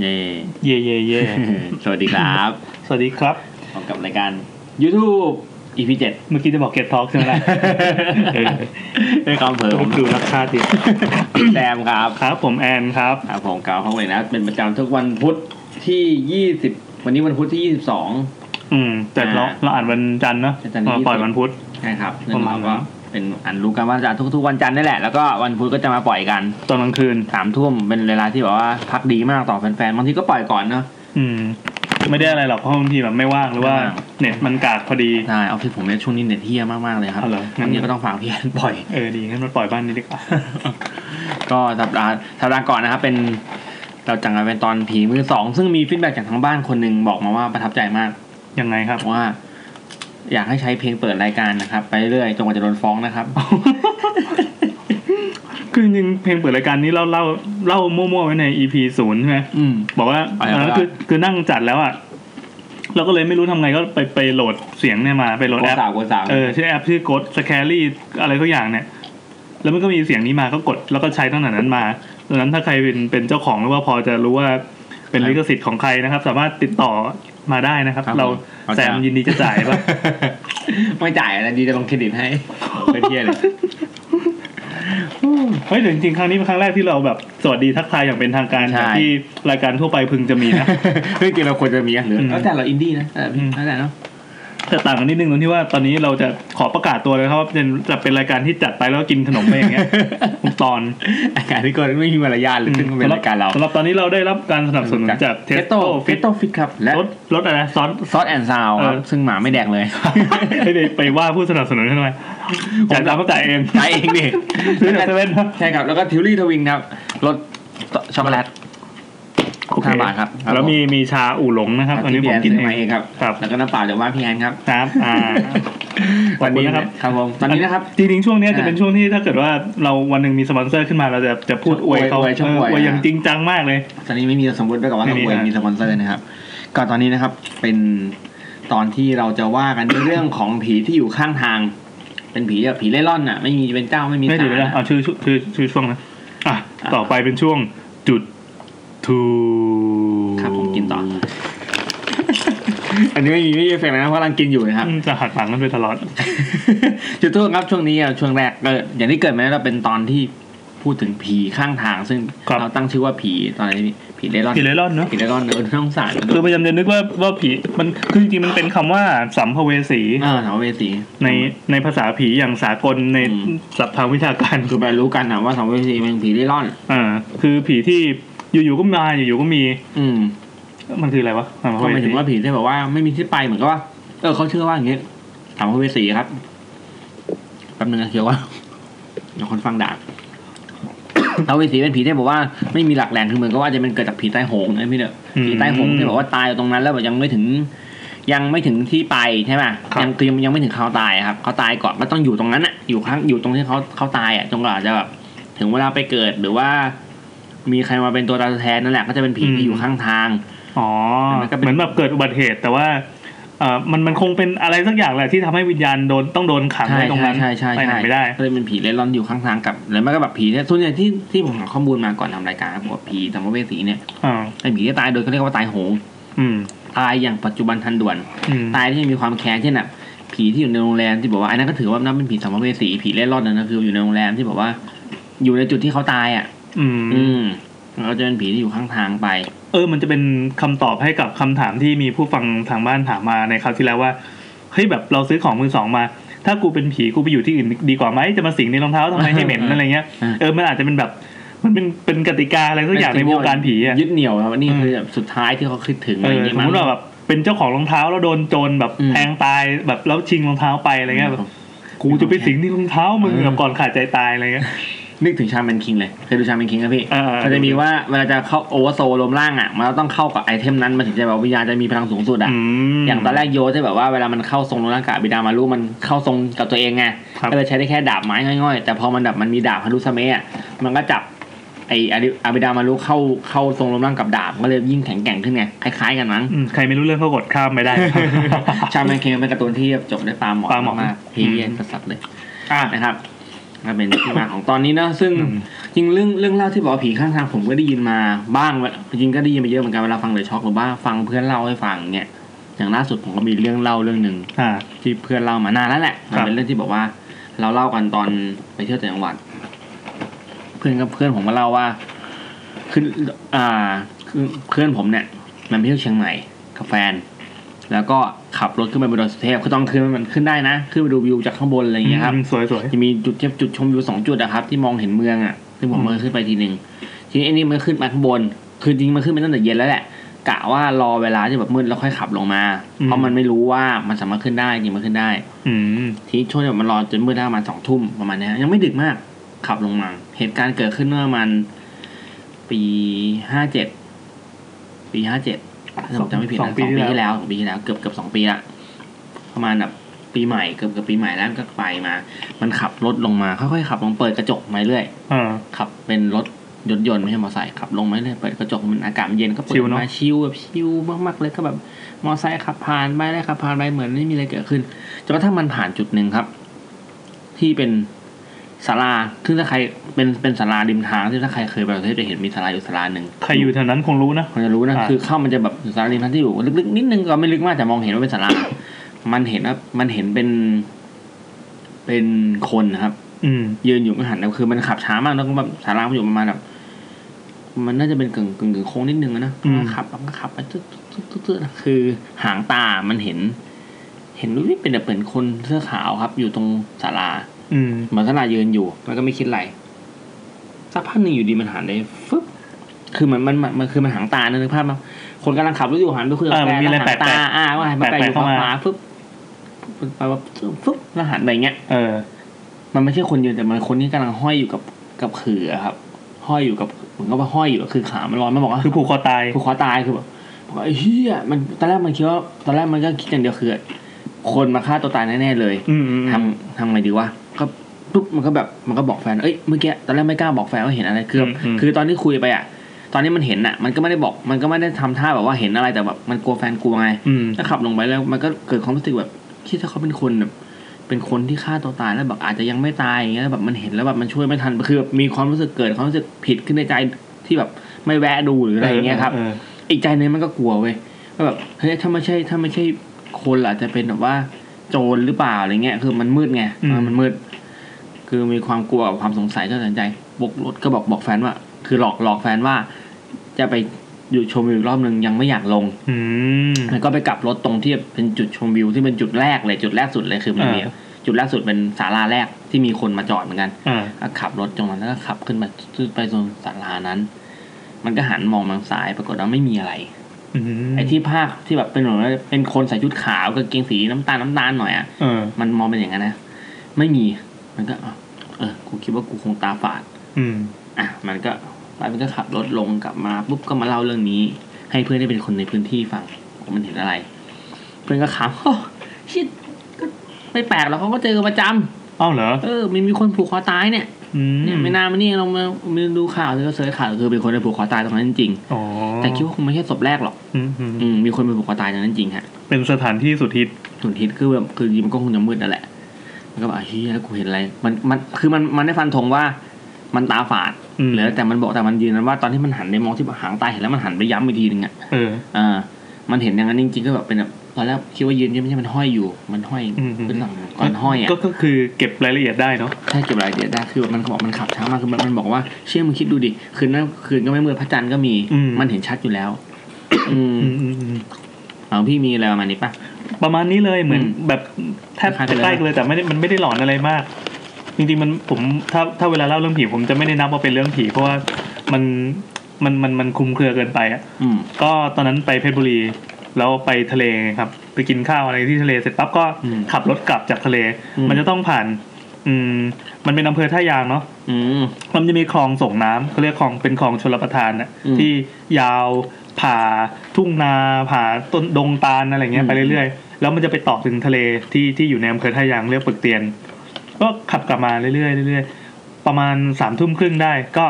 เย่เย่เย่ สวัสดีครับ สวัสดีครับ พบกับรายการ YouTube EP 7 เมื่อกี้จะบอกเก็ตท็อกใช่ไหม ล่ะเออ ด้วยความเผลอ ต้ ผ อง ม ดูราคาดิ แซมครับ ครับผมแอนครับ ครับผมกล่าวเข้าไปนะ เป็นประจำทุกวันพุธที่ 20 วันนี้วันพุธที่ 22 อืม แต่เราเราอ่านวันจันทร์เนอะ จันทร์ที่ เราปล่อยวันพุธ นะครับนั่ ประ น มาณ เรา นั้ ก็ น เป็นอันรู้กันว่าจะทุกๆวันจันทร์นี่แหละ แล้วก็วันพุธก็จะมาปล่อยกัน ตอนกลางคืน สามทุ่มเป็นเวลาที่แบบว่าพักดีมากต่อแฟนๆบางทีก็ปล่อยก่อนเนาะ อืม ไม่ได้อะไรหรอกเพราะบางทีแบบไม่ว่างหรือว่า ไม่ว่าง เน็ตมันกากพอดี ใช่เอาที่ผมเนี่ยช่วงนี้เน็ตเฮี้ยมากๆเลยครับ เอาเหรองั้น บางทีก็ต้องฟังพี่แอนปล่อย เออดีงั้นมาปล่อยบ้านนี้ดีกว่า ก็สัปดาห์สัปดาห์ก่อนนะครับเป็น เราจังกันเป็นตอนผีมือสอง ซึ่งมีฟีดแบ็กจากทางบ้านคนหนึ่งบอกมาว่าประทับใจมาก ยังไงครับ ว่า อยากให้ใช้เพลงเปิดรายการนะครับ ไปเรื่อยๆจนกว่าจะโดนฟ้องนะครับ คือจริงๆเพลงเปิดรายการนี้เล่าเล่าเล่ามั่วๆไว้ใน EP ศูนย์ใช่ไหม อืม บอกว่า ไปแล้ว เออคือคือนั่งจัดแล้วอ่ะเราก็เลยไม่รู้ทำไงก็ไปไปโหลดเสียงเนี่ยมาไปโหลด กด แอป สาวกดสาว เออชื่อแอปชื่อกดสแครี่อะไรทุกอย่างเนี่ย แล้วมันก็มีเสียงนี้มาก็กดแล้วก็ใช้ตั้งแต่นั้นมาดังนั้นถ้าใครเป็นเป็นเจ้าของหรือว่าพอจะรู้ว่าเป็นลิขสิทธิ์ของใครนะครับ สามารถติดต่อมาได้นะครับ ครับ เรา ผมเอา แซม จ้ะ ยินดีจะจ่าย ป่ะ ไม่จ่ายนะดีจะลงเครดิตให้ เป็นเที่ย เลย เฮ้ยแต่จริงๆครั้งนี้เป็นครั้งแรกที่เราแบบสวัสดีทักทายอย่างเป็นทางการ ใช่ แบบที่รายการทั่วไปพึงจะมี นะ เรื่องจริงเราควรจะมีกันหรือแล้วแต่เราอินดี้นะแต่ อืม แล้วแต่เนาะ แต่ต่างกันนิดนึงตรงที่ว่าตอนนี้เราจะขอประกาศตัวเลยนะครับว่าเป็นจะเป็นรายการที่จัดไปแล้วก็กินขนมไปอย่างเงี้ ย ทุกตอน รายการที่ก็ไม่มีมารยาทเลยซึ่งมันเป็นรายการเรา สำหบสำหรับตอนนี้เราได้รับการสนับสนุนจากเทส โต้ โต้ เท ฟิ ส ต โต้ฟิตครับและ รถรถอะไรนะซอ ส ซอสแอนซาวครับ เออ ซึ่งหมาไม่แดกเลย ไม่ได้ไปว่าผู้สนับสนุนทำไมจ่ายตามก็จ่ายเอง ใช่เองดิ ซื้อจากเซเว่นนะ ใช่ครับ แล้วก็ทิวลี่ทวิงครับรสช็อกโกแลต โอเค ห้าบาทครับครับ แล้วมีมีชาอู่หลงนะครับ อันนี้ผมกินเอ ซื้มาง เองครับ ครับ แล้วก็น้ำเปล่าจากบ้านพี่แอนครับ ครับอ่า ขอบคุณนะครับ วัครับผมตอนนี้นะครับ จริงๆช่วงเนี้ย อ่า จะเป็นช่วงที่ถ้าเกิดว่าเราวันหนึ่งมีสปอนเซอร์ขึ้นมาเราจะจะพูดอวยเขา อวยช่องอวย เอออวยอย่าง นะ จริงจังมากเลย ตอนนี้ไม่มีสมมติด้วยกับว่า ไม่ เรา มี ควร อ่ะ มีสปอนเซอร์นะครับ ก็ตอนนี้นะครับเป็นตอนที่เราจะว่ากัน เรื่องของผีที่อยู่ข้างทาง เป็นผีแบบผีเล่ร่อนน่ะ ไม่มีเป็นเจ้าไม่มี ไม่ สา เดี๋ยวนะ ร เอาชื่อชื่อชื่อชื่อช่วงนะอ่ะ อ่ะ ต่อไปเป็นช่วงจุดทู ครับผมกินต่อ อันนี้ไม่มีไม่มีเอฟเฟกต์นะเพราะกำลังกินอยู่นะครับ อืมจะหักหลังกันไปตลอด จุดทูบครับช่วงนี้อ่ะช่วงแรกก็อย่างที่เกิดมาแล้วเราเป็นตอนที่พูดถึงผีข้างทาง ซึ่ง ครับ เราตั้งชื่อว่าผีตอนนี้ผีเล่ร่อน ผีเร่ร่อนเนอะ ผีเล่ร่อนเออช่องสาร คือพยายามจะนึกว่าว่าผีมันคือจริงๆมันเป็นคำว่าสัมภเวสี อ่าถามว่าเวสี ในในภาษาผีอย่างสากลใน อืม ศัพท์ทางวิชาการ คือไปรู้กันนะว่าถามว่าเวสีมันผีเล่ร่อน อ่าคือผีที่อยู่ๆก็มาอยู่ๆก็มี อืม มันคืออะไรวะสัมภ ก็ เว หมาย สี ถึงว่าผีที่แบบว่าไม่มีที่ไปเหมือนกับว่าเออเขาเชื่อว่าอย่างเงี้ยถามว่าเวสีครับแป๊บนึงนะเคียวว่าเดี๋ยวคนฟังด่า ถามว่าเวสีเป็นผีที่แบบว่าไม่มีหลักแหล่งคือเหมือนกับว่าจะเป็นเกิดจากผีใต้โหงนะพี่เนอะ อืม ผีใต้หงส์ที่บอกว่าตายอยู่ตรงนั้นแล้วแบบยังไม่ถึง ยังไม่ถึงที่ไปใช่ไหม ครับ ยังคือยังยังไม่ถึงเขาตายอะครับเขาตายก่อนก็ต้องอยู่ตรงนั้นอ่ะอยู่ข้างอยู่ตรงที่เขาเขาตายอ่ะจนกว่าจะแบบถึงเวลาไปเกิดหรือว่า มีใครมาเป็นตัวตายตัวแทนนั่นแหละก็จะเป็นผีที่อยู่ข้างทาง อ๋อ มันก็เป็น เหมือนแบบเกิดอุบัติเหตุแต่ว่าเอ่อมันมันคงเป็นอะไรสักอย่างแหละที่ทำให้วิญญาณโดนต้องโดนขัง ใช่ ไว้ตรง ใช่ นั้น ใช่ใช่ ไปไหน ใช่ ไม่ได้ ก็เลยเป็นผีเล่ร่อนอยู่ข้างทางกับหรือไม่ก็แบบผีเนี่ยส่วนใหญ่ที่ที่ผมหาข้อมูลมาก่อนทำรายการผมว่าผีธรรมเวสีเนี่ย อ่า เป็นผีที่ตายโดยเขาเรียกว่าตายโหงส์ อืม ตายอย่างปัจจุบันทันด่วน อืม ตายที่ยังมีความแค้นเช่นแบบผีที่อยู่ในโรงแรมที่บอกว่าอันนั้นก็ถือว่านับเป็นผีสัมภเวสีผีเล่ร่อนนะนะคืออยู่ในโรงแรมที่บอกว่า อยู่ในจุดที่เขาตายอ่ะ อืม อืมแล้วก็จะเป็นผีที่อยู่ข้างทางไป เออ มันจะเป็นคำตอบให้กับคำถามที่มีผู้ฟังทางบ้านถามมาในคราวที่แล้วว่าเฮ้ยแบบเราซื้อของมือสองมา ถ้ากูเป็นผีกูไปอยู่ที่อื่นดีกว่าไหมจะมาสิงในรองเท้าทำไมให้เหม็น อ่า อะไรเงี้ย อ่า เออมันอาจจะเป็นแบบ มันเป็นเป็นกติกาอะไรสักอย่างในวงการผีอ่ะ ยึดเหนี่ยวครับว่านี่คือแบบสุดท้ายที่เขาคิดถึง เอ อะไรอ อย่าง เงี้ย สม มั้ ม ง ติว่าแบบเป็นเจ้าของรองเท้าแล้วโดนโจรแบบ อืม แทงตายแบบแล้วชิงรองเท้าไปอะไรเงี้ยแบบกูจะไปสิงที่รองเท้ามึงแบบก่อนขาดใจตายอะไรเงี้ย นึกถึงชาแมนคิงเลยเคยดูชาแมนคิงครับพี่ อ่าๆ เขาจะมีว่าเวลาจะเข้าโอเวอร์โซลลมล่างอ่ะมันต้องเข้ากับไอเทมนั้นมันถึงจะแบบวิญญาณจะมีพลังสูงสุดอ่ะ ม อย่างตอนแรกโยที่แบบว่าเวลามันเข้าทรงร่างกายบิดามารุมันเข้าทรงกับตัวเองไง ครับ ก็เลยใช้ได้แค่ดาบไม้ง่อยๆ แต่พอมันแบบมันมีดาบฮารุสเมะอะมันก็จับไออาริอาบิดามารุเข้าเข้าทรงลมร่างกับดาบก็เลยยิ่งแข็งแกร่งขึ้นไงคล้ายๆกันมั้ง อืมใครไม่รู้เรื่องก็กดข้าม ไปได้ ชาแมนเคงเป็นการ์ตูนที่จบด้วยปลาหมอน ปลาหมอน มากๆเฮี อื ย ม สัสๆเลย อ่ะ นะครับ ก็เป็นที่มาของตอนนี้เนอะซึ่ง อืม จริงเรื่องเรื่องเล่าที่บอกว่าผีข้างทางผมก็ได้ยินมาบ้างจริงก็ได้ยินมาเยอะเหมือนกันเวลาฟังเดอะช็อกหรือว่าฟังเพื่อนเล่าให้ฟังเนี่ย อย่างล่าสุดผมก็มีเรื่องเล่าเรื่องหนึ่ง อ่า ที่เพื่อนเล่ามานานแล้วแหละ มัน ครั เป็น บ เรื่องที่บอกว่า เราเล่ากันตอนไปเที่ยวต่างจังหวัด เพื่อนกับเพื่อนผมมาเล่าว่าคืออ่าคือเพื่อนผมเนี่ย มันไปเที่ยวเชียงใหม่กับแฟน แล้วก็ขับรถขึ้นไปบนดอยสุเทพคือตอนคืนมันขึ้นได้นะ ขึ้นไปดูวิวจากข้างบนอะไรอย่างเงี้ยครับ อืมสวยสวย จะมีจุดเทียบจุดชมวิวสองจุดนะครับ ที่มองเห็นเมืองอ่ะซึ่งผม อืม เมื่อขึ้นไปทีหนึ่งทีนี้ไอ้นี่มันขึ้นมาข้างบน คือจริงมันขึ้นไปตั้งแต่เย็นแล้วแหละกะว่ารอเวลาที่แบบมืดแล้วค่อยขับลงมา เพราะมันไม่รู้ว่ามันสามารถขึ้นได้จริงมันขึ้นได้ อืม ทีนี้ช่วงที่แบบมันรอจนมืดได้ประมาณสองทุ่มประมาณเนี้ยยังไม่ดึกมาก ขับลงมา เหตุการณ์เกิดขึ้นเมื่อประมาณปีห้าเจ็ดปีห้าเจ็ดถ้าผมจำไม่ผิดนะ ส ส อ อง ง ปี ปี ที่ ที่ แล้ แล้ว วสองปีที่แล้วเกือบเกือบสองปีละประมาณแบบปีใหม่เกือบเกือบปีใหม่แล้วก็ไปมา มันขับรถลงมาค่อยๆขับลงเปิดกระจกมาเรื่อย อ่า ขับเป็นรถยนต์ยนต์ไม่ใช่มอเตอร์ไซค์ขับลงมาเรื่อยเปิดกระจกมันอากาศมันเย็นก็เปิ ชิ ด ลเนอะ มาชิลแบบชิลมากๆเลยก็แบบมอเตอร์ไซค์ขับผ่านไปเลยขับผ่านไปเหมือนไม่มีอะไรเกิดขึ้น จนกระทั่งมันผ่านจุดหนึ่งครับ ที่เป็นศาลาซึ่งถ้าใครเป็นเป็นศาลาริมทางที่งถ้าใครเคยไปประเทศจะเห็นมีศาลาอยู่ศาลาหนึ่ง ใครอยู่แถวนั้นคงรู้นะ คนจะรู้นะ อ่า คือเข้ามันจะแบบศาลาริมทางที่อยู่ลึกๆนิดนึงก็ไม่ลึกมากแต่มองเห็นว่าเป็นศาลา มันเห็นว่ามันเห็นเป็น เป็นคนนะครับ อืม ยืนอยู่ก็หันแล้วคือมันขับช้ามากแล้วก็แบบสารามันอยู่ประมาณแบบมันน่าจะเป็นกึ่งกึ่งกึ่งโค้งนิดนึงอะนะ อืม ขับแล้วก็ขับไปตึ๊ดตึ๊ดตึ๊ดตึ๊ดนะคือหางตามันเห็น เห็นวิบเป็นแบบเหมือนคนเสื้อขาวครับ อยู่ตรงศาลา อืม เหมือนศาลายืนอยู่มันก็ไม่คิดอะไรสักพักหนึ่งอยู่ดีมันหันได้ฟึบคือมันมันมันมันคือมันหางตานะนึกภาพมั้ยคนกำลังขับรถอยู่หันไปคุยกับ อ่า แฟ มัน น มีอะไร แล้วหาง แปล ตาก อ่าว่ามันแปลก แปลอกๆ ยู่ เข้ามา ขวาๆฟึบไปแบบฟึบแล้วหันไปอย่างเงี้ย เออ มันไม่ใช่คนยืนแต่มันคนที่กำลังห้อยอยู่กับกับขื่ออะครับ ห้อยอยู่กับเหมือนกับว่าห้อยอยู่กับคือขามันลอยมันบอกว่า คือผูกคอตาย ผูกคอตายคือแบบบอกว่าไอ้เฮียมันตอนแรกมันคิดว่าตอนแรกมันก็คิดอย่างเดียวคือคนมาฆ่าตัวตายแน่ๆเลย อืมอืม ทำทำไงดีวะก็ปุ๊บมันก็แบบมันก็บอกแฟนเอ้ยเมื่อกี้ตอนแรกไม่กล้าบอกแฟนว่าเห็นอะไรคืออ ม คือตอนที่คุยไปอ่ะ ตอนนี้มันเห็นอ่ะ มันก็ไม่ได้บอกมันก็ไม่ได้ทำท่าแบบว่าเห็นอะไรแต่แบบมันกลัวแฟนกลัวไง อืม ถ้าขับลงไปแล้วมันก็เกิดความรู้สึกแบบคิดถ้าเขาเป็นคนแบบเป็นคนที่ฆ่าตัวตายแล้วแบบอาจจะยังไม่ตายอย่างเงี้ยแบบมันเห็นแล้วแบบมันช่วยไม่ทันคือแบบมีความรู้สึกเกิดความรู้สึกผิดขึ้นในใจที่แบบไม่แวะดูหรืออะไรอย่างเงี้ยครับ ออ อีกใจหนึงมันก็กลัวเว้ยก็แบบเฮ้ยถ้าไม่ใช่ถ้าไม่ใช่คนล่ะอาจจะเป็นแบบว่าโจรหรือเปล่าอะไรเงี้ยคือมันมืดไงเออมันมืด คือมีความกลัวกับความสงสัยก็ตัดสินใจบกรถก็บอกบอกแฟนว่า คือหลอกหลอกแฟนว่า จะไปอยู่ชมวิวอีกรอบนึงยังไม่อยากลง อืม มันก็ไปกลับรถตรงที่เป็นจุดชมวิวที่เป็นจุดแรกเลยจุดแรกสุดเลยคือมันมี อ่า จุดแรกสุดเป็นศาลาแรกที่มีคนมาจอดเหมือนกัน อ่า ก็ขับรถจงนั้นแล้วก็ขับขึ้นมาไปตรงศาลานั้น มันก็หันมองมางซ้ายปรากฏว่าไม่มีอะไร อืม ไอ้ที่ภาคที่แบบเป็นเหมือนว่าเป็นคนใส่ชุดขาวกางเกงสีน้ำตาลน้ำตาลหน่อยอ่ะ เออ มันมองเป็นอย่างนั้นนะไม่มี มันก็อ้าวเออกูคิดว่ากูคงตาฝาด อืม อ่ะมันก็ไปมันก็ขับรถลงกลับมาปุ๊บก็มาเล่าเรื่องนี้ ให้เพื่อนที่เป็นคนในพื้นที่ฟังว่ามันเห็นอะไร เพื่อนก็ขำโอ้ชิดก็ไม่แปลกหรอกเขาก็เจอประจำ อ้าวเหรอ เออมันมีคนผูกคอตายเนี่ย อืม เนี่ยไม่นานมานี่เรามามาดูข่าวเราเสิร์ชข่าวคือเป็นคนไปผูกคอตายตรงนั้นจริง อ๋อ ๆแต่คิดว่าคงไม่ใช่ศพแรกหรอก อืมอืม อืมมีคนไปผูกคอตายตรงนั้นจริงฮะ เป็นสถานที่สุดฮิต สุนทิศคือแบบคือยิมนก็คงจะมืดนั่นแหละ มันก็แบบอ่ะเฮียแล้วกูเห็นอะไร มันมันคือมันมันได้ฟันธงว่ามันตาฝาด อืม เหลือแต่มันบอกแต่มันยืนยันว่าตอนที่มันหันไปมองที่หางตาเห็นแล้วมันหันไปย้ำอีกทีนึงอ่ะ เออ อ่ามันเห็นอย่างนั้นจริงๆก็แบบเป็นแบบตอนแรกคิดว่ายืนยังไม่ใช่มันห้อยอยู่ มันห้อย อืม เป็นหลังก่อนห้อยอ่ะ ก็ก็คือเก็บรายละเอียดได้เนาะ ใช่เก็บรายละเอียดได้คือแบบมันบอกมันขับช้ามากคือมันมันบอกว่าเชื่อมึงคิดดูดิคืนนั้นคืนก็ไม่มืดพระจันทร์ก็มี อืม มันเห็นชัดอยู่แล้ว อืม อืมอืมอืม เอาพี่มีอะไรประมาณนี้ปะ ประมาณนี้เลยเหมือน อืม แบบแทบ คล้ายๆกันเลยจะใกล้กันเลยแต่ไม่ได้มันไม่ได้หลอนอะไรมาก จริงๆมันผมถ้าถ้าเวลาเล่าเรื่องผีผมจะไม่ได้นับว่าเป็นเรื่องผี เพราะว่ามันมันมันมันคลุมเครือเกินไปอ่ะ อืม ก็ตอนนั้นไปเพชรบุรี แล้วไปทะเลครับ ไปกินข้าวอะไรที่ทะเลเสร็จปั๊บก็ อืม ขับรถกลับจากทะเล อืม มันจะต้องผ่าน อืมมันเป็นอำเภอท่ายางเนาะ อืม มันจะมีคลองส่งน้ำเขาเรียกคลองเป็นคลองชลประทานอะ อืม ที่ยาวผ่าทุ่งนาผ่าต้นดงตาลอะไรเงี้ย อืม ไปเรื่อยๆ แล้วมันจะไปต่อถึงทะเลที่ที่อยู่ในอำเภอท่ายางเรียกปึกเตียน ก็ขับกลับมาเรื่อยๆเรื่อยๆประมาณสามทุ่มครึ่งได้ก็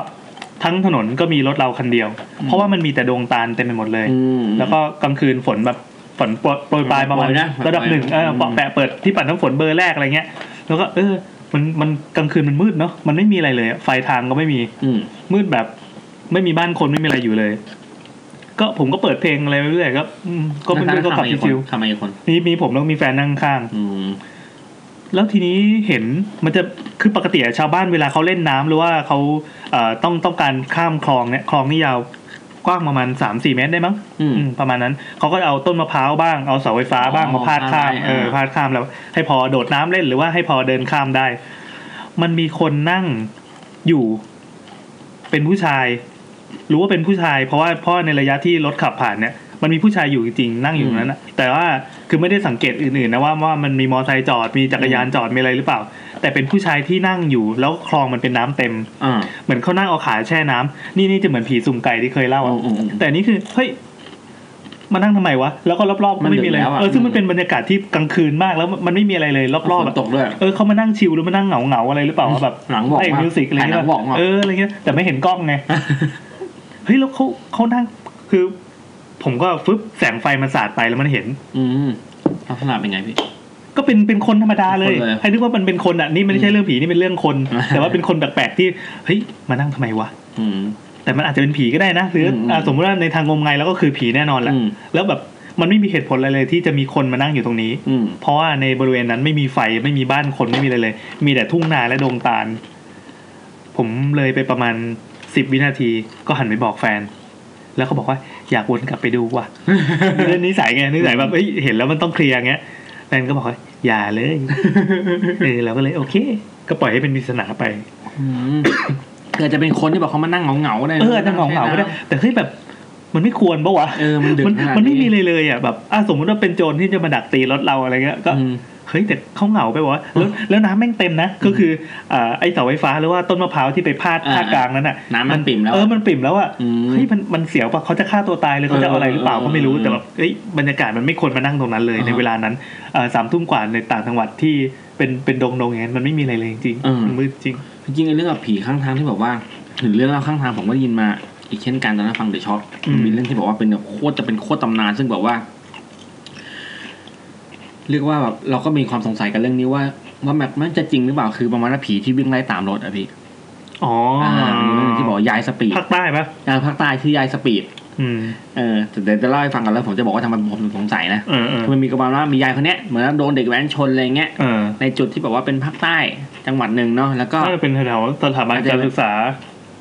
ทั้งถนนก็มีรถเราคันเดียว เพราะว่ามันมีแต่ดงตาลเต็มไปหมดเลย อืม แล้วก็กลางคืนฝนแบบฝนโปรยปลายประมาณ โปรยนะ ระดับหนึ่งเออ อืม เปาะแปะเปิดที่ปัดน้ำฝนเบอร์แรกอะไรเงี้ย แล้วก็เออ มันมันกลางคืนมันมืดเนาะมันไม่มีอะไรเลยอะไฟทางก็ไม่มี อืม มืดแบบไม่มีบ้านคนไม่มีอะไรอยู่เลย ก็ผมก็เปิดเพลงอะไรไปเรื่อยก็อืมก็เพื่อนๆก็ขับชิว ทำไมคน ๆมีมีผมแล้วก็มีแฟนนั่งข้าง อืม แล้วทีนี้เห็นมันจะคือปกติอะชาวบ้านเวลาเขาเล่นน้ำหรือว่าเขาเอ่อต้องต้องการข้ามคลองเนี่ยคลองนี่ยาวกว้างประมาณสามสี่เมตรได้มั้ง อืม อืมประมาณนั้นเขาก็เอาต้นมะพร้าวบ้างเอาเสาไฟฟ้าบ้าง อ๋อ มาพาดข้าม พาดได้ เออ อ่า พาดข้ามแล้ว ให้พอโดดน้ำเล่นหรือว่าให้พอเดินข้ามได้ มันมีคนนั่งอยู่ เป็นผู้ชาย รู้ว่าเป็นผู้ชาย เพราะว่าเพราะในระยะที่รถขับผ่านเนี่ยมันมีผู้ชายอยู่จริงๆนั่งอยู่ตรงนั้นนะแต่ว่าคือไม่ได้สังเกตอื่นๆนะว่าว่ามันมีมอเตอร์ไซค์จอดมีจักรยานจอดมีอะไรหรือเปล่า แต่เป็นผู้ชายที่นั่งอยู่ แล้วคลองมันเป็นน้ำเต็ม อ่า เหมือนเขานั่งเอาขาแช่น้ำนี่นี่จะเหมือนผีสุ่มไก่ที่เคยเล่า อื อะ มอืมอืม แต่นี่คือเฮ้ยมานั่งทำไมวะแล้วก็รอบๆก็ไม่มีอะไร มันดึกแล้วอะ เออซึ่งมันเป็นบรรยากาศที่กลางคืนมากแล้วมันไม่มีอะไรเลย รอบๆ ฝ อะ นตกด้วย เออเขามานั่งชิลหรือมานั่งเหงาๆอะไรหรือเปล่าว่าแบบ หลังบอก ไอ้ ว่า มิวสิกอะไร ถ่ายหนั เงี้ย งบอกว่า เอออะไรเงี้ยแต่ไม่เห็นกล้องไง เฮ้ยแล้วเขาเขานั่งคือ ผมก็ฟึบแสงไฟมันสาดไปแล้วมันเห็น อืมลักษณะเป็นไงพี่ ก็เป็นเป็นคนธรรมดาเลย คนเลย ให้นึกว่ามันเป็นคนอ่ะนี่มันไม่ใช่เรื่องผีนี่เป็นเรื่องคน อ่า แต่ว่าเป็นคนแปลกๆที่เฮ้ยมานั่งทำไมวะ อืม แต่มันอาจจะเป็นผีก็ได้นะหรืออ ม อ่าสมมติว่าในทางงมงายแล้วก็คือผีแน่นอนแหละ อืม แล้วแบบมันไม่มีเหตุผลอะไรเลยที่จะมีคนมานั่งอยู่ตรงนี้ อืม เพราะว่าในบริเวณนั้นไม่มีไฟไม่มีบ้านคนไม่มีอะไรเลย มีแต่ทุ่งนาและดงตาล ผมเลยไปประมาณสิบวินาทีก็หันไปบอกแฟน แล้วเขาบอกว่าอยากวนกลับไปดูว่ะ เรื่องนิสัยไงนิสัยแบบเอ้ยเห็นแล้วมันต้องเคลียร์เงี้ยแฟนก็บอกว่าอย่าเลยเออเราก็เลยโอเค ก็ปล่อยให้เป็นปริศนาไป อืมเกิดจะเป็นคนที่บอกเขามานั่งเหงาเหงาๆได้ เอออาจจะเหงาเหงาๆก็ได้ แต่เฮ้ยแบบมันไม่ควรปะวะ เออมันดึก มัน ขนาด มันไม่มีเลยเลยอ่ะแบบอ่ะสมมติว่าเป็นโจรที่จะมาดักตีรถเราอะไรเงี้ยก็ อืม เฮ้ยแต่เขาเหงาไปวะแล้วแล้วน้ำแม่งเต็มนะก็คืออ่าไอเสาไฟฟ้าหรือว่าต้นมะพร้าวที่ไปพาด อ่า พาดกลางนั้นอ่ะ น้ำมันปิ่มแล้ว เออมันปิ่มแล้วอ่ะ อืม เฮ้ยมันมันเสียวปะเขาจะฆ่าตัวตายเลยเขาจะเอาอะไรหรือเปล่า เออ ก็ไม่รู้ เออ แต่แบบเอ้ยบรรยากาศมันไม่ควรมานั่งตรงนั้นเลย อ่า ในเวลานั้นเอ่อสามทุ่มกว่าในต่างจังหวัดที่เป็นเป็นดงดงอย่างนั้นมันไม่มีอะไรเลยจริง อืม มันมืดจริง จริงๆไอ้เรื่องแบบผีข้างทางที่แบบว่าหรือเรื่องเล่าข้างทางผมก็ได้ยินมา อีกเช่นกันตอนนั้นฟังเดอะช็อค อืม มีเรื่องที่บอกว่าเป็นแบบโคตรจะเป็นโคตรตำนานซึ่งแบบว่า เรียกว่าแบบเราก็มีความสงสัยกับเรื่องนี้ว่าว่าแบบมันจะจริงหรือเปล่าคือประมาณว่าผีที่วิ่งไล่ตามรถอะพี่ อ๋ออ อ่ามีเรื่องที่บอกว่ายายสปีด ภาคใต้ปะ อ่าภาคใต้ที่ยายสปีด อืม เออแต่เดี๋ยวจะเล่าให้ฟังกันแล้วผมจะบอกว่าทำไมผมถึงสงสัยนะ เออเออ คือมันมีกระบาว่ามียายคนเนี้ยเหมือนว่าโดนเด็กแว้นชนอะไรเงี้ย เออ ในจุดที่แบบว่าเป็นภาคใต้จังหวัดหนึ่งเนาะแล้วก็ น่าจะเป็นแถวๆสถาบันการศึกษา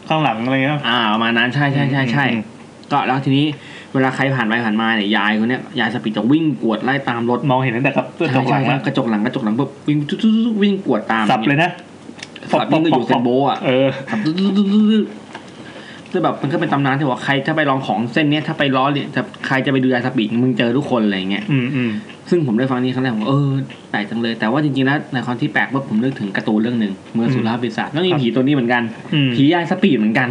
ข้างหลังอะไรเงี้ย อ่าประมาณนั้นใช่ใช่ใช่ใช่ อืม ก็แล้วทีนี้เวลาใครผ่านไปผ่านมาเนี่ยยายคนเนี้ยยายสปีดจะวิ่งกวดไล่ตามรถ มองเห็นตั้งแต่กับตัวจกหลัง ใช่ แล้ว ใช่กระจกหลังกระจกหลังปุ๊บวิ่งตุ๊ดตุ๊ดตุ๊ดวิ่งกวดตาม สับเลยนะ สับ ปอกปอก นี่ก็อยู่ ปอกปอก เซนโบอ่ะ เออ สับตุ๊ดตุ๊ดตุ๊ดตุ๊ดตุ๊ดคือแบบมันก็เป็นตำนานที่บอกใครถ้าไปลองของเส้นเนี้ยถ้าไปล้อเนี่ยถ้าใครจะไปดูยายสปีดมึงเจอทุกคนอะไรอย่างเงี้ย อืมอืม ซึ่งผมได้ฟังนี่ครั้งแรกผมก็เออแปลกจังเลย แต่ว่าจริงๆแล้วในความที่แปลกว่าผมนึกถึงการ์ตูนเรื่องหนึ่งเมื่อสุราปีศาจแล้วมี ครับ ผีตัวนี้เหมือนกัน อืม ผียายสปีดเหมือนกัน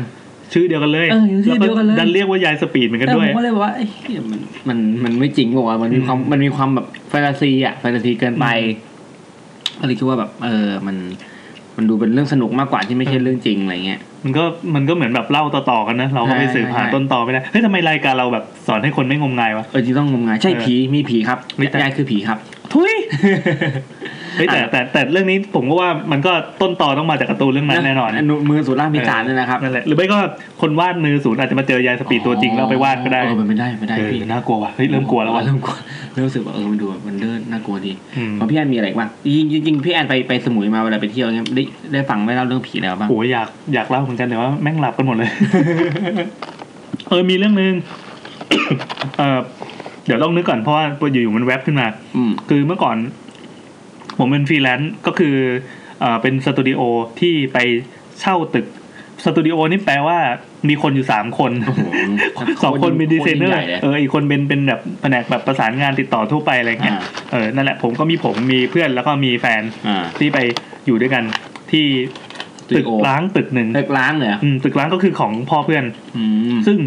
ชื่อเดียวกันเลย เออชื่อเดียวกันเลย แดันเรียกว่ายายสปีดเหมือนกันด้วย เออผมก็เลยบอกว่าเอ้ยเหี้ยมันมันมันไม่จริงบอกว่าวะมันมี อืม ความมันมีความแบบแฟนตาซีอ่ะแฟนตาซีเกินไป อื ก็เลยคิดว่าแบบ เออมันมันดูเป็นเรื่องสนุกมากกว่าที่ไม่ใช่ อืม เรื่องจริงอะไรเงี้ย มันก็มันก็เหมือนแบบเล่าต่อๆกันนะ เราก็ไป ใช่ สืบหา ใช่ ต้นตอไม่ได้เฮ้ยทำไมรายการเราแบบสอนให้คนไม่งมงายวะ เออจริงต้องงมงายใช่ เออ ผีมีผีครับ มีแต่ ยายคือผีครับ ทุ ยเฮ้ยแต่แต่แต่แต่เรื่องนี้ผมก็ว่ามันก็ต้นตอต้องมาจากการ์ตูนเรื่องนั้นแน่นอน มือสุดล่างมีจานนั่นแหละครับ นั่นแหละ หรือไม่ก็คนวาดมือศูนย์อาจจะมาเจอยายสปีดตัวจริงแล้วเอาไปวาดก็ได้ เออมันไม่ได้ไม่ได้ เออ พี่ น่ากลัวว่ะเฮ้ยเริ่มกลัวแล้วว่ะ เริ่มกลัวเริ่มรู้สึกว่าเออมันดูแบบมันเดินน่ากลัวดี อืม ของพี่แอนมีอะไรอีกบ้างจริงจริงๆพี่แอนไปไปสมุยมาเวลาไปเที่ยวเงี้ยได้ได้ฟังได้เล่าเรื่องผีแล้วบ้าง โอ้ยอยากอยากเล่าเหมือนกันแต่ว่าแม่งหลับกันหมด เลย เออมีเรื่องหนึ่ ง เออเดี๋ยวต้องนึกก่อนเพราะว่าอยู่ๆมันแวบขึ้นมา อืม คือเมื่อก่อน ผมเป็นฟรีแลนซ์ก็คือเอ่อเป็นสตูดิโอที่ไปเช่าตึกสตูดิโอนี่แปลว่ามีคนอยู่สามคน โอ้โห สองคนเป็นดีไซเนอร์ โคตยิ่งใหญ่ลย เอออีกคนเป็นเป็นแบบแผนกแบบประสานงานติดต่อทั่วไปอะไรเงี้ย อ่า เออนั่นแหละผมก็มีผมมีเพื่อนแล้วก็มีแฟน อ่า ที่ไปอยู่ด้วยกันที่ตึกล้างตึกหนึ่ง ตึกล้างเลยเหรอ อืมตึกล้างก็คือของพ่อเพื่อน อืม ซึ่ง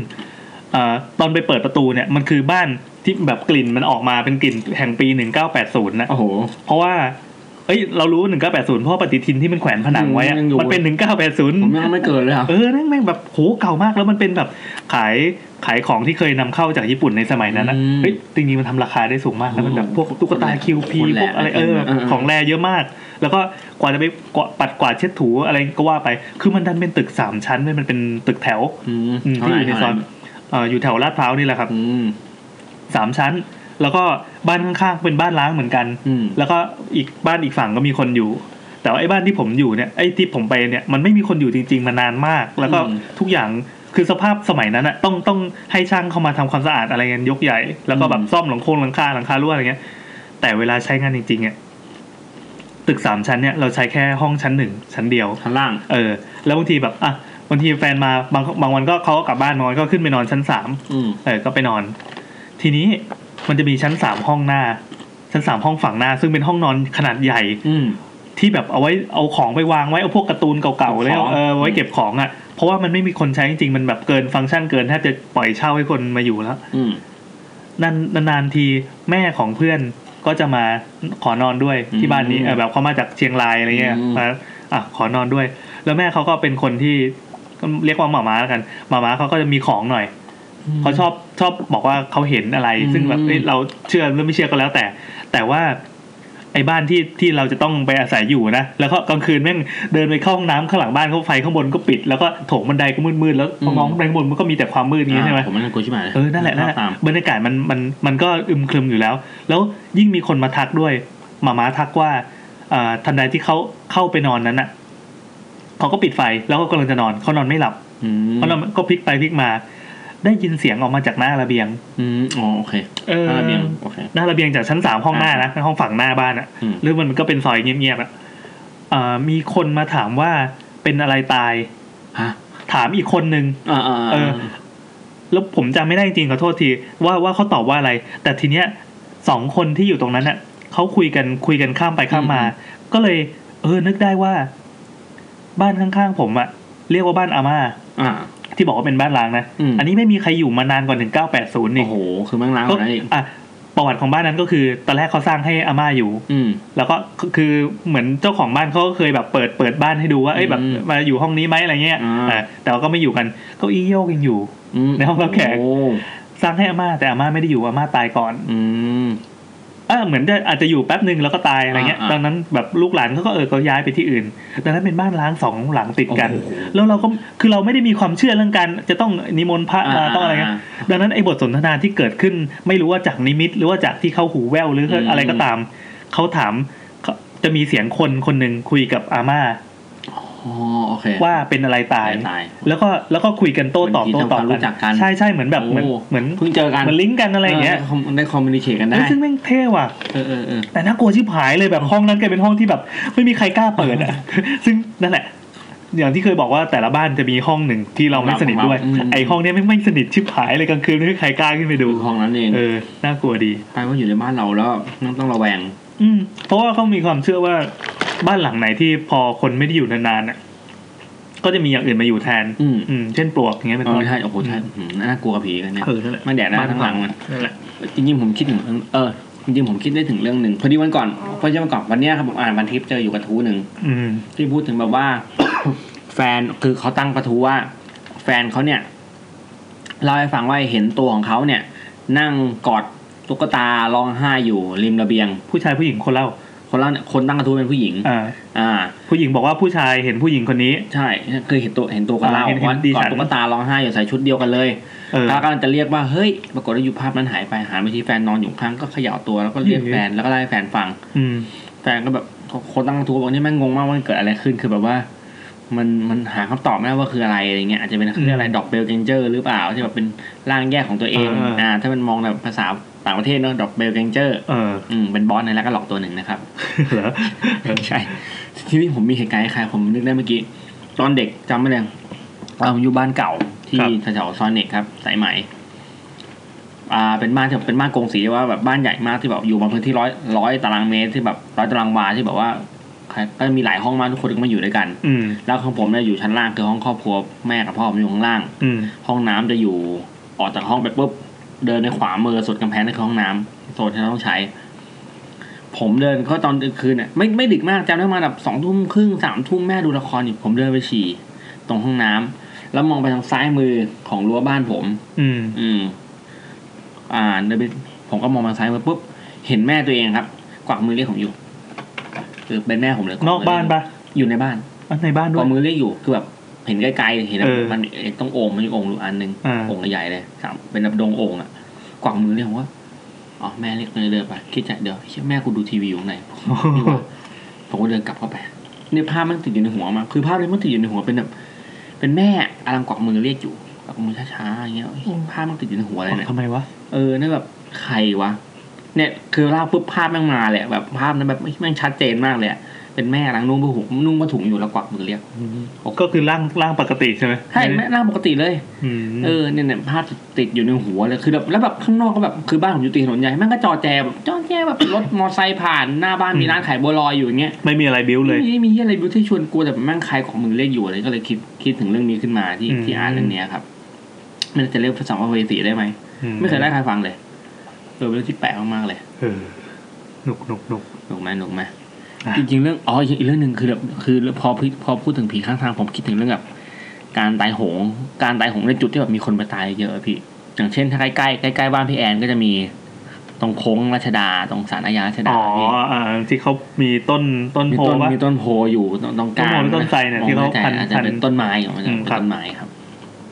เอ่อตอนไปเปิดประตูเนี่ยมันคือบ้านที่แบบกลิ่นมันออกมาเป็นกลิ่นแห่งปีหนึ่งเก้าแปดศูนย์นะ โอ้โห เพราะว่า เอ้ย เรารู้ 1980 เพราะปฏิทินที่มันแขวนผนังไว้อะ ยังอยู่ มันเป็น ผม 1980 ยังไม่เกิดเลยอ่ะ เออนั่นแม่งแบบโหเก่ามาก แล้วมันเป็นแบบขาย ขายของที่เคยนำเข้าจากญี่ปุ่นในสมัยนั้นนะ อืม เฮ้ยจริงๆมันทำราคาได้สูงมากแล้วมันแบบพวกตุ๊กตาคิวพี คนแห พ ละ วกอะไรเออ เออเออ ของแร่เยอะมาก แล้วก็กว่าจะไปกวาดปัดกวาดเช็ดถูอะไรก็ว่าไป คือมันดันเป็นตึกสามชั้นเว้ยมันเป็นตึกแถว อืม อืม เท่า ที่ ไหร่อยู่ใน เท่า ซ ไหร่อยเอ่ออยู่แถวลาดพร้าวนี่แหละครับ อืม สามชั้น แล้วก็บ้านข้างๆเป็นบ้านล้างเหมือนกัน อืม แล้วก็อีกบ้านอีกฝั่งก็มีคนอยู่ แต่ว่าไอ้บ้านที่ผมอยู่เนี่ยไอ้ที่ผมไปเนี่ยมันไม่มีคนอยู่จริง ๆ มานานมาก แล้วก็ อืม ทุกอย่างคือสภาพสมัยนั้นอะต้องต้องให้ช่างเข้ามาทำความสะอาดอะไรเงี้ยยกใหญ่ แล้วก็แบบ อืม ซ่อมหลังคงหลังคาหลังคารั่วอะไรเงี้ย แต่เวลาใช้งานจริงๆเนี่ยตึกสามชั้นเนี่ยเราใช้แค่ห้องชั้นหนึ่งชั้นเดียว ชั้นล่าง เออ แล้วบางทีแบบอ่ะบางทีแฟนมาบางบางวันก็เขาก็กลับบ้านนอนก็ขึ้นไปนอนชั้นสาม อืม เออ ก็ไปนอน ทีนี้มันจะมีชั้นสามห้องหน้า ชั้นสามห้องฝั่งหน้า ซึ่งเป็นห้องนอนขนาดใหญ่ อืม ที่แบบเอาไว้เอาของไปวางไว้เอาพวกการ์ตูนเก่าๆ เก็บของ แล้วเออไว้เก็บของอ่ะ เพราะว่ามันไม่มีคนใช้จริงๆมันแบบเกินฟังก์ชันเกินแทบจะปล่อยเช่าให้คนมาอยู่แล้ว อืม นานนานๆทีแม่ของเพื่อนก็จะมาขอนอนด้วยที่บ้านนี้ อืม เออแบบเขามาจากเชียงรายอะไรเงี้ย อืม มาอ่ะขอนอนด้วย แล้วแม่เขาก็เป็นคนที่เรียกว่าหมาม้าแล้วกันหมาม้าเขาก็จะมีของหน่อย เขาชอบชอบบอกว่าเขาเห็นอะไร อืม ซึ่งแบบเอ้ยเราเชื่อหรือไม่เชื่อก็แล้วแต่ แต่ว่า ไอ้บ้านที่ที่เราจะต้องไปอาศัยอยู่นะแล้วก็กลางคืนแม่งเดินไปเข้าห้องน้ำข้างหลังบ้านเขาไฟข้างบนก็ปิด แล้วก็โถงบันไดก็มืดๆแล้วพอมองขึ้นไปข้างบนมันก็มีแต่ความมืดอย่างนี้ใช่ไหม อ่าผมมันกลัวชิบหายเลย เออนั่นแหละนั่นแหละ ตาม บรรยากาศมันมันมันก็อึมครึมอยู่แล้ว แล้วยิ่งมีคนมาทักด้วยหมาม้าทักว่าอ่าทันใดที่เขาเข้าไปนอนนั้นอ่ะเขาก็ปิดไฟแล้วก็กำลังจะนอนเขานอนไม่หลับ อืม เขานอนก็พลิกไปพลิกมา ได้ยินเสียงออกมาจากหน้าระเบียง อืมอ๋อโอเค เออ หน้าระเบียงโอเค หน้าระเบียงจากชั้นสามห้องหน้านะห้องฝั่งหน้าบ้านอะ อืม หรือมันก็เป็นซอยเงียบๆอะเอ่อมีคนมาถามว่าเป็นอะไรตาย ฮะ ถามอีกคนนึง อ่าอ่า เออ แล้วผมจำไม่ได้จริงๆขอโทษทีว่าว่าเขาตอบว่าอะไร แต่ทีเนี้ยสองคนที่อยู่ตรงนั้นอะเขาคุยกันคุยกันข้ามไปข้ามมา ก็เลย เออนึกได้ว่า บ้านข้างๆผมอะเรียกว่าบ้านอาม่า อ่า ที่บอกว่าเป็นบ้านร้างนะ อืม นนี้ไม่มีใครอยู่มานานกว่าหนึ่งเก้าแปดศูนย์นี่ โอ้โห คือแม่งล้างหม ก็ ดแล้วอีก อ่ะประวัติของบ้านนั้นก็คือตอนแรกเขาสร้างให้อาม่าอยู่ อืม แล้วก็คือคือเหมือนเจ้าของบ้านเขาก็เคยแบบเปิดเปิดบ้านให้ดูว่าเอ้ยแบบ อืม มาอยู่ห้องนี้ไหมอะไรเงี้ย อ่า อ่ะแต่ว่าก็ไม่อยู่กันเก็อีโยกยังอยู่ อืม ในห้องรับแขก โอ้ สร้างให้อาม่าแต่อาม่าไม่ได้อยู่อาม่าตายก่อน อืม เออเหมือนจะอาจจะอยู่แป๊บหนึ่งแล้วก็ตายอะไรเงี้ย อ่าอ่า ตอนนั้นแบบลูกหลานเขาก็เออก็ย้ายไปที่อื่นดังนั้นเป็นบ้านร้างสองหลังติดกัน โอ้โห แล้วเราก็คือเราไม่ได้มีความเชื่อเรื่องการจะต้องนิมนต์พระมาต้องอะไรเงี้ย ดังนั้นไอ้บทสนทนาที่เกิดขึ้นไม่รู้ว่าจากนิมิต หรือว่าจากที่เขาหูแว่วหรือ ม อะไรก็ตาม เขาถามเขาจะมีเสียงคนคนหนึ่งคุยกับอาม่า อ๋อโอเค ว่าเป็นอะไรตาย ตาย แล้วก็แล้วก็คุยกันโต้ตอบ เหมื โต้ อนที่ ตอบ ทำความรู้จักกัน ใช่ใช่เหมือนแบบเหมือน โอ้ เหมือน เพิ่งเจอกัน เหมือนลิงก์กันอะไรอย่างเงี้ย ได้คอมมิวนิเคชกันได้ เฮ้ยซึ่งแม่งเท่ว่ะ เออเออเออ แต่น่ากลัวชิบหายเลยแบบห้องนั้นกลายเป็นห้องที่แบบ ไม่มีใครกล้าเปิดอ่ะ ซึ่งนั่นแหละ อย่างที่เคยบอกว่าแต่ละบ้านจะมีห้องหนึ่งที่เราไม่สนิทด้วย อืม ไอห้องเนี้ยไม่งไม่สนิทชิบหายเลยกลางคืนไม่มีใครกล้าขึ้นไปดู ดูห้องนั้นเอง เออ น่ากลัวดี แปลว่าอยู่ในบ้านเราแล้วต้องต้องระแวง อืม เพราะว่าเขามีความเชื่อว่าบ้านหลังไหนที่พอคนไม่ได้อยู่นานๆน่ะ ก็จะมีอย่างอื่นมาอยู่แทน อืม อืม เช่นปลวกอย่างเงี้ยเป็น อ๋อ ต้น ไม่ใช่โอ้โหใช่อืมน่ากลัวกับผีกันเนี่ย เออนั่นแหละ ไม่แดดนะทั้งหลังมัน นั่นแหละ จริงๆผมคิดถึงเออจริงๆผมคิดได้ถึงเรื่องหนึ่งพอดีวันก่อนพอดีวันก่อนวันเนี้ยครับผมอ่านวันทิปเจออยู่กระทู้หนึ่ง อืม ที่พูดถึงแบบว่า แฟนคือเขาตั้งกระทู้ว่า แฟนเขาเนี่ยเล่าให้ฟังว่าเห็นตัวของเขาเนี่ย นั่งกอดตุ๊กตาร้องไห้อยู่ริมระเบียง ผู้ชายผู้หญิงคนเล่า คนเล่าเนี่ยคนตั้งกระทู้เป็นผู้หญิง อ่า อ่า ผู้หญิงบอกว่าผู้ชายเห็นผู้หญิงคนนี้ ใช่คือเห็นตัวเห็นตัวกันเล่า อ่าเห็นเห็น ว่า ดิ กอ ฉั ด น ตุ๊กตาร้องไห้อยู่ใส่ชุดเดียวกันเลย เออ แล้วกำลังจะเรียกว่าเฮ้ยปรากฏว่าอยู่ภาพนั้นหายไปหาไปที่แฟนนอนอยู่ข้างก็เขย่าตัวแล้วก็เรียก อืม แฟนแล้วก็เล่าให้แฟนฟัง อืม แฟนก็แบบคนตั้งกระทู้บอกนี่แม่งงงมากว่ามันเกิดอะไรขึ้นคือแบบว่า มันมันหาคำตอบไม่ได้ว่าคืออะไรอะไรเงี้ยอาจจะเป็นเรื่องอะไรดอกเบลเกนเจอร์หรือเปล่าที่แบบเป็นร่างแยกของตัวเอง อ่า อ่าถ้ามันมองแบบภาษาต่างประเทศเนอะดอกเบลเกนเจอร์ เออ อืมเป็นบอสในแล้วก็หลอกตัวหนึ่งนะครับ เหรอ ใช่ ทีนี้ผมมีเหตุการณ์คล้ายๆผมนึกได้เมื่อกี้ ตอนเด็กจำไม่ได้ตอนผมอยู่บ้านเก่าที่แถวๆซอยเน็กครับ สายไหมอ่า เป็นบ้านที่แบบเป็นบ้านกงสีว่าแบบบ้านใหญ่มากที่แบบอยู่บนพื้นที่ร้อยร้อยตารางเมตรที่แบบร้อยตารางวาที่แบบว่าใครก็มีหลายห้องมากทุกคนก็มาอยู่ด้วยกัน อืม แล้วของผมเนี่ยอยู่ชั้นล่างคือห้องครอบครัวแม่กับพ่อผมอยู่ข้างล่าง อืม ห้องน้ำจะอยู่ออกจากห้องไปปุ๊บเดินในขวามือสุดกำแพงนั่นคือห้องน้ำโซนที่เราต้องใช้ ผมเดินก็ตอนกลางคืนเนี่ยไม่ไม่ดึกมากจำได้ประมาณแบบสองทุ่มครึ่งสามทุ่มแม่ดูละครอยู่ผมเดินไปฉี่ตรงห้องน้ำ แล้วมองไปทางซ้ายมือของรั้วบ้านผม อืม อืม อ่าเดินไปผมก็มองมาซ้ายมือปุ๊บ เห็นแม่ตัวเองครับ กวักมือเรียกผมอยู่คือเป็นแม่ผมเลย นอกบ้านปะ อยู่ในบ้าน อ่ะในบ้าน ก ด้ว วั ย กมือเรียกอยู่คือแบบเห็นไกลๆเห็นแล้ว เออ มันไอ้ต้องโอ่งมันมีโอ่งอยู่อันหนึ่ง อ่า โอ่งใหญ่ๆเลยสามเป็นแบบดงโอ่งอ่ะกวักมือเรียกผมว่าอ๋อแม่เรียกเลยเดินไปคิดใจเดี๋ยวไอ้เหี้ยแม่กูดูทีวีอยู่ไหน ดีกว่า ผมก็เดินกลับเข้าไปเนี่ยภาพมันติดอยู่ในหัวมากคือภาพนี้มันติดอยู่ในหัวเป็นแบบเป็นแม่อลังกวักมือเรียกอยู่กวักมือช้าๆอย่างเงี้ยภาพมันติดอยู่ในหัวเลยเนี่ย ทำไมวะ เออนี่แบบใครวะเนี่ยคือเล่าปุ๊บภาพแม่งมาเลยอะแบบภาพนั้นแบบแม่งชัดเจนมากเลยอะเป็นแม่กำลังนุ่งผ้าห่มนุ่งผ้าถุงอยู่แล้วกวักมือเรียก ก็คือร่างร่างปกติใช่ไหม ใช่แม่หน้าปกติเลย อืม เออเนี่ยเนี่ยภาพติดอยู่ในหัวเลยคือแบบแล้วแบบข้างนอกก็แบบคือบ้านผมอยู่ติดถนนใหญ่แม่งก็จอแจแบบจอแจแบบรถมอไซค์ผ่านหน้าบ้านมีร้านขายบัวลอยอยู่อย่างเงี้ย ไม่มีอะไรบิ้วเลย ไม่มีอะไรบิวที่ชวนกลัวแต่แม่งใครของมึงเรียกอยู่อะไรก็เลยคิดคิดถึงเรื่องนี้ขึ้นมาที่ อืม ที่อ่านเรื่องเนี้ยครับมันจะเรียกภาษาเวสีได้ไหม อื ไม่เคยได้ใครฟังเลยเออเป็นเรื่องที่แปลกมากๆเลย เออหนุกหนุกหนุก หนุกไหมหนุกไหม อ่ะ จริงๆเรื่องอ๋ออีกเรื่องหนึ่งคือแบบคือพอพอพูดถึงผีข้างทางผมคิดถึงเรื่องแบบการตายโหง การตายโหงในจุดที่แบบมีคนไปตายเยอะอะพี่ อย่างเช่นถ้าใกล้ใกล้ใกล้ๆบ้านพี่แอนก็จะมีตรงโค้งรัชดาตรงศาลอาญารัชดา อ๋อ พี่ อ่าที่เขามีต้นต้น มี โพ ต้น วะ มีต้นโพอยู่ตรงตรงกลาง ต้นโพหรือต้นไทรเนี่ยที่เขา มองไม่ พัน ไกลอาจจะเป็น พัน ต้นไม้ของมันจะ อืม เป็น ครับ ต้นไม้ครับ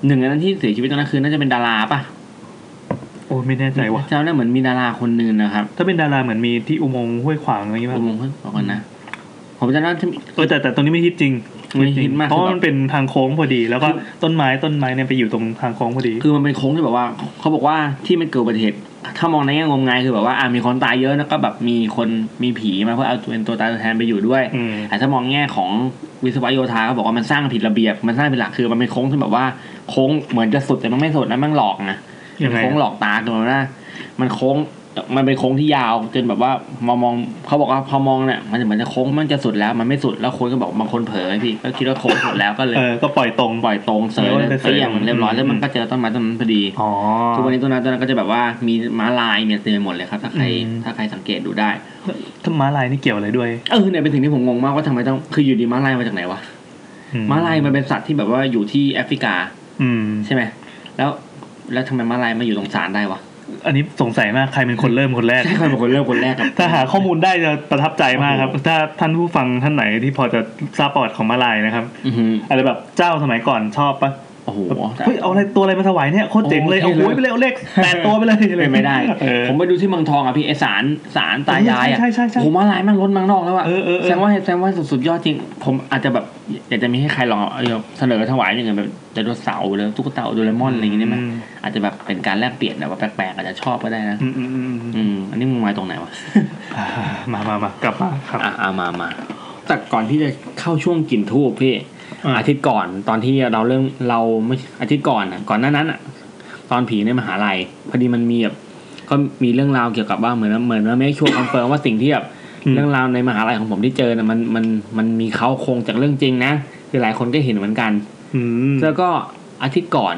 หนึ่งในนั้นที่เสียชีวิตตอนนั้นคือน่าจะเป็นดาราป่ะ โอ้ยไม่แน่ใจว่ะ เจ้าเนี่ยเหมือนมีดาราคนหนึ่งนะครับ ถ้าเป็นดาราเหมือนมีที่อุโมงค์ห้วยขวางอะไรอย่างเงี้ย ผมมองเพิ่งบอกกันนะ ผมจะน่าจะมี เออแต่แต่ตรงนี้ไม่ฮิตจริง ไม่ฮิตมาก เพราะว่ามันเป็นทางโค้งพอดี แล้วก็ คือ ต้นไม้ต้นไม้เนี่ยไปอยู่ตรงทางโค้งพอดี คือมันเป็นโค้งที่แบบว่า เขาบอกว่าที่มันเกิดอุบัติเหตุถ้ามองในแง่งมงายคือแบบว่าอ่ะมีคนตายเยอะแล้วก็แบบมีคนมีผีมาเพื่อเอาตัวเป็นตัวตายตัวแทนไปอยู่ด้วย อืม แต่ถ้ามองแง่ของวิศวะโยธาเขาบอกว่ามันสร้างผิดระเบียบมันสร้างเป็นหลักคือมันเป็นโค้งที่แบบว่าโค้งเหมือนจะสุดแต่มันไม่สุดนะมันหลอกนะ ยังไง โค้งหลอกตาคือมันว่ามันโค้งมันเป็นโค้งที่ยาวจนแบบว่ามองมองเขาบอกว่าพอมองเนี่ยมันเหมือนจะโค้งมันจะสุดแล้วมันไม่สุดแล้วคนก็บอกบางคนเผลอไงพี่ก็คิดว่าโค้งสุดแล้วก็เลย เออก็ปล่อยตรง ปล่อยตรงเสย เออ เลย เสย เสียงเรียบร้อย อืม แล้วมันก็เจอต้นไม้ต้นนั้นพอดี อ๋อ ทุกวันนี้ต้นไม้ต้นนั้นก็จะแบบว่ามีม้าลายมีอะไรเต็มไปหมดเลยครับ ถ้าใคร อืม ถ้าใครสังเกตดูได้ ถ้าม้าลายนี่เกี่ยวอะไรด้วย เออเนี่ยเป็นสิ่งที่ผมงงมากว่าทำไมต้องคืออยู่ดีม้าลายมาจากไหนวะ อื ม้าลายมันเป็นสัตว์ที่แบบว่าอยู่ที่แอฟริกา อืม ใช่ไหมแล้วแล้วทำไมม้าลายมาอยู่ตรงสารได้วะ อันนี้สงสัยมากใครเป็นคนเริ่มคนแรก ใช่ใครเป็นคนเริ่มคนแรกครับ ถ้าหาข้อมูลได้จะประทับใจมากครับ ถ้าท่านผู้ฟังท่านไหนที่พอจะทราบประวัติของมาลายนะครับ อือหือ อะไรแบบเจ้าสมัยก่อนชอบปะ โอ้โห เฮ้ยเอาอะไรตัวอะไรมาถวายเนี่ยโคตรเจ๋งเลย โอ้เท่เลยเอาหวยไปเลยเอาเลขแปดตัวไปเลยอะร เป็นไม่ได้ เออ ผมไปดูที่เมืองทองอ่ะพี่ไอสารสารตายายอ่ะ ใช่ใช่ใช่ใช่ ผมว่าลายแม่งล้นเมืองนอกแล้วอ่ะ เออเออเออ แสดงว่าแสดงว่าสุดๆยอดจริง ผมอาจจะแบบอยากจะมีให้ใครลองเอาเอาเสนอถวายหนึ่งแบบไดโนเสาร์เลยตุ๊กตาโดเรมอนอะไรอย่างเงี้ยได้ไหมอาจจะแบบเป็นการแลกเปลี่ยนแบบว่าแปลกๆอาจจะชอบก็ได้นะ อืมอืมอืมอืม อืม อันนี้มึงมาตรงไหนวะ อ่ามามามากลับมาครับ อ่ะอ่ะมามาแต่ก่อนที่จะเข้าช่วงกลิ่นทูบพี่ อ่ะ อาทิตย์ก่อนตอนที่เราเริ่มเราไม่อาทิตย์ก่อนอ่ะก่อนหน้านั้นอ่ะ ตอนผีในมหาลัยพอดีมันมีแบบก็มีเรื่องราวเกี่ยวกับว่าเหมือนเหมือนว่าไม่ชัวร์คอนเฟิร์มว่าสิ่งที่แบบเรื่องราวในมหาลัยของผมที่เจอน่ะมันมันมันมีเขาโครงจากเรื่องจริงนะคือหลายคนก็เห็นเหมือนกัน อืม แล้วก็อาทิตย์ก่อน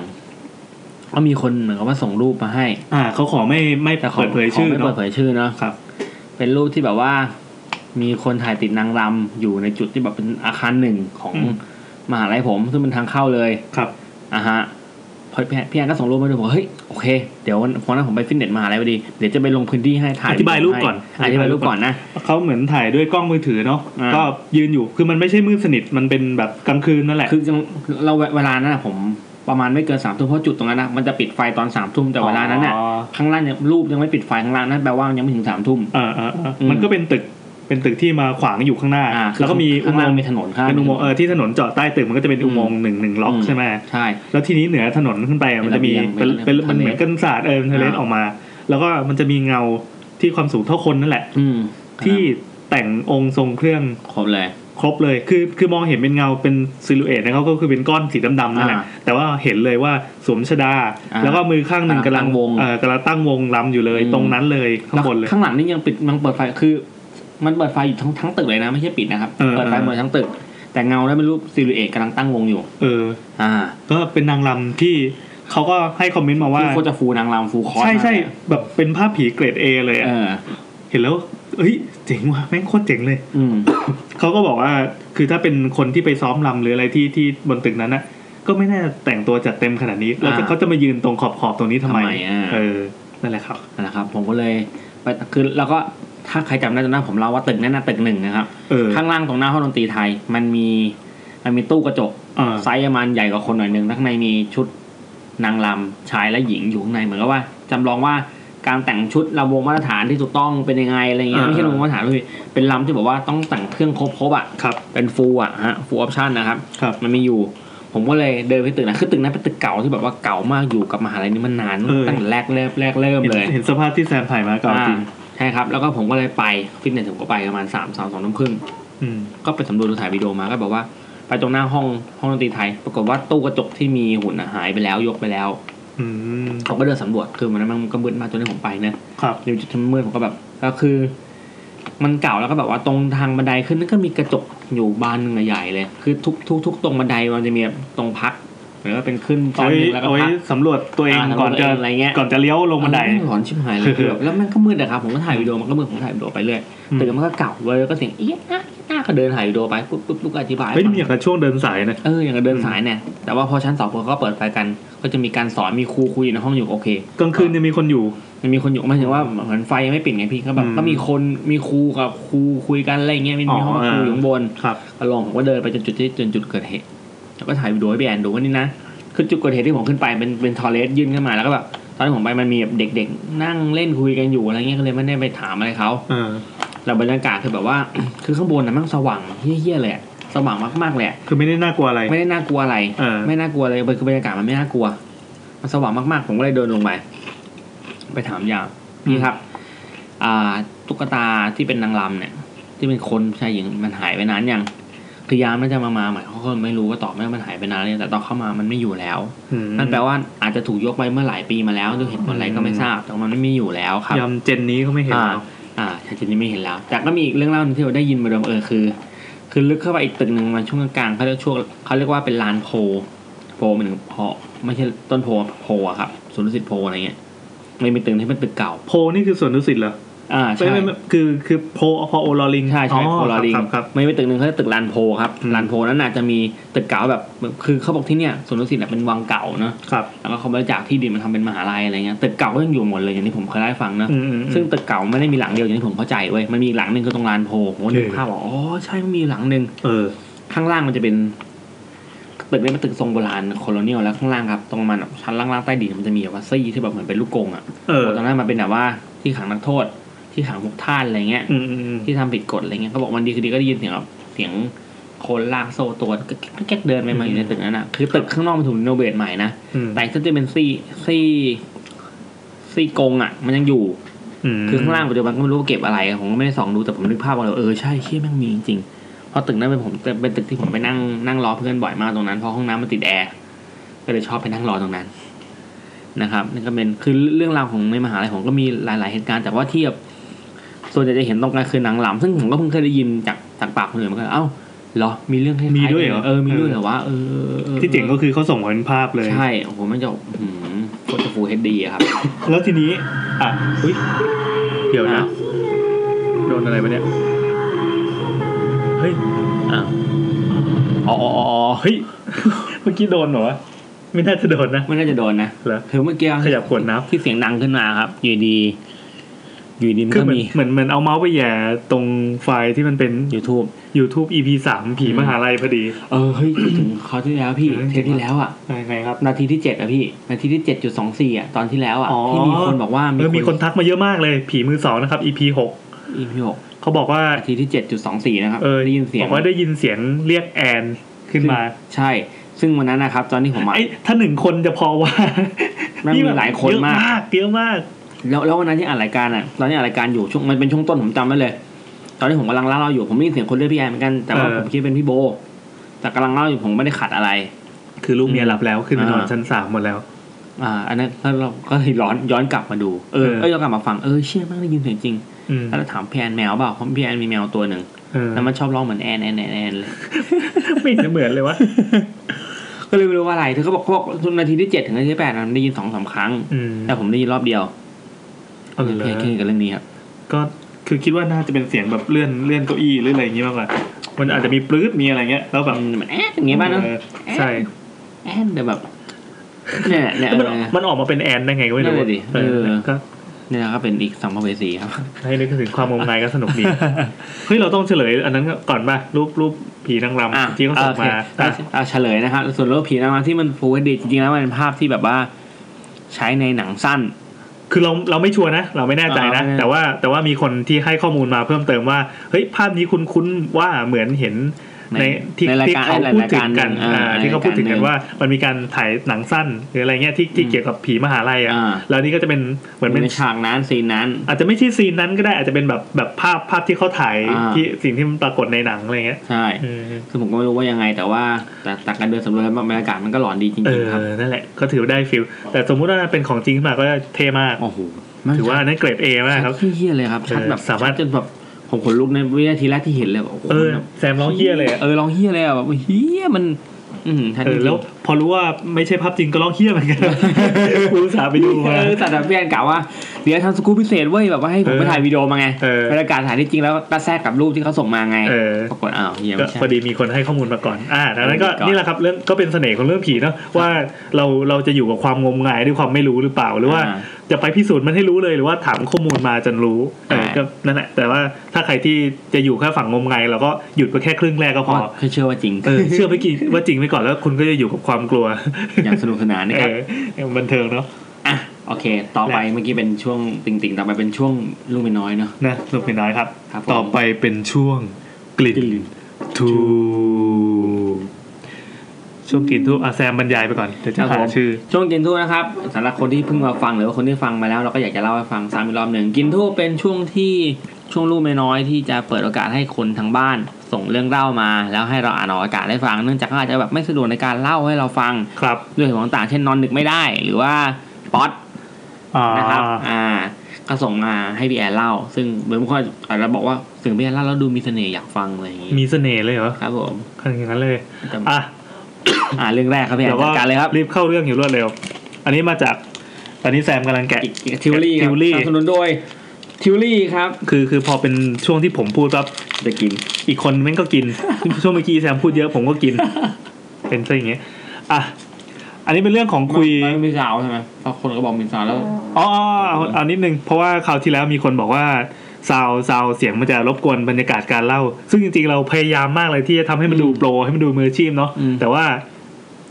ก็มีคนเหมือนกับว่าส่งรูปมาให้ อ่าเขาขอไม่ไม่ แต่ขอ เปิดเผยชื่ขอไม่เปิ เนาะ ดเผยชื่อเนาะ ครับ เป็นรูปที่แบบว่า มีคนถ่ายติดนางรำอยู่ในจุดที่แบบเป็นอาคารหนึ่งของมหาลัยผม ซึ่งเป็นทางเข้าเลย ครับ อ่ะฮะพอพี่พี่แอนก็ส่งรูปมาดูผมเฮ้ยโอเคเดี๋ยววันวันนั้นผมไปฟิตเนสมหาลัยพอดีเดี๋ยวจะไปลงพื้นที่ให้ถ่าย อธิบายรูปก่อน ให้อธิบายรูปก่อนนะ เขาเหมือนถ่ายด้วยกล้องมือถือเนาะ อ่า ก็ยืนอยู่คือมันไม่ใช่มืดสนิทมันเป็นแบบกลางคืนนั่นแหละ คือเราเวลานั้นนะผมประมาณไม่เกินสามทุ่มเพราะจุดตรงนั้นนะมันจะปิดไฟตอนสามทุ่มแต่เวลานั้นน่ะ อ๋อ ข้างล่างยังรูปยังไม่ปิดไฟข้างล่างนั่นแปลว่ายังไม่ถึงสามทุ่ม เออเออเอออ ม มันก็เป็นตึกเป็นตึกที่มาขวางอยู่ข้างหน้า อ่า แล้วก็มีอุ ข้าง โม ล่าง ง ค์ มีถนนข้างล่าง เป็นอุโมงค์เออที่ถนนเจาะใต้ตึกมันก็จะเป็นอุโมงค์หนึ่งหนึ่งล็อก อืม ใช่ไหม ใช่ แล้วทีนี้เหนือถนนขึ้นไปอ่ะมันจะมี เป็นระเบียง เป็น เป็น มันเหมือ ทะ น เล กันศาสตร์เออเป็นทะเล อ่า ออกมา แล้วก็มันจะมีเงาที่ความสูงเท่าคนนั่นแหละ อืม ที่แต่งองค์ทรงเครื่อง ครบเลย ครบเลย คือคือมองเห็นเป็นเงาเป็นซิลูเอตนะครับก็คือเป็นก้อนสีดำๆนั่นแหละ อ่า แต่ว่าเห็นเลยว่าสวมชดา อ่า แล้วก็มือข้างหนึ่งกำลัง ตั้งวง เออกำลังตั้งวงลำอยู่เลย อืม ตรงนั้นเลยข้างบนเลย ข้างหลังนี่ยังปิดยังเปิดไฟคือ มันเปิดไฟอยู่ทั้งทั้งตึกเลยนะไม่ใช่ปิดนะครับ เออ เปิดไฟหมดทั้งตึก แต่เงาได้เป็นรูปซิลูเอตกำลังตั้งวงอยู่ เออ อ่า ก็เป็นนางรำที่เขาก็ให้คอมเมนต์มาว่า ที่โคตรจะฟูนางรำฟูคอร์ส ใช่ใช่ มากเลย แบบเป็นภาพผีเกรดเอเลยอะ เออ เห็นแล้วเอ้ยเจ๋งว่ะแม่งโคตรเจ๋งเลย อืม เขาก็บอกว่าคือถ้าเป็นคนที่ไปซ้อมรำหรืออะไรที่ที่บนตึกนั้นนะ ก็ไม่น่าแต่งตัวจัดเต็มขนาดนี้แล้วจะ อ่า เขาจะมายืนตรงขอบขอบๆตรงนี้ทำไม ทำไมอ่ะ เออนั่นแหละครับ นะครับ ผมก็เลยไปคือแล้วก็ถ้าใครจำได้จำได้ผมเล่าว่าตึกนั้นนะตึกหนึ่งนะครับ เออ ข้างล่างตรงหน้าห้องดนตรีไทย มันมีมันมีตู้กระจก อ่า ไซส์ประมาณใหญ่กว่าคนหน่อยนึงแล้วข้างในมีชุดนางรำชายและหญิงอยู่ข้างในเหมือนกับว่าจำลองว่าการแต่งชุดลำวงมาตรฐานที่ถูกต้องเป็นยังไงอะไรเงี้ยไม่ใช่ลำวงมาตรฐานด้วยเป็นลำที่บอกว่าต้องแต่งเครื่องครบครบๆอ่ะ ครับ เป็นฟูลอ่ะฮะฟูลออปชันนะครับ ครับ มันมีอยู่ ผมก็เลยเดินไปตึกนะคือตึกนั้นเป็นตึกเก่าที่แบบว่าเก่ามากอยู่กับมหาลัยนี้มันนานตั้งแต่แรกเริ่มแรกเริ่ม เห็น เลย เห็นสภาพที่แซมถ่ายมาก่อนจริง อ่าใช่ครับ แล้วก็ผมก็เลยไปฟิตเนสผมก็ไปประมาณสามสามสองน้ำครึ่ง อืม ก็ไปสำรวจดูถ่ายวิดีโอมาก็บอกว่า ไปตรงหน้าห้องห้องดนตรีไทย ปรากฏว่าตู้กระจกที่มีหุ่นอะหายไปแล้วยกไปแล้ว อืม ผมก็เดินสำรวจคือมันมันก็มืดมากจนที่ผมไปนะครับ อยู่จุดที่มืดผมก็แบบก็คือ มันเก่าแล้วก็แบบว่าตรงทางบันไดขึ้นนั่นก็มีกระจกอยู่บานหนึ่งอะใหญ่เลย คือทุกทุกทุกตรงบันไดมันจะมีแบบตรงพักหรือว่าเป็นขึ้นตอ เอา น ไว้ หนึงแล้วก็ เอาไว้ พัก สำรวจตัวเอง อ่า ก่อนสำรวจตัวจะเองอะไรเงี้ย ก่อนจะเลี้ยวลงบันได แม่หลอนชิบหายเลยคือแบบแล้วมันก็มืดนะครับผมก็ถ่ายวิดีโอมันก็มืดผมถ่ายวิดีโอไปเรื่อย อืม ตื่นมันก็เก่าเว้ยแล้วก็เสียงเอี๊ยดนะเอี๊ยดนะก็เดินถ่ายวิดีโอไปปุ๊บปุ๊บปุ๊บก็อธิบาย เฮ้ย ฟัง มีอย่างกับช่วงเดินสายนะ เอออย่างกับเดินสายเนี่ย แต่ว่าพอชั้นสองคนก็เปิดไฟกัน ก็จะมีการสอนมีครูคุยอยู่ในห้องอยู่โอเค กลางคืนจะมีคนอยู่ มันมีคนอยู่หมายถึงว่าเหมือนไฟยังไม่ปิดไงพี่ก็แบบ อืม ก็มีคนมีครูกับครูคุยกันอะไรอย่างเงี้ยมี อ๋อ ห้อง เออ ครูอยู่ข้างบน ครับ ก็ลงผมก็เดินไปจนจุดที่จนจุดเกิดเหตุแล้วก็ถ่ายวิดีโอให้พี่แอนดูว่านี่นะคือจุดเกิดเหตุที่ผมขึ้นไปเป็นเป็นทอร์เรสยื่นขึ้นมาแล้วก็แบบตอนที่ผมไปมันมีแบบเด็ก ๆ นั่งเล่นคุยกันอยู่อะไรเงี้ยก็เลยไม่ได้ไปถามอะไรเขา เออ แต่บรรยากาศคือแบบว่า คือข้างบนน่ะมันสว่างเฮี้ยๆเลยอะสว่างมากๆเลยอะ คือไม่ได้น่ากลัวอะไร ไม่ได้น่ากลัวอะไร เออ ไม่น่ากลัวเลยคือบรรยากาศมันไม่น่ากลัว มันสว่างมากๆ ผมก็เลยเดินลงไป ไปถามยามพี่ครับ อ่า ตุ๊กตาที่เป็นนางรำเนี่ย ที่เป็นคนชายหญิงมันหายไปนานยัง คือยามน่าจะมามาใหม่เขาก็ไม่รู้ว่าตอบไม่ว่ามันหายไปนานเลยแต่ตอนเข้ามามันไม่อยู่แล้ว อืม นั่นแปลว่าอาจจะถูกยกไปเมื่อหลายปีมาแล้วด้วยเหตุผลอะไรก็ไม่ทราบ แต่มันไม่มีอยู่แล้วครับ ยำเจนนี้เขาไม่เห็น อ่า เรา อ่าชัดเจนนี้ไม่เห็นแล้ว แต่ก็มีอีกเรื่องเล่าหนึงที่เราได้ยินมาเดิมเออคือ คือลึกเข้าไปอีกตึกหนึ่งมาช่วงกลางๆเขาเรียกช่วงเขาเรียกว่าเป็นลานโพ โพมันถึงพอไม่ใช่ต้นโพโพอะครับสวนดุสิตโพอะไรเงี้ยมันมีตึกที่เป็นตึกเก่า โพนี่คือส่วนดุสิตเหรอ อ่าใช่ ไม่ไม่ไม่คือคือโพพอโอลอลิง ใช่ใช่ อ๋ โพลาริง ครับครับ ไม่มีตึกหนึ่งเขาเรียกตึกลานโพครับ อืม ลานโพนั้นน่าจะมีตึกเก่าแบบคือเขาบอกที่เนี่ยสวนดุสิตอะเป็นวังเก่าเนาะ ครับ แล้วก็เขาบริจาคที่ดินมาทำเป็นมหาลัยอะไรเงี้ยตึกเก่าก็ยังอยู่หมดเลยอย่างที่ผมเคยเล่าให้ฟังเนอะ อืมอืมอืม ซึ่งตึกเก่าไม่ได้มีหลังเดียวอย่างที่ผมเข้าใจเว้ย มันมีอีกหลังหนึ่งคือตรงลานโพผมก็นึก เออ ภาพว่าอ๋อใช่มันมีหลังหนึ่ง เออ ข้างล่างมันจะเป็นตึกนี้เป็นตึกทรงโบราณโคโลเนียลแล้วข้างล่างครับ ตรงมันอะชั้นล่างๆใต้ดินมันจะมีแบบว่าซี่ที่แบบเหมือนเป็นลูกกรงอ่ะ เออ ตอนนั้นมันเป็นแบบว่าที่ขังนักโทษ ที่ขังพวกท่านอะไรเงี้ย อืมอืมอืม ที่ทำผิดกฎอะไรเงี้ยเขาบอกวันดีคือดีก็ได้ยินเสียงแบบเสียงคนลากโซ่ตัวแก๊กแก๊กเดินไปมาอยู่ในตึกนั้นอ่ะ คือตึกข้างนอกมันถูกรีโนเวทใหม่นะ อืม แต่ก็จะเป็นซี่ซี่ซี่กรงอ่ะ มันยังอยู่ ม คือข้างล่างปัจจุบันก็ไม่รู้ว่าเก็บอะไรอะผมก็ไม่ได้ส่องดูแต่ผมนึกภาพว่าเออใช่เชี่ยแม่งมีจริงๆเพราะตึกนั้นเป็นผมเป็นตึกที่ผมไปนั่งนั่งรอเพื่อนบ่อยมากตรงนั้นเพราะห้องน้ำมันติดแอร์ก็เลยชอบไปนั่งรอตรงนั้นนะครับนั่นก็เป็นคือเรื่องราวของในมหาลัยผมก็มีหลาย ๆ เหตุการณ์แต่ว่าเทียบส่วนใหญ่จะเห็นตรงกลางคืนหนังหลำซึ่งผมก็เพิ่งเคยได้ยินจากจากปากคนอื่นเหมือนกันเอ้าเหรอมีเรื่องคล้ายๆ มีด้วยเหรอ เออมีด้วยเหรอวะเออออออ ที่เจ๋งก็คือเขาส่งมาเป็นภาพเลย ใช่โอ้โหมันจะอืมโคตรฟูเฮดดีครับ แล้วทีนี้ อ่ะอุ๊ยเดี๋ยวนะ โดนอะไรมาเนี่ย เฮ้ย อ้าวอ๋ออ๋ออ๋ออ๋อ เฮ้ย เมื่อกี้โดนเหรอวะไม่น่าจะโดนนะ ไม่น่าจะโดนนะ เหรอ คือเมื่อกี้ ขยับขวดน้ ที่เสียงดังขึ้นมาครับ อยู่ดี อยู่ดีมั ำ น คือ ก็ เหมือน มี เหมือนเหมือนเอาเมาส์ไปแหย่ตรงไฟล์ที่มันเป็น YouTube YouTube EP สามผีมหาลัยพอดี เออ เฮ้ยพูดถึงเขาวที่แล้วพี่ เออ เทปที่แล้วอ่ะ ยังไงครับ นาทีที่เจ็ดอะพี่ นาทีที่เจ็ดจุดสองสี่อะตอนที่แล้วอ่ะ อ๋อ ที่มีคนบอกว่า เออมีคนทักมาเยอะมากเลย ผีมือสองนะครับ EP หก อีพีหก เขาบอกว่า นาทีที่เจ็ดจุดสองสี่นะครับ เออ ได้ยินเสียง บอกว่าได้ยินเสียงเรียกแอนขึ้นมา ใช่ ซึ่งวันนั้นนะครับ ตอนที่ผมอะ ไอ้ถ้าหนึ่งคนจะพอว่า มันมีหลายคนมาก เยอะมาก แล้วแล้ววันนั้นที่อ่านรายการอ่ะตอนที่อ่านรายการอยู่ช่วงมันเป็นช่วงต้นผมจำไว้เลย ตอนที่ผมกำลังเล่าเราอยู่ผมได้ยินเสียงคนเรียกพี่แอนเหมือนกันแต่ว่า เออ ผมคิดเป็นพี่โบ แต่กำลังเล่าอยู่ผมไม่ได้ขัดอะไร คือลูกเมียหลับแล้วขึ้นไปนอน อ่า ชั้นสามหมดแล้ว อ่าอันนั้นแล้วเราก็เลยย้อนย้อนกลับมาดูเออ เออ ก็ย้อนกลับมาฟังเออเชื่อมากได้ยินเสียงจริง อืม แล้วเราถามพี่แอนแมวเปล่าเพราะพี่แอนมีแมวตัวหนึ่ง เออ แล้วมันชอบร้องเหมือนแอนแอนแอนแอนเลย ไม่เห็นจะเหมือนเลยวะ ก็เลยไม่รู้ว่าอะไรเธอก็บอกเขาบอกนาทีที่เจ็ดถึงนาทีที่แปดมันได้ยินสองสามครั้ง อืม แต่ผมได้ยินรอบเดียว เอาเล พี่แอนคิด ย กับเรื่องนี้ครับ ก็คือคิดว่าน่าจะเป็นเสียงแบบเลื่อนเลื่อนเก้าอี้หรืออะไรอย่างงี้มากกว่ามันอาจจะมีปลื้ดมีอะไรเงี้ยแล้วแบบ มันเหมือนแอนอย่างเงี้ยบ้างเนอะ เออใช่ แ แอนแต่แบบเนี่ยเนี่ย มัน เออ มันออกมาเป็นแอนได้ไงก็ไม่รู้ นั่นแหละดิ เออ เออ ก็ เนี่ยก็เป็นอีกสัมภเวสีครับ ให้นึกถึงความงมงายก็สนุกดี เฮ้ยเราต้องเฉลย อันนั้นก่อนป่ะรูปรูปผีนางร อ่ะ ำที่เขาส่งมา โอเคอ่ะอ่ะเฉลยนะครับ ส่วนโลกผีนะมาที่มันฟูดีจริงๆแล้วมันเป็นภาพที่แบบว่า ใช้ในหนังสั้น คือเราเราไม่ชัวร์นะ เราไม่แน่ใจนะ อ่าไม่แน่ แต่ว่าแต่ว่ามีคนที่ให้ข้อมูลมาเพิ่มเติมว่าเฮ้ยภาพนี้คุ้นๆว่าเหมือนเห็นในที่ ในราย ที่ การ เขา หลย พูด ราย ถึ รง กัน หง อ่าที่เขาพูดถึงกัน ห ว่ามันมีการถ่ายหนังสั้นหรืออะไรเงี้ยที่ที่เกี่ยวกับผีมหาลัยอ่ะ อ่า แล้วนี่ก็จะเป็นเหมือน มั เป็น น เป็นฉากนั้นซีนนั้น อาจจะไม่ใช่ซีนนั้นก็ได้อาจจะเป็นแบบแบบภาพภาพที่เขาถ่าย อ่า ที่สิ่งที่มันปรากฏในหนังอะไรเงี้ย ใช่ อืม คือผมก็ไม่รู้ว่ายังไง แต่ว่าแต่แต่การเดินสำรวจบรรยากาศมันก็หลอนดีจ เอ ริง อ ๆครับ นั่นแหละก็ถือได้ฟิลแต่สมมุติว่าเป็นของจริงขึ้นมาก็เท่มาก โอ้โห ถือว่าอันนั้นเกรดเอมากครับ ชัดเฮี้ยเลยครับชัดแบบ เออสามารถ ชัดจนแบบผมขนลุกในวินาทีแรกที่เห็นเลยแบบโอ้โห เออ แบบ แซมร้องเฮี้ยเลยอะ เออร้องเฮี้ยเลยอะแบบเฮี้ยมัน อืมชัด เอ จ อ ริงๆ แล้วพอรู้ว่าไม่ใช่ภาพจริงก็ร้องเฮี้ยเหมือนกัน กูอุตสาห์ไปดูมา เออแต่แบบเพื่อนกล่าวว่าเดี๋ยวทำสกู๊ปพิเศษเว้ยแบบว่าให้ผม เออ ไปถ่ายวิดีโอมาไง เออ บรรยากาศถ่ายที่จริงแล้วก็แทรกกับรูปที่เขาส่งมาไง เออ ปรากฏอ้าวเฮีย ก็ ไม่ใช่ พอดีมีคนให้ข้อมูลมาก่อน อ่าดังนั้นก็ ก่อน นี่แหละครับเรื่องก็เป็นเสน่ห์ของเรื่องผีเนาะว่าเราเราจะอยู่กับความงมงายด้วยความไม่รู้หรือเปล่าหรือว่า อ่ จะไปพิสูจน์มันให้รู้เลยหรือว่าถามข้อมูลมาจนรู้เออ อ่า ก็นั่นแหละ แต่ว่าถ้าใครที่จะอยู่แค่ฝั่งงมงายเราก็หยุดไปแค่ครึ่งแรกก็พ เพราะ อ เคยเชื่อว่าจริง เออเชื่อไปกี่ว่าจริงไปก่อนแล้วคุณก็จะอยู่กับความกลัว อย่างสนุกสนานนะ เอ ครับ อบันเทิงเนาะ อ่ะโอเค ต่อไปเมื่อกี้เป็นช่วงติ่งๆต่อไปเป็นช่วงลูกไม่น้อยเนาะ นะลูกไม่น้อยครับ ครับผม ต่อไปเป็นช่วงกลิ่น กลิ่น ทูบช่วงกลิ่นทูบอาแซมบรรยายไปก่อนเดี๋ยวจะหาชื่อ ช่วงกินทูบนะครับสำหรับคนที่เพิ่งมาฟังหรือว่าคนที่ฟังมาแล้วเราก็อยากจะเล่าให้ฟังซ้ำอีกรอบหนึ่งกินทูบเป็นช่วงที่ช่วงลูกไม่น้อยที่จะเปิดโอกาสให้คนทางบ้าน ส่งเรื่องเล่ามา แล้วให้เราอ่านออกอากาศให้ฟังเนื่องจากเขาอาจจะแบบไม่สะดวกในการเล่าให้เราฟัง ครับ ด้วยเหตุผลต่างๆเช่นนอนดึกไม่ได้ หรือว่าป๊อต อ่า นะครับ อ่า ก็ส่งมาให้พี่แอนเล่า ซึ่งบางคนอาจจะบอกว่าเสียงพี่แอนเล่าแล้วดูมีเสน่ห์อยากฟังอะไรอย่างงี้ มีเสน่ห์เลยเหรอ ครับผม ขนาดนั้นเลย แต่ อ่ะ อ่าเรื่องแรกครับพี่แอ เดี๋ย น ว จั ว่า ดการเลยครับ รีบเข้าเรื่องอยู่รวดเร็ว อันนี้มาจาก ตอนนี้แซมกำลังแกะ ทิวลี่ครับ ทิวลี่ สนับสนุนโดยทิวลี่ครับ คือคือพอเป็นช่วงที่ผมพูดปั๊บ จะกิน อีกคนแม่งก็กิน ช่วงเมื่อกี้แซมพูดเยอะผมก็กิน เป็นซะอย่างเงี้ยอ่ะอันนี้เป็นเรื่องของคุย ไม่มีสาวใช่ไหมเพราะคนก็บอกมีสาวแล้ว อ๋อเอาเอานิดนึง เพราะว่าคราวที่แล้วมีคนบอกว่าซาวซาวเสียงมันจะรบกวนบรรยากาศการเล่า ซึ่งจริงๆเราพยายามมากเลยที่จะทำให้มันดูโปร ให้มันดูมืออาชีพเนาะ อืม แต่ว่า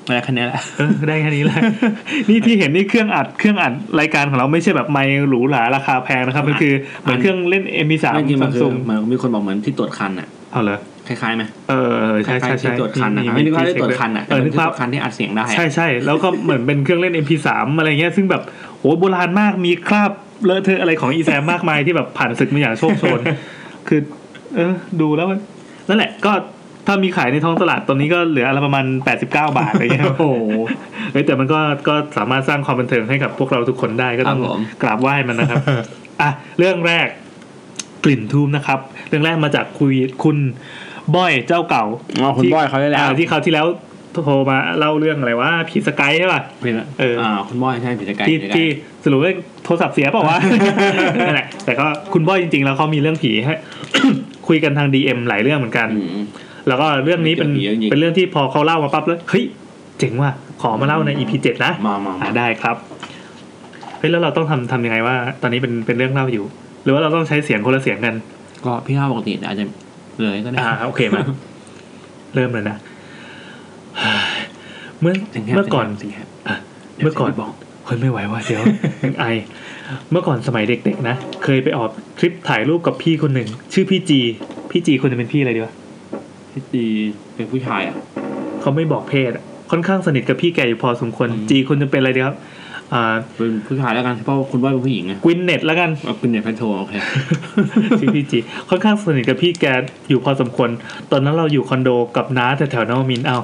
อะไรคะแนนแหละ เออได้แค่นี้แหละ นี่ที่เห็นนี่เครื่องอัดเครื่องอัดรายการของเราไม่ใช่แบบไมค์หรูหราราคาแพงนะครับมันคือเหมือนเครื่องเล่น MP3 ไม่จริงมันคือ Samsung เหมือนมีคนบอกเหมือนที่ตรวจคันอ่ะ เอาเหรอ คล้ายๆไหม เออใช่ คล้ายๆใช่ใช่ ที่ตรวจคันอ่ะไม่นึกว่าได้ตรวจคันอ่ะ เออนึก ที่ต ภาร พ วจคันที่อัดเสียงได้อะ ใช่ใช่แล้วก็เหมือนเป็นเครื่องเล่น MP3 อะไรเงี้ยซึ่งแบบโหโบราณมากมีคราบเลอะเทอะอะไรของอีแซมมากมายที่แบบผ่านศึกมาอย่างโชคโชน คือ เออ ดูแล้วมันนั่นแหละก็ถ้ามีขายในท้องตลาดตอนนี้ก็เหลืออะไรประมาณ 89 บาทอะไรเงี้ย โอ้โห เฮ้ยแต่มันก็ก็สามารถสร้างความบันเทิงให้กับพวกเราทุกคนได้ก็ต้อง ครับผม กราบไหว้มัน นะครับ อ่ะเรื่องแรกกลิ่นทูมนะครับ เรื่องแรกมาจากคุยคุณบอยเจ้าเก่า อ๋อคุณ ที่ บอยเขาได้แล้ว อ่ที่เขาวที่แล้วโทรมาเล่าเรื่องอะไรว่าผีสกายใช่ป่ะ เป็น เอออ่ ่าคุณบอยใช่ผิดจากการ ที่ ผิดจากการ ที่สรุปว่าโทรศัพท์เสียเปล่าวะ นั่นแหละแต่ก็คุณบอยจริงๆ แล้วเขามีเรื่องผีให้ คุยกันทาง DM หลายเรื่องเหมือนกัน อืม แล้วก็เรื่องนี้เป็น เรื่องผีเยอะจริง เป็นเรื่องที่พอเขาเล่ามาปั๊บแล้วเฮ้ยเจ๋งว่ะขอมาเล่าใน EP เจ็ดนะ มามา อ่ะได้ครับเฮ้ยแล้วเราต้องทำทำยังไงว่า ตอนนี้เป็นเป็นเรื่องเล่าอยู่ หรือว่าเราต้องใช้เสียงคนละเสียงกัน ก็พี่ห้าปกติอาจจะเลยก็ได้ อ่าโอเคมา เริ่มเลยนะ เมื่อ จริงครับ เมื่อก่อน จริงครับ อ่ะเมื่อก่อน เดี๋ยวจะไปบอก เฮ้ยไม่ไหวว่ะเดี๋ยว ไอเมื่อก่อนสมัยเด็กๆนะเคยไปออกทริปถ่ายรูปกับพี่คนหนึ่งชื่อพี่จี พี่จีคนจะเป็นพี่อะไรดีวะ พี่ตีเป็นผู้ชายอ่ะ เขาไม่บอกเพศอะค่อนข้างสนิทกับพี่แกอยู่พอสมควร อืม จีคนจะเป็นอะไรดีครับ อ่า เป็นผู้ชายแล้วกันเพราะว่าคุณบอยเป็นผู้หญิงไง กวินเน็ตแล้วกัน เอาคุณเนี่ยแฟนโทรโอเค ชื่อพี่จีค่อนข้างสนิทกับพี่แกอยู่พอสมควร ตอนนั้นเราอยู่คอนโดกับน้าแถวๆนวมินทร์เอา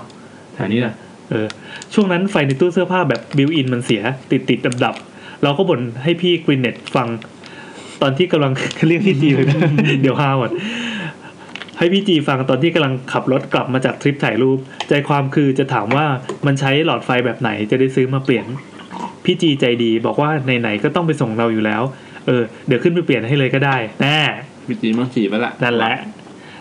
แถวนี้นะ เออช่วงนั้นไฟในตู้เสื้อผ้าแบบบิวอินมันเสีย ติดติดดับดับๆ เราก็บ่นให้พี่กวินเน็ตฟัง ตอนที่กำลัง เรียกพี่จีเลยนะ เดี๋ยวฮาหมดให้พี่จีฟังตอนที่กำลังขับรถกลับมาจากทริปถ่ายรูป ใจความคือจะถามว่ามันใช้หลอดไฟแบบไหนจะได้ซื้อมาเปลี่ยน พี่จีใจดีบอกว่าไหนๆก็ต้องไปส่งเราอยู่แล้ว เออเดี๋ยวขึ้นไปเปลี่ยนให้เลยก็ได้แน่ พี่ตีมันสี่ไปละ นั่นแหละ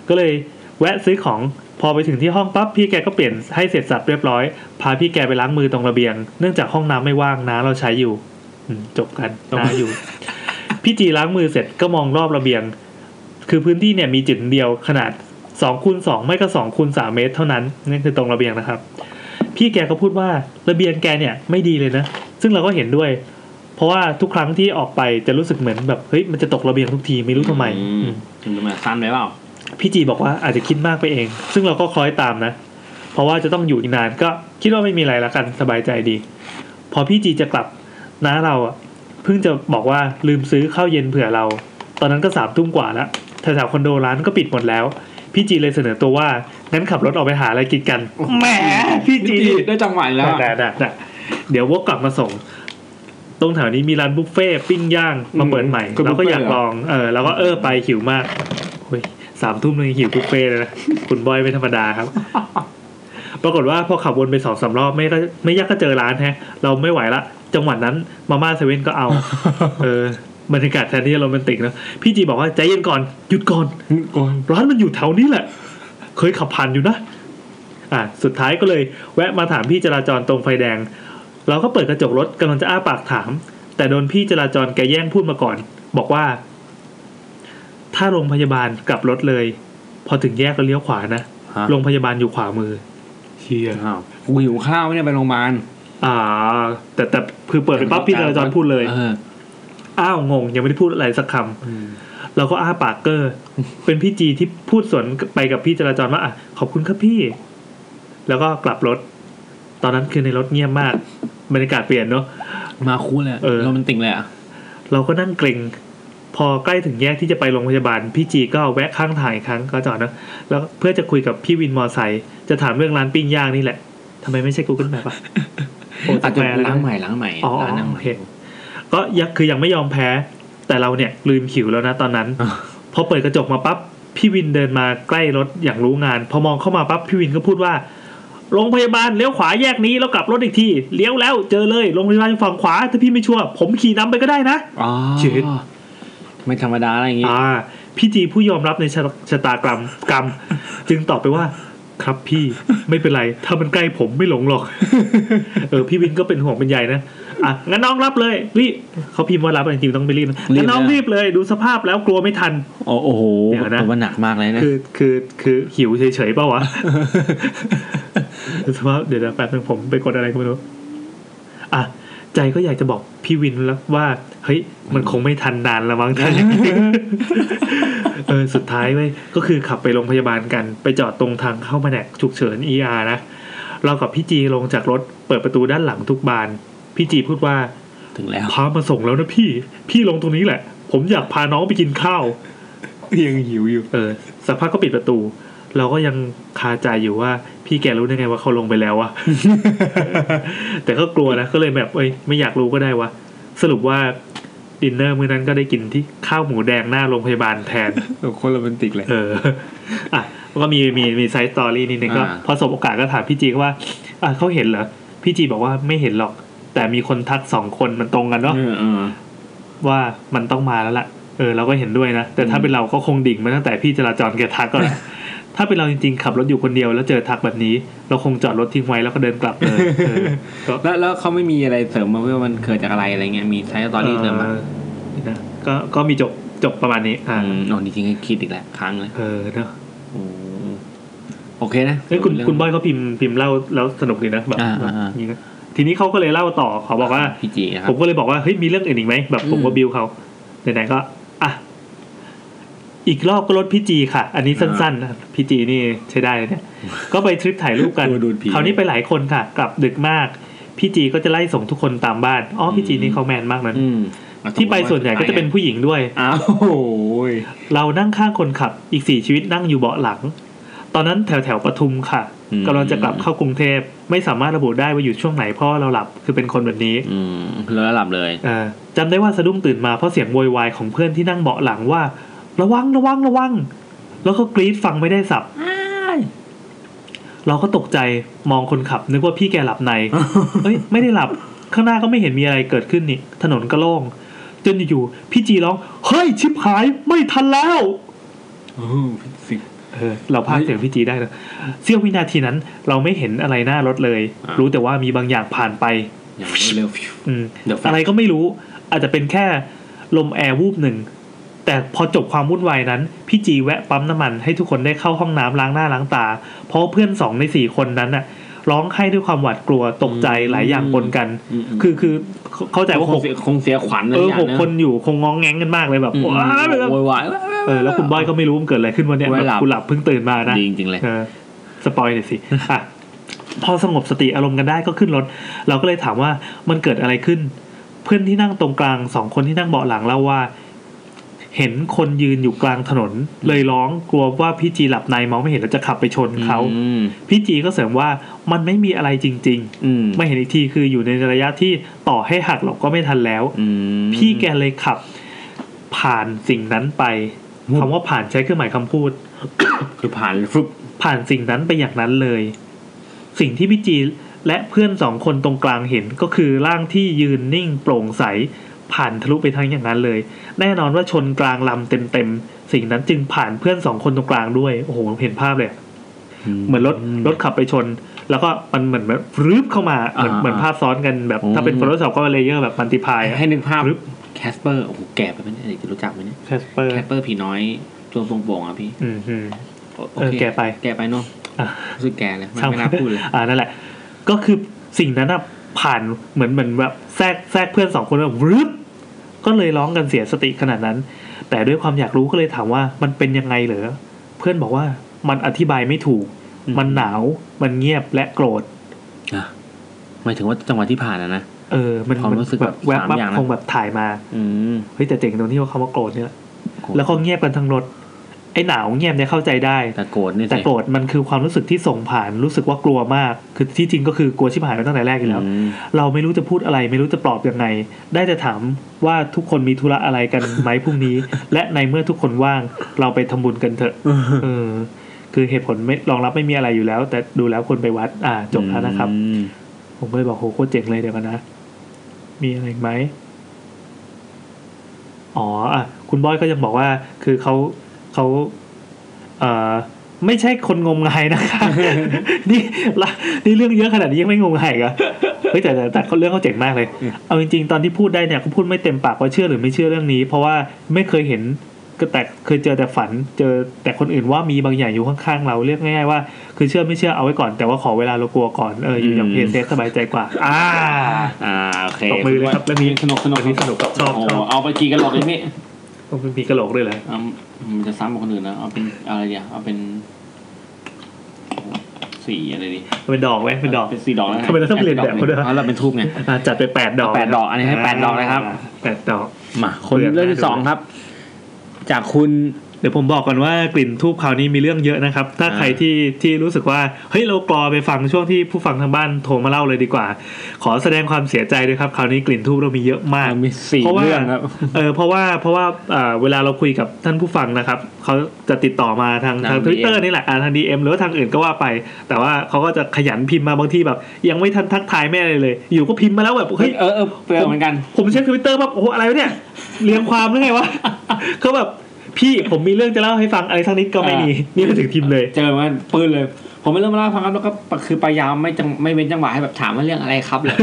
ก็เลยแวะซื้อของ พอไปถึงที่ห้องปั๊บพี่แกก็เปลี่ยนให้เสร็จสับเรียบร้อย พาพี่แกไปล้างมือตรงระเบียง เนื่องจากห้องน้ำไม่ว่างนะเราใช้อยู่อืมจบกันนะ อยู่ พี่จีล้างมือเสร็จก็มองรอบระเบียง คือพื้นที่เนี่ยมีจุดเดียวขนาดสองคูณสองไม่ก็สองคูณสามเมตรเท่านั้นนี่คือตรงระเบียงนะครับ พี่แกก็พูดว่าระเบียงแกเนี่ยไม่ดีเลยนะ ซึ่งเราก็เห็นด้วย เพราะว่าทุกครั้งที่ออกไปจะรู้สึกเหมือนแบบเฮ้ยมันจะตกระเบียงทุกทีไม่รู้ทำไม อื อื ม ม ถึงมาสั้นไปเปล่า พี่จีบอกว่าอาจจะคิดมากไปเอง ซึ่งเราก็คล้อยตามนะ เพราะว่าจะต้องอยู่อีกนานก็คิดว่าไม่มีอะไรละกันสบายใจดี พอพี่จีจะกลับน้าเราอะเพิ่งจะบอกว่าลืมซื้อข้าวเย็นเผื่อเรา ตอนนั้นก็สามทุ่มกว่าแล้วแถวๆคอนโดร้านก็ปิดหมดแล้ว พี่จีเลยเสนอตัวว่างั้นขับรถออกไปหาอะไรกินกัน แหม พี่จี ได้จังหวะอีกแล้วอะ ได้ได้ได้เดี๋ยววกกลับมาส่ง ตรงแถวนี้มีร้านบุฟเฟ่ต์ปิ้งย่างมาเปิดใหม่เราก็อยากลองเออเราก็เออไปหิวมากโอ้ยสามทุ่มนึงหิวบุฟเฟ่ต์เลยนะ คุณบอยไม่ธรรมดาครับ ปรากฏว่าพอขับวนไปสองสามรอบไม่ก็ไม่ยากก็เจอร้านแฮะ เราไม่ไหวละ จังหวัดนั้นมาม่าเซเว่นก็ เอา เออบรรยากาศแทนที่จะโรแมนติกนะพี่จีบอกว่าใจเย็นก่อนหยุดก่อน ก่อน ร้านมันอยู่แถวนี้แหละ เคยขับผ่านอยู่นะ อ่ะ สุดท้ายก็เลยแวะมาถามพี่จราจรตรงไฟแดง เราก็เปิดกระจกรถกำลังจะอ้าปากถาม แต่โดนพี่จราจรแกแย่งพูดมาก่อน บอกว่า ถ้าโรงพยาบาลกลับรถเลย พอถึงแยกก็เลี้ยวขวานะ ล โรง งพยาบาลอยู่ขวามือ เชียร์กูหิวข้าวไม่ได้ไปโรงพยาบาล อ่า แต่แต่คือเปิดไปปั๊บพี่จราจรพูดเลย ออ อ้าวงง ยังไม่ได้พูดอะไรสักอคำเราก็อ้าปากเกอร์ เป็นพี่จีที่พูดสวนไปกับพี่จราจรว่าอ่ะขอบคุณครับพี่ แล้วก็กลับรถ ตอนนั้นคือในรถเงียบมาก บรรยากาศเปลี่ยนเนาะ มาคู่เลยอะ เออ โรแมนติกเลยอ่ะ เราก็นั่งเกรงพอใกล้ถึงแยกที่จะไปโรงพยาบาล พี่จีก็แวะข้างทางอีกครั้งก็จอดนะแล้วเพื่อจะคุยกับพี่วินมอไซค์จะถามเรื่องร้านปิ้งย่างนี่แหละทำไมไม่ใช่กูเกิลแมปอะโอ้ อาจจะ แปลแล้ว ล้าง นะ ใหม่ล้างใหม่ อ๋อ ล้าง โอเค ก็ยังคือยังไม่ยอมแพ้ แต่เราเนี่ยลืมขิวแล้วนะตอนนั้น พอเปิดกระจกมาปั๊บพี่วินเดินมาใกล้รถอย่างรู้งาน พอมองเข้ามาปั๊บพี่วินก็พูดว่า โรงพยาบาลเลี้ยวขวาแยกนี้แล้วกลับรถอีกทีเลี้ยวแล้วเจอเลยโรงพยาบาลอยู่ฝั่งขวาถ้าพี่ไม่ชัวร์ผมขี่นำไปก็ได้นะ อ๋อ ชีวิต ไม่ธรรมดาอะไรอย่างงี้ อ่าพี่จีผู้ยอมรับในชะชะตากรรมกรรม จึงตอบไปว่า ครับพี่ไม่เป็นไรถ้ามันใกล้ผมไม่หลงหรอก เออพี่วินก็เป็นห่วงเป็นใยนะอ่ะงั้นน้องรับเลยรีบเขาพิมพ์ว่ารับจริงๆต้องไปรีบนะงั้นน้องรีบเลยดูสภาพแล้วกลัวไม่ทัน โอ้โอ้โห เดี๋ยวนะ ผมว่าหนักมากเลยนะ คือคือคือหิวเฉยๆเป ล่าวะ สภาพเดี๋ยวนะแป๊บนึงผมไปกดอะไรก็ไม่รู้ อ่ะ ใจก็อยากจะบอกพี่วินแล้วว่า เฮ้ย มันคงไม่ทันนานละมั้งท่ านเออสุดท้ายเว้ยก็คือขับไปโรงพยาบาลกัน ไปจอดตรงทางเข้าแผนกฉุกเฉิน ER นะ เรากับพี่จีลงจากรถเปิดประตูด้านหลังทุกบาน พี่จีพูดว่า ถึงแล้ว พามาส่งแล้วนะพี่ พี่ลงตรงนี้แหละ ผมอยากพาน้องไปกินข้าว ยังหิวอยู่ เออสักพักก็ปิดประตู เราก็ยังคาใจอยู่ว่า พี่แกรู้ได้ไงว่าเขาลงไปแล้ววะ แต่ก็กลัวนะก็เลยแบบเอ้ยไม่อยากรู้ก็ได้วะสรุปว่าดินเนอร์มื้อนั้นก็ได้กินที่ข้าวหมูแดงหน้าโรงพยาบาลแทน คนโรแมนติกเลย เอออ่ะก็มีมีมีไซส์สตอรี่นิดนึงก็ อ่า พอสบโอกาสก็ถามพี่จีว่า อ่ะเขาเห็นเหรอพี่จีบอกว่าไม่เห็นหรอก แต่มีคนทักสองคนมันตรงกันเนาะ เออเออ ว่ามันต้องมาแล้วล่ะ เออเราก็เห็นด้วยนะ แต่ถ้า อืม เป็นเราก็คงดิ่งมาตั้งแต่พี่จราจรแกทักก็ แหละ ถ้าเป็นเราจริงๆขับรถอยู่คนเดียวแล้วเจอทักแบบนี้ เราคงจอดรถทิ้งไว้แล้วก็เดินกลับเลยเออก็ แล้วแล้วเขาไม่มีอะไรเสริมมาว่ามันเกิดจากอะไรอะไรเงี้ยมีไซ ส์สตอรี่เสริมมา เออนี่นะก็ก็มีจบจบประมาณนี้ อ่า อืมอ๋อนี่ทิ้งให้คิดอีกแล้วค้างเลย เออเนอะ โอ้โอเคนะ เอ้ยคุณ เรื่อง คุณบอยเขาพิมพ์พิมพ์เล่าแล้วสนุกดีนะแบบ อ่าอ่าอ่า นี้นะทีนี้เขาก็เลยเล่าต่อเขาบอกว่า พี่จีนะครั ผ บ มก็เลยบอกว่าเฮ้ยมีเรื่องอื่นอีกไหมแบบผม อืม ก็บิวเขาไหนๆก็อ่ะอีกรอบก็รถพี่จีค่ะ อันนี้สั้นๆนะพี่จีนี่ใช้ได้เลยเนี่ยก็ไปทริปถ่ายรูปกัน ดูดูดผี คราวนี้ไปหลายคนค่ะ กลับดึกมาก พี่จีก็จะไล่ส่งทุกคนตามบ้านอ๋อพี่จีนี่เขาแมนมากนั้น อืม ที่ไปส่วนใหญ่ก็จะเป็นผู้หญิงด้วย อ้าวโอ้ย เรานั่งข้างคนขับอีกสี่ชีวิตนั่งอยู่เบาะหลัง ตอนนั้นแถวแถวๆปทุมค่ะกำลังจะกลับเข้ากรุงเทพไม่สามารถระบุได้ว่าอยู่ช่วงไหนเพราะว่าเราหลับคือเป็นคนแบบนี้ อืมแล้วหลับเลย เอ่อจำได้ว่าสะดุ้งตื่นมาเพราะเสียงโวยวายของเพื่อนที่นั่งเบาะหลังว่า ระวังระวังระวัง แล้วก็กรี๊ดฟังไม่ได้สับ เราก็ตกใจมองคนขับ นึกว่าพี่แกหลับ ใน เอ้ยไม่ได้หลับข้างหน้าก็ไม่เห็นมีอะไรเกิดขึ้นนี่ ถนนก็โล่งจนอยู่ๆพี่จีร้อง เฮ้ย ชิบหายไม่ทันแล้ว โอ้โหสิ เออเราพากย์เสียงพี่จีได้นะเสี้ยววินาทีนั้น เราไม่เห็นอะไรหน้ารถเลย อ่ารู้ รู้แต่ว่ามีบางอย่างผ่านไป อย่างเร็วๆ อืม เดี๋ยวแฟลช อะไรก็ไม่รู้ อาจจะเป็นแค่ลมแอร์วูบหนึ่ง แต่พอจบความวุ่นวายนั้น พี่จีแวะปั๊มน้ำมันให้ทุกคนได้เข้าห้องน้ำล้างหน้าล้างตา เพราะเพื่อนสองในสี่คนนั้นน่ะ ร้องไห้ด้วยความหวาดกลัวตกใจหลายอย่างปนกัน มม คือคือเข้าใจว่า ค ห ง ก เสียคงเสียขวัญอะไร เออ อย่าง หก เงี้ย คนอยู่คงง้องแง้งกันมากเลยแบบ โว ว้าวแบบ ยวาย เออแล้วคุณบอยก็ไม่รู้มันเกิดอะไรขึ้นวันเนี้ย ไว้หลับ กูหลับเพิ่งตื่นมานะ ดีจริงๆเลย เออสปอยหน่อยสิ อ่ะ พอสงบสติอารมณ์กันได้ก็ขึ้นรถ เราก็เลยถามว่ามันเกิดอะไรขึ้น เพื่อนที่นั่งตรงกลางสองคนที่นั่งเบาะหลังเล่าว่า เห็นคนยืนอยู่กลางถนน เลยร้องกลัวว่าพี่จีหลับในมองไม่เห็นแล้วจะขับไปชนเขา อืม พี่จีก็เสริมว่ามันไม่มีอะไรจริง อืม ๆ ไม่เห็นอีกทีคืออยู่ในระยะที่ต่อให้หักหลบก็ไม่ทันแล้ว อืม พี่แกเลยขับ ผ่านสิ่งนั้นไป อืม คำว่าผ่านใช้เครื่องหมายคำพูด คือผ่านฟึบ ผ่านสิ่งนั้นไปอย่างนั้นเลย สิ่งที่พี่จีและเพื่อนสองคนตรงกลางเห็นก็คือร่างที่ยืนนิ่งโปร่งใส ผ่านทะลุไปทั้งอย่างนั้นเลย แน่นอนว่าชนกลางลำเต็มๆสิ่งนั้นจึงผ่านเพื่อนสองคนตรงกลางด้วยโอ้โหเห็นภาพเลยอะเหมือนรถรถขับไปชน แล้วก็มันเหมือนแบบรืบเข้ามาเหมือนเหมือนภาพซ้อนกันแบบถ้าเป็นโฟล์สอบก็เลเยอร์แบบมันติพาย ให้นึกภาพแคสเปอร์โอ้โหแก่ไปไหมเนี่ยเด็กจะรู้จักไหมเนี่ย แคสเปอร์ แคสเปอร์ผีน้อยช่วงทรงโป่งอ่ะพี่ อืมอืม โอ เออแก่ไป แก่ไปเนาะ อ่ะ รู้สึกแก่เลยไม่ ช่าง ไม่น่าพูดเลย อ่านั่นแหละ ก็คือสิ่งนั้นอะผ่านเหมือนเหมือนแบบแทรกแทรกเพื่อนสองคนแบบรึบก็เลยร้องกันเสียสติขนาดนั้น แต่ด้วยความอยากรู้ก็เลยถามว่ามันเป็นยังไงเหรอเพื่อนบอกว่ามันอธิบายไม่ถูก อืม มันหนาวมันเงียบและโกรธ อ่ะหมายถึงว่าจังหวะที่ผ่านอะนะ เออ มัน ความรู้สึก แบบ แบ แบบ บ สาม แวบ อย่างนะ คงแบบถ่ายมา อืม เฮ้ยแต่เจ๋งตรงที่ว่าเขามาโกรธเนี่ยแหละ โกรธ แล้วก็เงียบกันทั้งรถไอ้หนาวเงียบเนี่ยเข้าใจได้ แต่โกรธนี่สิ แต่โกรธมันคือความรู้สึกที่ส่งผ่านรู้สึกว่ากลัวมาก คือที่จริงก็คือกลัวชิบหายมาตั้งแต่แรกอยู่แล้ว อืม เราไม่รู้จะพูดอะไร ไม่รู้จะปลอบยังไง ได้แต่ถามว่าทุกคนมีธุระอะไรกันไหม พรุ่งนี้ และในเมื่อทุกคนว่าง เราไปทำบุญกันเถ อะเออ คือเหตุผลไม่รองรับไม่มีอะไรอยู่แล้ว แต่ดูแล้วคนไปวัด อ่าจบแล้วนะครับ อืม ผมก็เลยบอกโหโคตรเจ๋งเลยเดี๋ยวกันนะ มีอะไรอีกไหมอ๋ออ่ะคุณบอยก็ยังบอกว่า คือเขาเขาเอ่อไม่ใช่คนงมงายนะคะ นี่ละนี่เรื่องเยอะขนาดนี้ยังไม่งมงายอีกเหรอเฮ้ยแต่แต่แต่เขาเรื่องเขาเจ๋งมากเลย เอาจริงๆตอนที่พูดได้เนี่ยก็พูดไม่เต็มปากว่าเชื่อหรือไม่เชื่อเรื่องนี้ เพราะว่าไม่เคยเห็นก็แต่เคยเจอแต่ฝัน เจอแต่คนอื่นว่ามีบางอย่างอยู่ข้างๆเราเรียกง่ายๆว่าคือเชื่อไม่เชื่อเอาไว้ก่อนแต่ว่าขอเวลาเรากลัวก่อนเอออยู่อย่างเพลเซฟสบายใจกว่า อ่า อ่าโอเค ตบมือเลยครับเรื่องนี้ สนุกสนุก เรื่องนี้สนุกชอบ โโห ชอบ เอาไปกี่กระโหลกเลยพี่ ต้องมีกระโหลกด้วยเหรอ เอามันจะซ้ำกับคนอื่นนะเอาเป็นอะไรดีอะเอาเป็นสี่อะไรดี เป็นดอกไหมเป็นดอก เป็นสี่ดอกแล้ว ทำไมเราต้องเรียนแบบเขาด้วยวะ เอาเราเป็นทูบไง อ่ะจัดไปแปดดอก แปดดอกอันนี้ให้แปดดอกนะครับ แปดดอก มาคนเรื่องที่สองครับ จากคุณ เดี๋ยวผมบอกก่อนว่ากลิ่นทูบคราวนี้มีเรื่องเยอะนะครับ ถ้า อ่า ใครที่ที่รู้สึกว่าเฮ้ยเรากรอไปฟังช่วงที่ผู้ฟังทางบ้านโทรมาเล่าเลยดีกว่า ขอแสดงความเสียใจด้วยครับคราวนี้กลิ่นทูบเรามีเยอะมาก มีสี่ เพราะว่า เรื่องครับ เออเพราะว่าเพราะว่าเอ่อเวลาเราคุยกับท่านผู้ฟังนะครับเขาจะติดต่อมาทาง ทา ทางงทวิตเตอร์ DM นี่แหละอ่าทาง DM หรือว่าทางอื่นก็ว่าไป แต่ว่าเขาก็จะขยันพิมพ์มาบางทีแบบ ยังไม่ทันทักทายแม่อะไรเลย อยู่ก็พิมพ์มาแล้วแบบเฮ้ย เออเออเปลือกเหมือนกัน ผมเช็คทวิตเตอร์ปั๊บโอ้โหอะไรวะเนี่ย เรียงความหรือไงวะ เขาแบบพี่ผมมีเรื่องจะเล่าให้ฟังอะไรทั้งนี้ก็ไม่มี นี่มาถึงทีมเลย เจอมาปืนเลย ผมไม่เริ่มมาเล่าให้ฟังครับแล้วก็คือพยายามไม่จังไม่เป็นจังหวะให้แบบถามว่าเรื่องอะไรครับเลย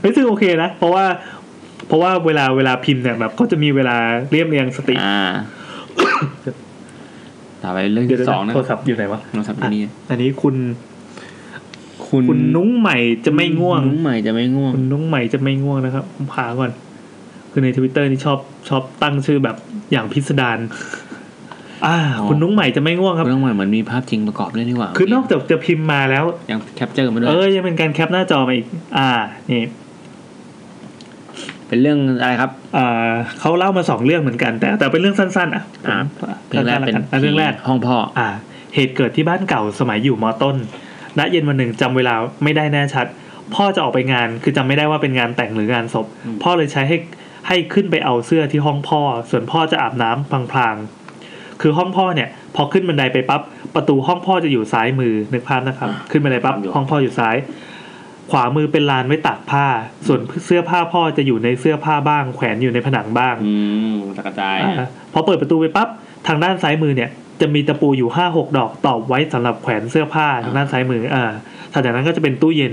เฮ้ยซึ่งโอเคนะ เพราะว่า เพราะว่าเวลาเวลาพิมพ์เนี่ยแบบเขาจะมีเวลาเรียบเรียงสติ อ่า ต่อไปเรื่อง เดี๋ยว ที่สอง นะ นะ โทรศัพท์อยู่ไหนวะ โทรศัพท์อยู่นี่ อันนี้คุณ คุณ คุณนุ้งใหม่จะไม่ง่วง ใหม่จะไม่ง่วง คุณนุ้งใหม่จะไม่ง่วงนะครับผมพาก่อน คือในทวิตเตอร์นี่ชอบชอบตั้งชื่อแบบอย่างพิสดารอ่า คุณนุ้งใหม่จะไม่ง่วงครับ เรื่องใหม่เหมือนมีภาพจริงประกอบด้วยนี่หว่า คือนอกจากจะพิมพ์มาแล้ว ยังแคปเจอร์มาด้วย เออยังเป็นการแคปหน้าจอมาอีก อ่า นี่ เป็นเรื่องอะไรครับ อ่าเขาเล่ามาสองเรื่องเหมือนกัน แต่แต่เป็นเรื่องสั้นๆ อ่ะ อ่า เรื่องแรก สั้ๆ เป็น ละอ่ะเรื่องแรก ห้องพ่อ อ่า เหตุเกิดที่บ้านเก่าสมัยอยู่มอต้น ณ เย็นวันหนึ่งจำเวลาไม่ได้แน่ชัด พ่อจะออกไปงาน คือจำไม่ได้ว่าเป็นงานแต่งหรืองานศพ พ่อเลยใช้ให้ให้ขึ้นไปเอาเสื้อที่ห้องพ่อ ส่วนพ่อจะอาบน้ำพลางๆ คือห้องพ่อเนี่ย พอขึ้นบันไดไปปั๊บ ประตูห้องพ่อจะอยู่ซ้ายมือ นึกภาพนะครับ ขึ้นบันไดปั๊บ ห้องพ่ออยู่ซ้าย ขวามือเป็นลานไว้ตากผ้า ส่วนเสื้อผ้าพ่อจะอยู่ในเสื้อผ้าบ้าง แขวนอยู่ในผนังบ้าง อืมกระจาย อ่าพอเปิดประตูไปปั๊บทางด้านซ้ายมือเนี่ย จะมีตะปูอยู่ห้าหกดอกตอบไว้สำหรับแขวนเสื้อผ้าทางด้านซ้ายมือ อ่าถัดจากนั้นก็จะเป็นตู้เย็น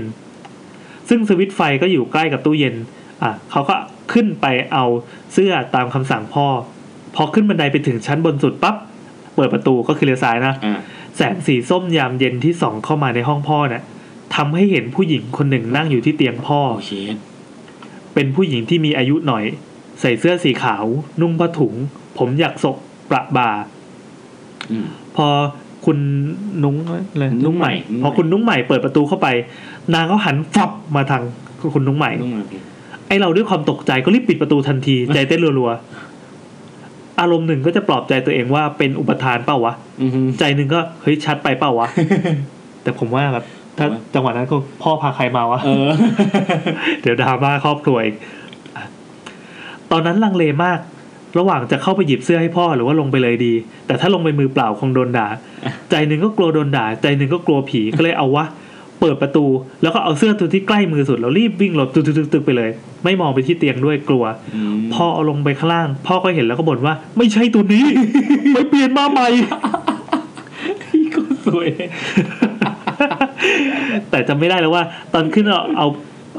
ซึ่งสวิตช์ไฟก็อยู่ใกล้กับตู้เย็น อ่ะเขาก็ขึ้นไปเอาเสื้อตามคำสั่งพ่อ พอขึ้นบันไดไปถึงชั้นบนสุดปั๊บ เปิดประตูก็คือเลี้ยวซ้ายนะ อ่า แสงสีส้มยามเย็นที่ส่องเข้ามาในห้องพ่อเนี่ยทำให้เห็นผู้หญิงคนหนึ่งนั่งอยู่ที่เตียงพ่อ โอเค เป็นผู้หญิงที่มีอายุหน่อย ใส่เสื้อสีขาว นุ่งผ้าถุง ผมหยักศกประบ่า อืม พอคุณนุ้งเลย นุ้ นุ้ง ง ให ใหม่ ม่ พอคุณนุ้งใหม่เปิดประตูเข้าไป นางก็หันฟับมาทางคุณนุ้งใหม่ ต้องมาพี่ ไอเราด้วยความตกใจก็รีบปิดประตูทันที ใจเต้นรัวๆ อารมณ์หนึ่งก็จะปลอบใจตัวเองว่าเป็นอุปทานเปล่าวะ อือฮึ ใจหนึ่งก็เฮ้ยชัดไปเปล่าวะ แต่ผมว่าแบบถ้า ผมว่า จังหวะนั้นก็พ่อพาใครมาวะ เออ เดี๋ยวดราม่าครอบครัวอีกอ่ะตอนนั้นลังเลมาก ระหว่างจะเข้าไปหยิบเสื้อให้พ่อหรือว่าลงไปเลยดี แต่ถ้าลงไปมือเปล่าคงโดนด่า ใจหนึ่งก็กลัวโดนด่า ใจหนึ่งก็กลัวผี ก็เลยเอาวะ เปิดประตู แล้วก็เอาเสื้อตัวที่ใกล้มือสุดแล้วรีบวิ่งหลบตึกๆๆไปเลย ไม่มองไปที่เตียงด้วยกลัว ม พอเอาลงไปข้างล่าง พ่อก็เห็นแล้วก็บ่นว่า ไม่ใช่ตัวนี้ ไม่เปลี่ยนมาใหม่ พี่ก็สวย แต่จำไม่ได้แล้วว่า ตอนขึ้นเอาเอา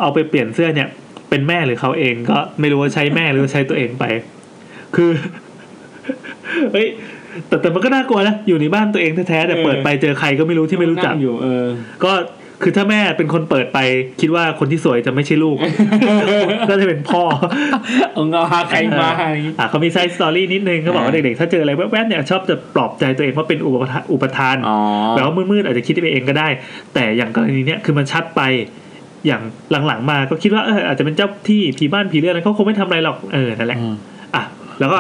เอาไปเปลี่ยนเสื้อเนี่ย เป็นแม่หรือเขาเองก็ไม่รู้ว่าใช้แม่หรือว่าใช้ตัวเองไป คือ เฮ้ยแต่แต่มันก็น่ากลัวนะอยู่ในบ้านตัวเองแท้ๆแต่เปิดไปเจอใครก็ไม่รู้ที่ไม่รู้จัก นั่งอยู่เออ ก็คือถ้าแม่เป็นคนเปิดไป คิดว่าคนที่สวยจะไม่ใช่ลูก ก็จะเป็นพ่อ เอาเงาหาใครมาอะไรอย่างงี้ อ่ะเขามีไซส์สตอรี่นิดนึงเขาบอกว่า อ่า เด็กๆ ถ้าเจออะไรแวบๆเนี่ยชอบจะปลอบใจตัวเองว่าเป็นอุปทานอุปทาน อ๋อ แบบว่ามืดๆอาจจะคิดไปเองก็ได้ แต่อย่างกรณีเนี้ยคือมันชัดไป อย่างหลังๆมาก็คิดว่าเอออาจจะเป็นเจ้าที่ผีบ้านผีเรือนนั้นเขาคงไม่ทำอะไรหรอกเออนั่นแหละ อืม อ่ะแล้วก็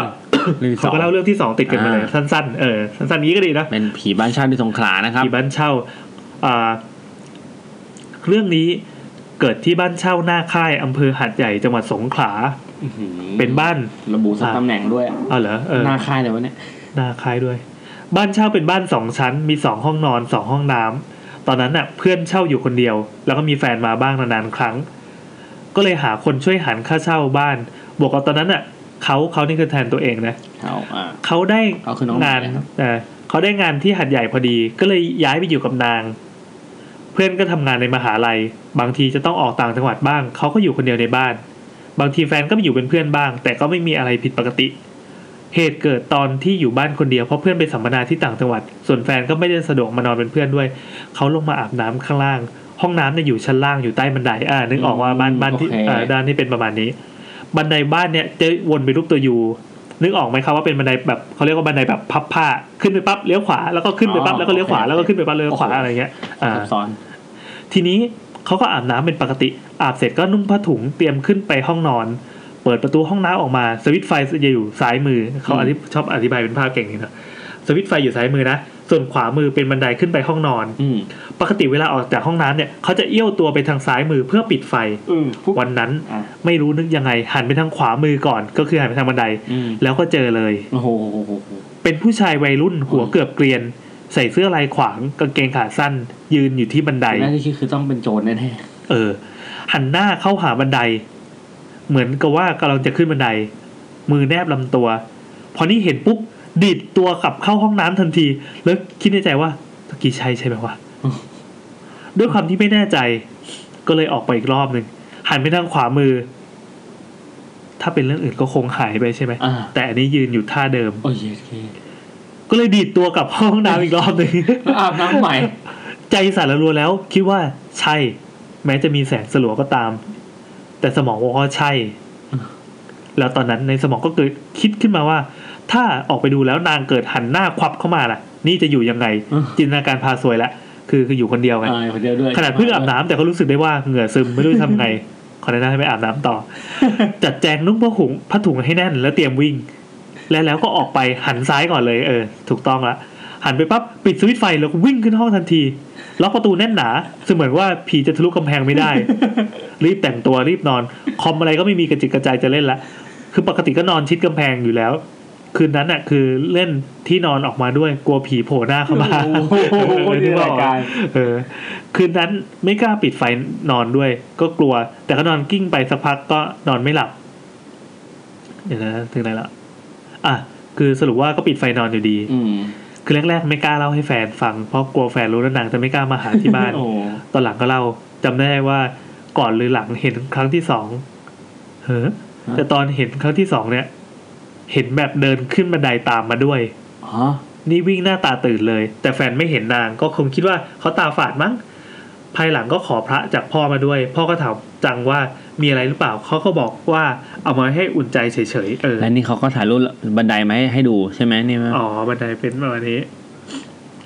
เรื่องที่ส เขา อง ก็เล่าเรื่องที่สองติดกันมาเลย อ่า สั้นๆเออสั้นๆอย่างนี้ก็ดีนะ เป็นผีบ้านเช่าที่สงขลานะครับ ที่บ้านเช่าอ่าเรื่องนี้เกิดที่บ้านเช่าหน้าค่ายอำเภอหัดใหญ่จังหวัดสงขลา อื้อหือ เป็นบ้าน ระบุสักตำแหน่งด้วยอะ อ๋อเหรอเออ หน้าค่ายเลยวะเนี่ย หน้าคล้ายด้วย บ้านเช่าเป็นบ้านสองชั้น มีสองห้องนอนสองห้องน้ำตอนนั้นน่ะ เพื่อนเช่าอยู่คนเดียว แล้วก็มีแฟนมาบ้างนานๆครั้ง ก็เลยหาคนช่วยหันค่าเช่าบ้าน บวกกับตอนนั้นน่ะเขาเขานี่คือแทนตัวเองนะ เอาอ่ะ เขาได้ เขาคือน้องใหม่ งาน นะครับ เออเขาได้งานที่หัดใหญ่พอดี ก็เลยย้ายไปอยู่กับนาง เพื่อนก็ทำงานในมหาลัย บางทีจะต้องออกต่างจังหวัดบ้างเขาก็อยู่คนเดียวในบ้าน บางทีแฟนก็ไปอยู่เป็นเพื่อนบ้าง แต่ก็ไม่มีอะไรผิดปกติ เหตุเกิดตอนที่อยู่บ้านคนเดียวเพราะเพื่อนไปสัมมนาที่ต่างจังหวัด ส่วนแฟนก็ไม่ได้สะดวกมานอนเป็นเพื่อนด้วย เขาลงมาอาบน้ำข้างล่าง ห้องน้ำเนี่ยอยู่ชั้นล่างอยู่ใต้บันไดอ่านึกออกว่าบ้านบ้านที่ โอเค อ่าด้านที่เป็นประมาณนี้ บันไดบ้านเนี่ยจะวนเป็นรูปตัวยูนึกออกไหมครับว่าเป็นบันไดแบบเขาเรียกว่าบันไดแบบพับผ้าขึ้นไปปั๊บเลี้ยวขวาแล้วก็ขึ้นไปปั๊บแล้วก็เลี้ยวขวาแล้วก็ขึ้นไปปั๊บเลี้ยวขวาอะไรเงี้ยอ่า ซับซ้อน ทีนี้เขาก็อาบน้ำเป็นปกติ อาบเสร็จก็นุ่งผ้าถุงเตรียมขึ้นไปห้องนอน เปิดประตูห้องน้ำออกมา สวิตช์ไฟจะอยู่ซ้ายมือเขาอธิชอบอธิบายเป็นภาพเก่งนี่นะสวิตช์ไฟอยู่ซ้ายมือนะส่วนขวามือเป็นบันไดขึ้นไปห้องนอน อืม ปกติเวลาออกจากห้องน้ำเนี่ยเขาจะเอี้ยวตัวไปทางซ้ายมือเพื่อปิดไฟ อืมปุ๊บ วันนั้น อ่ะ ไม่รู้นึกยังไง หันไปทางขวามือก่อน ก็คือหันไปทางบันได อืม แล้วก็เจอเลย โอ้โห เป็นผู้ชายวัยรุ่นหัว อืม เกือบเกรียน ใส่เสื้อลายขวางกางเกงขาสั้น ยืนอยู่ที่บันได หน้าที่คือต้องเป็นโจรแน่ เออ หันหน้าเข้าหาบันได เหมือนกับว่ากำลังจะขึ้นบันได มือแนบลำตัว พอนี่เห็นปุ๊บดีดตัวกลับเข้าห้องน้ำทันที แล้วคิดในใจว่าตะกี้ใช่ใช่ไหมวะด้วยความที่ไม่แน่ใจ ก็เลยออกไปอีกรอบหนึ่งหันไปทางขวามือ ถ้าเป็นเรื่องอื่นก็คงหายไปใช่ไหม ๆอ่า แต่อันนี้ยืนอยู่ท่าเดิม โอ้ยโอเค ก็เลยดีดตัวกลับห้องน้ำอีกรอบหนึ่ง แล้วอาบน้ำใหม่ ใจสั่นระรัวแล้วคิดว่าใช่ แม้จะมีแสงสลัวก็ตาม แต่สมองบอกว่าใช่ อืม แล้วตอนนั้นในสมองก็เกิดคิดขึ้นมาว่า ถ้าออกไปดูแล้วนางเกิดหันหน้าควับเข้ามาล่ะ นี่จะอยู่ยังไง จินตนาการพาซวยละคือคืออยู่คนเดียวไง อ่าคนเดียวด้วย ขนาดเพิ่งอาบน้ำแต่ก็รู้สึกได้ว่าเหงื่อซึมไม่รู้จะทำไง ขอแนะนำให้ไปอาบน้ำต่อ จัดแจงนุ่งผ้าถุงผ้าถุงให้แน่นแล้วเตรียมวิ่ง และแล้วก็ออกไปหันซ้ายก่อนเลยเออ ถูกต้องละหันไปปั๊บปิดสวิตช์ไฟแล้วก็วิ่งขึ้นห้องทันทีล็อกประตูแน่นหนาเสมือนว่าผีจะทะลุกำแพงไม่ได้ รีบแต่งตัวรีบนอน คอมอะไรก็ไม่มีกระจิกกระจายจะเล่นละคือปกติก็นอนชิดกำแพงอยู่แล้ว คืนนั้นน่ะ คือเล่นที่นอนออกมาด้วยกลัวผีโผล่หน้าเข้ามา โอ้โหคนเดียวรายการ เออ คืนนั้นไม่กล้าปิดไฟนอนด้วย ก็กลัว แต่ก็นอนกิ้งไปสักพักก็นอนไม่หลับเดี๋ยวนะถึงไหนละอ่ะคือสรุปว่าก็ปิดไฟนอนอยู่ดี อืม คือแรกๆไม่กล้าเล่าให้แฟนฟังเพราะกลัวแฟนรู้แล้วนางจะไม่กล้ามาหาที่ บ้าน โอ้ ตอนหลังก็เล่าจำได้ว่าก่อนหรือหลังเห็นครั้งที่สองเฮ้อแต่ตอนเห็นครั้งที่สองเนี่ย เห็นแบบเดินขึ้นบันไดตามมาด้วย ฮะ นี่วิ่งหน้าตาตื่นเลย แต่แฟนไม่เห็นนางก็คงคิดว่าเขาตาฝาดมั้งภายหลังก็ขอพระจากพ่อมาด้วย พ่อก็ถามจังว่ามีอะไรหรือเปล่าเขาก็บอกว่าเอามาให้อุ่นใจเฉยๆเออ และนี่เขาก็ถ่ายรูปบันไดมาให้ให้ดูใช่ไหมนี่มั้ย อ๋อบันไดเป็นประมาณนี้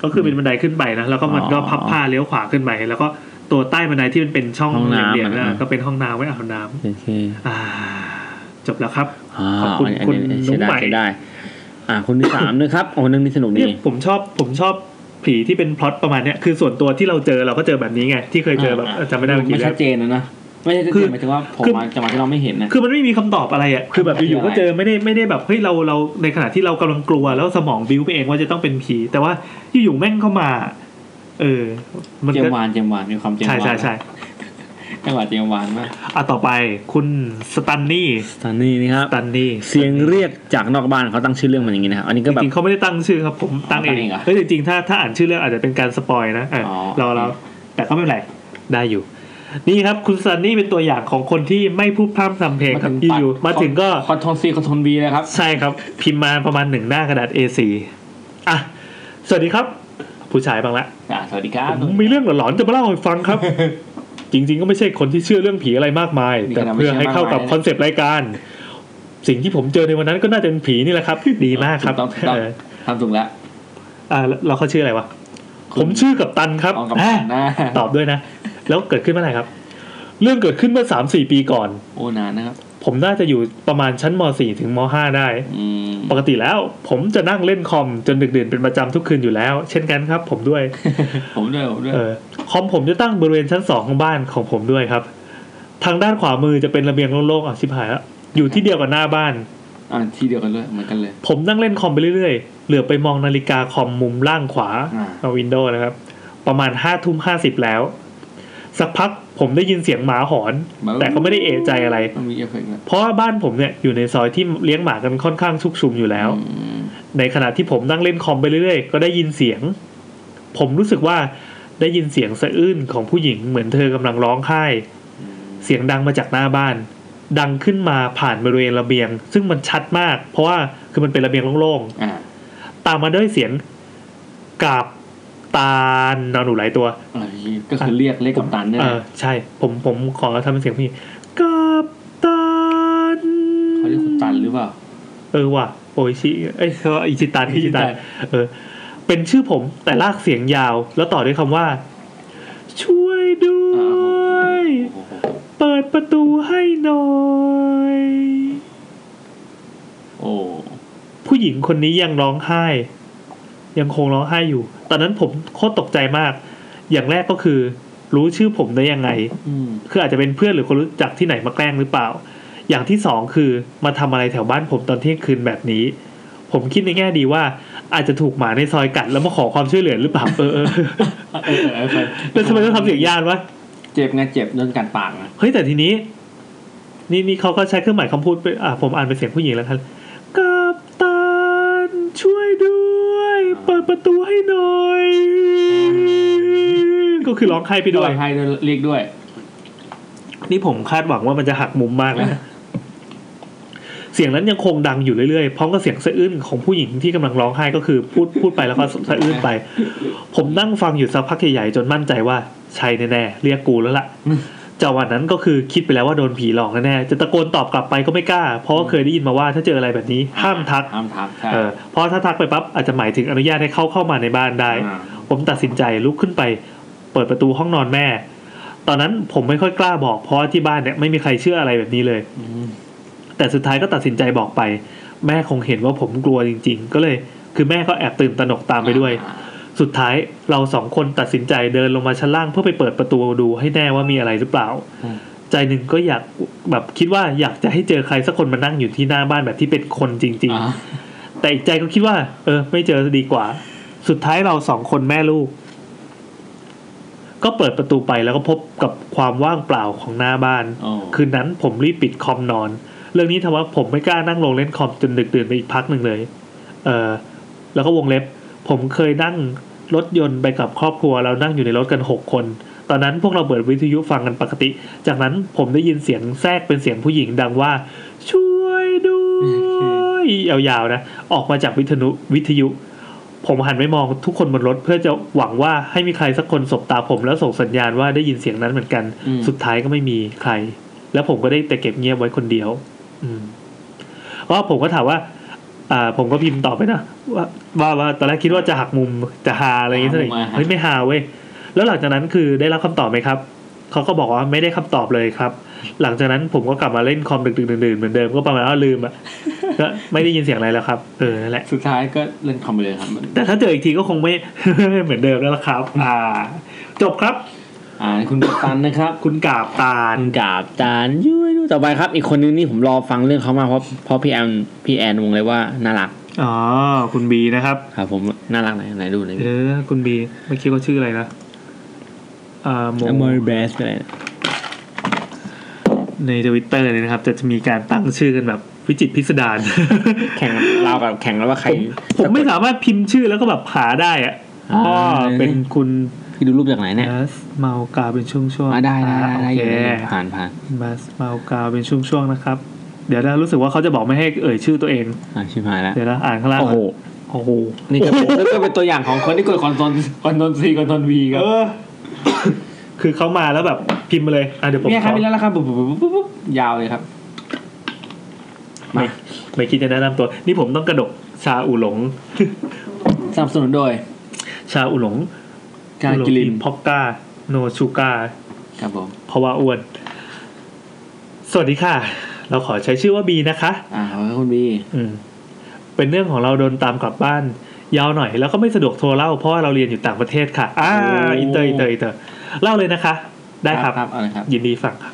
ก็คือเป็นบันไดขึ้นไปนะแล้วก็มันก็ อ๋อ พับผ้าเลี้ยวขวาขึ้นไปแล้วก็ตัวใต้บันไดที่มันเป็นช่อง ห้องน้ำ เหลี่ยมๆ อ่ะ นะก็เป็นห้องน้ำไว้อาบน้ำ โอเค อ่า จบแล้วครับ อ่า ขอบคุณ นนี้ คุณ อันนี้ใช้ น้องใหม่ ได้ใช้ได้ อ่าคนที่สามนะครับโอ้นึงนี่สนุกดี เนี่ยผมชอบผมชอบผีที่เป็นพล็อตประมาณเนี้ยคือส่วนตัวที่เราเจอเราก็เจอแบบนี้ไง ที่เคยเจอแบบจำไม่ได้ว่า ไม่ กี่แล้ ชั ว ดเจนนะนะไม่ใช่ชัด คื เจ อน หมายถึงว่าผม คือ มาจังหวะที่เราไม่เห็นนะ คือมันไม่มีคำตอบอะไรอ่ะคือแบบอยู่ๆก็เจอไม่ได้ไม่ได้แบบเฮ้ยเราเราในขณะที่เรากำลังกลัวแล้วสมองบิ้วไปเองว่าจะต้องเป็นผีแต่ว่าอยู่ๆแม่งเข้ามา เออ มัน เจม ก็ วานเจมวานมีความเจม ใช่ วาน ใช่ใช่ จังหวะเจมวานมาก อ่ะต่อไปคุณสตันนี่ ตอนนี้นะครับ สตันนี่ เสียงเรียกจากนอกบ้านเขาตั้งชื่อเรื่องมันอย่างนี้นะครับอันนี้ก็แบ จ บ ริงๆเขาไม่ได้ตั้งชื่อครับผมตั้งเอ ตั้งเอง งเหรอ เฮ้ยจริงๆถ้าถ้าอ่านชื่อเรื่องอาจจะเป็นการสปอยนะเอออ อ เราเราแต่ก็ไม่เป็นไรได้อยู่ นี่ครับคุณสตันนี่เป็นตัวอย่างของคนที่ไม่พูดพร่ำทำเพลงครับ ปัด อยู่ๆมาถึงก็ คอนโทนซีคอนโทนบีนะครับ ใช่ครับ พิมพ์มาประมาณหนึ่งหน้ากระดาษ A4 อ่ะ สวัสดีครับ ผู้ชายบ้างละ อ่าสวัสดีครับ ผมมีเรื่องหลอนๆจะมาเล่าให้ฟังครับ จริง ๆ ก็ไม่ใช่คนที่เชื่อเรื่องผีอะไรมากมาย นี่ แต่ ขนาดไม่ เพื่อให้เข้ากับ เชื่อมากมายนะ คอนเซปต์รายการ สิ่งที่ผมเจอในวันนั้นก็น่าจะเป็นผีนี่แหละครับ ดีมากครับ ถูกต้องถูกต้อง เออ ทำถูกแล้ว อ่ะแล้วเราเขาชื่ออะไรวะ คุณ ผมชื่อกับตันครับ เอากับ อ่ะ หน้า ตอบด้วยนะ แล้วเกิดขึ้นเมื่อไหร่ครับ เรื่องเกิดขึ้นเมื่อสามสี่ปีก่อน โอ้นานนะครับ ผมน่าจะอยู่ประมาณชั้นม .4 ถึงม .5 ได้ อืม ปกติแล้วผมจะนั่งเล่นคอมจนดึกดื่นเป็นประจำทุกคืนอยู่แล้ว เช่นกันครับผม ด้วย ผมด้วยผมด้วย เออคอมผมจะตั้งบริเวณชั้นสองของบ้านของผมด้วยครับ ทางด้านขวามือจะเป็นระเบียงโล่งๆอ่ะชิบหายแล้วอยู่ที่เดียวกับหน้าบ้าน อ่าที่เดียวกันด้วยเหมือนกันเลย ผมนั่งเล่นคอมไปเรื่อยๆ เหลือบไปมองนาฬิกาคอมมุมล่างขวา อ่า เอาวินโดว์นะครับ ประมาณห้าทุ่มห้าสิบแล้ว สักพักผมได้ยินเสียงหมาหอน แต่ก็ไม่ได้เอะใจอะไร มันมีเอฟเฟกต์นะ เพราะว่าบ้านผมเนี่ยอยู่ในซอยที่เลี้ยงหมากันค่อนข้างชุกชุมอยู่แล้ว อืม ในขณะที่ผมนั่งเล่นคอมไปเรื่อยๆ ก็ได้ยินเสียง ผมรู้สึกว่าได้ยินเสียงสะอื้นของผู้หญิงเหมือนเธอกำลังร้องไห้ เสียงดังมาจากหน้าบ้าน ดังขึ้นมาผ่านบริเวณระเบียง ซึ่งมันชัดมาก เพราะว่าคือมันเป็นระเบียงโล่ง อ่า ๆ ตามมาด้วยเสียงกาบตาลนอนหนูหลายตัว อ่าก็คือเรียกเรียกกับตันเนี่ย เอ แหละ อใช่ ผมผมขอทำเป็นเสียงผู้หญิงกาบตาล เขาเรียกกับตันหรือเปล่า เออว่ะโออิชิเอ้ยเขาว่าอิชิตันอิชิตัน เออเป็นชื่อผมแต่ลากเสียงยาว แล้วต่อด้วยคำว่า ช่วยด้วย โอ้โห เปิดประตูให้หน่อย โอ้ ผู้หญิงคนนี้ยังร้องไห้ ยังคงร้องไห้อยู่ ตอนนั้นผมโคตรตกใจมาก อย่างแรกก็คือ รู้ชื่อผมได้ยังไง อืม คืออาจจะเป็นเพื่อนหรือคนรู้จักที่ไหนมาแกล้งหรือเปล่า อย่างที่สองคือมาทำอะไรแถวบ้านผมตอนเที่ยงคืนแบบนี้ ผมคิดในแง่ดีว่า อาจจะถูกหมาในซอยกัด แล้วมาขอความช่วยเหลือหรือเปล่าเออเออ เออเออเออเออ แล้วทำไมต้องทำเสียงยานวะ เจ็บไงเจ็บโดนกัดปากนะ เฮ้ยแต่ทีนี้ นี่นี่เขาก็ใช้เครื่องหมายคำพูดไปอ่ะผมอ่านเป็นเสียงผู้หญิงแล้วครับกับตันช่วยด้วย เปิดประตูให้หน่อย ก็คือร้องไห้ไปด้วย ให้ด้วยเรียกด้วย นี่ผมคาดหวังว่ามันจะหักมุมมากเลยนะ เสียงนั้นยังคงดังอยู่เรื่อยๆ พร้อมกับเสียงสะอื้นของผู้หญิงที่กำลังร้องไห้ก็คือพูดพูดไปแล้วก็สะอื้นไป ผมนั่งฟังอยู่สักพักใหญ่ๆจนมั่นใจว่าใช่แน่ๆ เรียกกูแล้วล่ะจังหวะนั้นก็คือคิดไปแล้วว่าโดนผีหลอกแน่ๆ จะตะโกนตอบกลับไปก็ไม่กล้า เพราะว่าเคยได้ยินมาว่าถ้าเจออะไรแบบนี้ ห้ามทัก ห้ามทักใช่ เออเพราะถ้าทักไปปั๊บอาจจะหมายถึงอนุญาตให้เข้าเข้ามาในบ้านได้ อ่า ผมตัดสินใจลุกขึ้นไป เปิดประตูห้องนอนแม่ ตอนนั้นผมไม่ค่อยกล้าบอกเพราะว่าที่บ้านเนี่ยไม่มีใครเชื่ออะไรแบบนี้เลย อืม แต่สุดท้ายก็ตัดสินใจบอกไป แม่คงเห็นว่าผมกลัวจริง ๆ ก็เลย คือแม่ก็แอบตื่นตระหนกตามไปด้วย อ่า สุดท้ายเราสองคนตัดสินใจเดินลงมาชั้นล่างเพื่อไปเปิดประตูดูให้แน่ว่ามีอะไรหรือเปล่า อ่า ใจหนึ่งก็อยากแบบคิดว่าอยากจะให้เจอใครสักคนมานั่งอยู่ที่หน้าบ้านแบบที่เป็นคนจริง ๆ อ่า แต่อีกใจก็คิดว่า เออ ไม่เจอจะดีกว่า สุดท้ายเราสองคนแม่ลูก ก็เปิดประตูไปแล้วก็พบกับความว่างเปล่าของหน้าบ้าน โอ้ คืนนั้นผมรีบปิดคอมนอน เรื่องนี้ทำว่าผมไม่กล้านั่งลงเล่นคอมจนดึกดื่นไปอีกพักหนึ่งเลย เออแล้วก็วงเล็บ ผมเคยนั่งรถยนต์ไปกับครอบครัวเรานั่งอยู่ในรถกันหกคน ตอนนั้นพวกเราเปิดวิทยุฟังกันปกติ จากนั้นผมได้ยินเสียงแทรกเป็นเสียงผู้หญิงดังว่า ช่วยด้วยยาวๆนะ ออกมาจากวิทยุวิทยุ ผมหันไปมองทุกคนบนรถเพื่อจะหวังว่าให้มีใครสักคนสบตาผมแล้วส่งสัญญาณว่าได้ยินเสียงนั้นเหมือนกัน อืม สุดท้ายก็ไม่มีใคร แล้วผมก็ได้แต่เก็บเงียบไว้คนเดียว อืมก็ผมก็ถามว่า อ่า ผมก็พิมพ์ตอบไปนะว่าว่าว่าตอนแรกคิดว่าจะหักมุมจะฮาอะไรอย่างเงี้ย หามุ เท่าม ไหร่ มาฮะ เฮ้ยไม่ฮาเว้ยแล้วหลังจากนั้นคือได้รับคำตอบไหมครับเขาก็บอกว่าไม่ได้คำตอบเลยครับ หลังจากนั้นผมก็กลับมาเล่นคอมดึกๆดื่นๆเหมือนเดิมก็ประมาณว่าลืมอ่ะ ก็ไม่ได้ยินเสียงอะไรแล้วครับเออนั่นแหละ สุดท้ายก็เล่นคอมไปเลยครับ แต่ถ้าเจออีกทีก็คงไม่ เหมือนเดิมแล้วล่ะครับ อ่า จบครับ อ่าคุณกัปตันนะครับ คุณกาบตาล คุณกาบจานยุ้ยดูต่อไปครับ อีกคนนึงนี่ผมรอฟังเรื่องเขามากเพราะเพราะพี่แอนพี่แอนวงเลยว่าน่ารัก อ๋อคุณบีนะครับ ครับ ผมน่ารักไหนไหนดูหน่อย เออ คุณบีเมื่อกี้เขาชื่ออะไรนะอ่าโม เมอร์เบสอะไรนะ ในทวิตเตอร์เลยนะครับ จะมีการตั้งชื่อกันแบบวิจิตรพิสดาร แข่งเรากับแข่งแล้วว่าใคร ผมไม่สามารถพิมพ์ชื่อแล้วก็แบบหาได้อะอ๋อ อ่า เป็นคุณ พี่ดูรูปจากไหนเนี่ย บัสเมากาเป็นช่วงๆ มาได้ได้ อ่า ได้ได้ โอเค อยู่ผ่านผ่าน บัสเมากาเป็นช่วงๆนะครับ เดี๋ยวนะรู้สึกว่าเขาจะบอกไม่ให้เอ่ยชื่อตัวเอง อ่าชิบหายแล้ว เดี๋ยวนะอ่านข้างล่าง โอ้โห โอ้โห นี่ก็เป็นก็เป็นตัวอย่างของคนที่กดคอนโซลคอนโซลซีคอนโซลวีครับ เออ คือเขามาแล้วแบบพิมพ์มาเลยอ่ะเดี๋ยวผม เนี่ยครับ ขอ มีแล้วนะครับปุ๊บปุ๊บปุ๊บปุ๊บปุ๊บยาวเลยครับ ไม่ไม่คิดจะแนะนำตัว นี่ผมต้องกระดกชาอูหลง สนับสนุนโดย ชาอูหลง การกิลิน พอกกาโนชูกา ครับผม เพราะว่าอ้วน สวัสดีค่ะ เราขอใช้ชื่อว่าบีนะคะ อ่าขอบคุณคุณบี อืม เป็นเรื่องของเราโดนตามกลับบ้าน ยาวหน่อย แล้วก็ไม่สะดวกโทรเล่าเพราะว่าเราเรียนอยู่ต่างประเทศค่ะ อ่า อินเตอร์อินเตอร์อินเตอร์ เล่าเลยนะคะ ได้ครับ ครับเอาเลยครับ ยินดีฟังครับ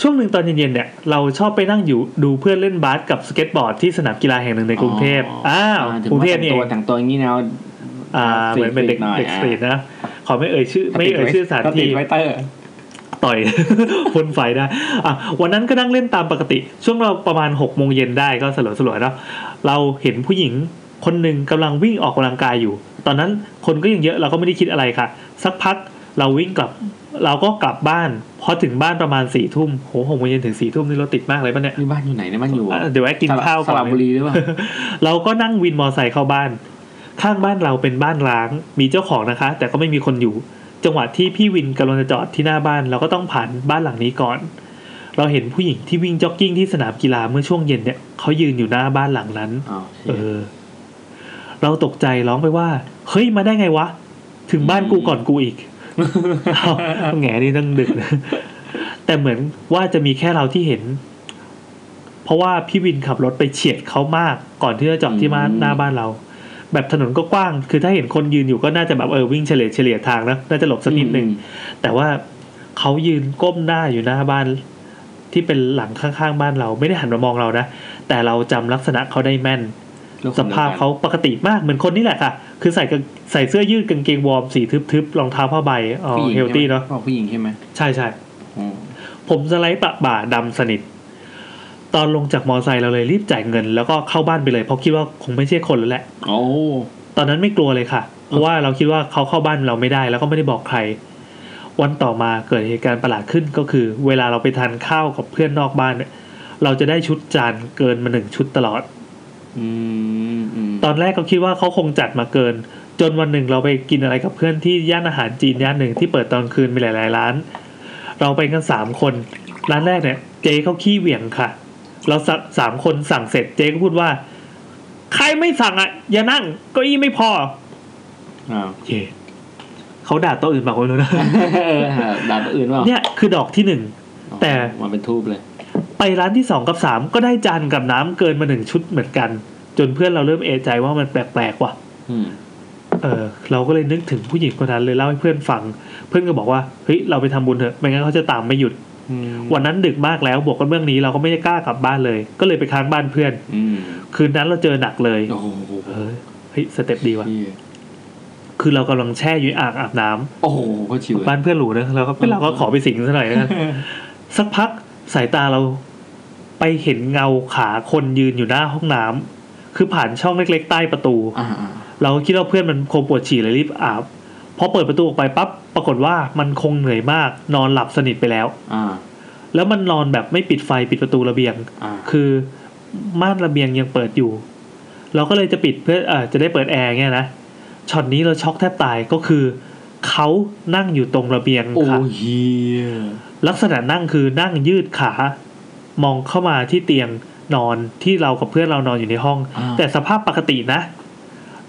ช่วงหนึ่งตอนเย็นๆเนี่ย เราชอบไปนั่งอยู่ดูเพื่อนเล่นบาสกับสเก็ตบอร์ดที่สนามกีฬาแห่งหนึ่งในกรุงเทพอ้าว ถึ กรุงเทพ ว่า นี่เอง แต่งตัวแต่งตัวอย่างนี้แนว อ่า street เหมือนเป็นเด็ก หน่อย เด็ก อ่า สตรีทนะ ขอไม่เอ่ยชื่อ ไม่เอ่ยชื่อสถาน ติ ที่ ดไวเตอร์ ต่อย พ่นไฟได้อ่ะวันนั้นก็นั่งเล่นตามปกติ ช่วงเราประมาณ6กโมงเย็นได้ก็สลัวสลัวๆเนาะเราเห็นผู้หญิงคนหนึ่งกำลังวิ่งออกกำลังกายอยู่ ตอนนั้นคนก็ยังเยอะเราก็ไม่ได้คิดอะไรค่ะ สักพักเราวิ่งกลับ เราก็กลับบ้าน พอถึงบ้านประมาณสี่ทุ่มโหหกโมงเย็นถึงสี่ทุ่มนี่รถติดมากเลยปะเนี่ย นี่บ้านอยู่ไหนเนี่ยบ้านอยู่ อ่ะเดี๋ยวไว้กินข้าว ส ก่อน ระบุรีหรือเปล่า เราก็นั่งวินมอไซค์เข้าบ้าน ข้างบ้านเราเป็นบ้านร้าง มีเจ้าของนะคะ แต่ก็ไม่มีคนอยู่ จังหวะที่พี่วินกำลังจะจอดที่หน้าบ้าน เราก็ต้องผ่านบ้านหลังนี้ก่อน เราเห็นผู้หญิงที่วิ่งจ็อกกิ้งที่สนามกีฬาเมื่อช่วงเย็นเนี่ยเขายืนอยู่หน้าบ้านหลังนั้น อ๋อ เออ เราตกใจร้องไปว่า เฮ้ยมาได้ไงวะ ถึงบ้านกูก่อนกูอีก อ้าวแหงนี่ตั้งดึกนะแต่เหมือนว่าจะมีแค่เราที่เห็น เพราะว่าพี่วินขับรถไปเฉียดเขามาก ก่อนที่จะจอดที่บ้านหน้าบ้านเรา แบบถนนก็กว้าง คือถ้าเห็นคนยืนอยู่ก็น่าจะแบบเออวิ่งเฉลี่ยเฉลี่ยทางนะน่าจะหลบสักนิดนึง แต่ว่าเขายืนก้มหน้าอยู่หน้าบ้าน ที่เป็นหลังข้างๆบ้านเราไม่ได้หันมามองเรานะแต่เราจำลักษณะเขาได้แม่น ลูก สภาพเขาปกติมากเหมือนคนนี่แหละค่ะ คือใส่กางใส่เสื้อยืดกางเกงวอร์มสีทึบๆรองเท้าผ้าใบอ๋อ ผู้หญิง เฮลตี้เนาะ ใช่ไหมบอกผู้หญิงใช่ไหม ใช่ใช่ อ๋อ ๆ ผมสไลด์ปะบ่าดำสนิท ตอนลงจากมอไซค์เราเลยรีบจ่ายเงิน แล้วก็เข้าบ้านไปเลยเพราะคิดว่าคงไม่ใช่คนแล้วแหละ โอ้ ตอนนั้นไม่กลัวเลยค่ะ เพราะว่าเราคิดว่าเขาเข้าบ้านเราไม่ได้ แล้วก็ไม่ได้บอกใคร วันต่อมาเกิดเหตุการณ์ประหลาดขึ้นก็คือ เวลาเราไปทานข้าวกับเพื่อนนอกบ้านเนี่ยเราจะได้ชุดจานเกินมาหนึ่งชุดตลอด อืมอืม ตอนแรกก็คิดว่าเขาคงจัดมาเกิน จนวันหนึ่งเราไปกินอะไรกับเพื่อนที่ย่านอาหารจีนย่านหนึ่งที่เปิดตอนคืนมีหลาย ๆ ร้าน เราไปกันสามคน ร้านแรกเนี่ย เจ๊เขาขี้เหวี่ยงค่ะ เราสักสามคนสั่งเสร็จเจ๊ก็พูดว่า ใครไม่สั่งอ่ะ อย่านั่งเก็อี้ไม่พอ อ้าว เย่เขาด่าโต๊ะอื่นมาคนแล้วนะ เออด่าตัว อื่นเปล่า เนี่ยคือดอกที่หนึ่ง แต่ มันเป็นทูบเลย ไปร้านที่สองกับสามก็ได้จานกับน้ำเกินมาหนึ่งชุดเหมือนกัน จนเพื่อนเราเริ่มเอะใจว่ามันแปลก ๆ ว่ะ อืม เออเราก็เลยนึกถึงผู้หญิงคนนั้นเลยเล่าให้เพื่อนฟัง เพื่อนก็บอกว่าเฮ้ยเราไปทำบุญเถอะไม่งั้นเขาจะตามไม่หยุด อืม วันนั้นดึกมากแล้วบวกกับเรื่องนี้เราก็ไม่ได้กล้ากลับบ้านเลย ก็เลยไปค้างบ้านเพื่อน อืม คืนนั้นเราเจอหนักเลย โอ้โห เออเฮ้ยสเต็ปดีว่ะ เหี้ย คือเรากำลังแช่อยู่ในอ่างอาบน้ำ โอ้โหก็ชิวเลย บ้านเพื่อนหรูนะเราก็เราก็ขอไปสิงซะหน่อยนะ สักพักสายตาเราไปเห็นเงาขาคนยืนอยู่หน้าห้องน้ำคือผ่านช่องเล็ก ๆ ใต้ประตู อ่าอ่า เราก็คิดว่าเพื่อนมันคงปวดฉี่เลยรีบอาบพอเปิดประตูออกไปปั๊บปรากฏว่ามันคงเหนื่อยมาก นอนหลับสนิทไปแล้ว อ่า แล้วมันนอนแบบไม่ปิดไฟปิดประตูระเบียง อ่า คือม่านระเบียงยังเปิดอยู่ เราก็เลยจะปิดเพื่อเออจะได้เปิดแอร์เงี้ยนะช็อตนี้เราช็อกแทบตายก็คือเขานั่งอยู่ตรงระเบียง โอ้ ค่ะ เฮีย ลักษณะนั่งคือนั่งยืดขา มองเข้ามาที่เตียงนอนที่เรากับเพื่อนเรานอนอยู่ในห้อง อ่า แต่สภาพปกตินะ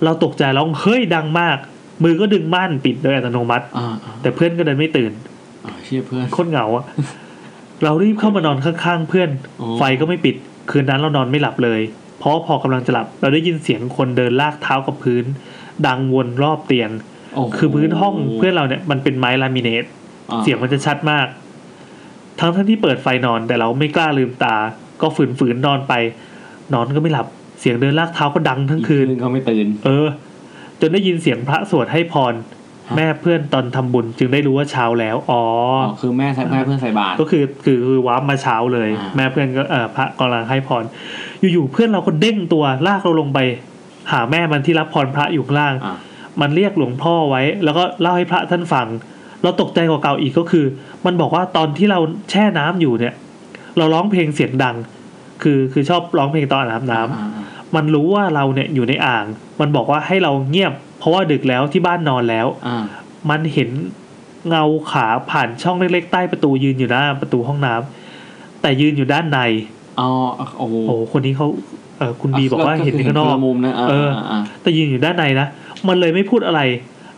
เราตกใจร้องเฮ้ยดังมาก มือก็ดึงม่านปิดโดยอัตโนมัติ อ่าอ่า แต่เพื่อนก็เดินไม่ตื่น อ่าเชี่ยเพื่อน โคตรเหงาอะเรารีบเข้ามานอนข้างๆเพื่อน โอ้ ไฟก็ไม่ปิด คืนนั้นเรานอนไม่หลับเลย เพราะพอกำลังจะหลับ เราได้ยินเสียงคนเดินลากเท้ากับพื้น ดังวนรอบเตียง โโห คือพื้นห้องเพื่อนเราเนี่ยมันเป็นไม้ลามิเนต อ่า เสียงมันจะชัดมาก ทั้งท่านที่เปิดไฟนอนแต่เราไม่กล้าลืมตา ก็ฝืนๆนอนไป นอนก็ไม่หลับ เสียงเดินลากเท้าก็ดังทั้งคืน อีกเขาไม่ตื่น เออ จนได้ยินเสียงพระสวดให้พร ฮะ แม่เพื่อนตอนทำบุญจึงได้รู้ว่าเช้าแล้ว อ๋อ อ๋อคือแม่ใส่แม่เพื่อนใส่บาตร ก็คือคือคือว้าร์ปมาเช้าเลย อ่า แม่เพื่อนก็เออพระกำลังให้พร อยู่ๆเพื่อนเราก็เด้งตัวลากเราลงไป หาแม่มันที่รับพรพระอยู่ข้างล่าง อ่า มันเรียกหลวงพ่อไว้ แล้วก็เล่าให้พระท่านฟัง เราตกใจกว่าเก่าอีกก็คือ มันบอกว่าตอนที่เราแช่น้ำอยู่เนี่ย เราร้องเพลงเสียงดัง คือคือชอบร้องเพลงตอนอาบน้ำ อ่าอ่า มันรู้ว่าเราเนี่ยอยู่ในอ่าง มันบอกว่าให้เราเงียบ เพราะว่าดึกแล้วที่บ้านนอนแล้ว อ่า มันเห็นเงาขาผ่านช่องเล็กๆใต้ประตูยืนอยู่หน้าประตูห้องน้ำแต่ยืนอยู่ด้านใน เอาโอ้โห โอ้โหคนนี้เขาเออคุณบีบอกว่าเห็นในข้างนอก ละมุมนะา เออ า แต่ยืนอยู่ด้านในนะมันเลยไม่พูดอะไร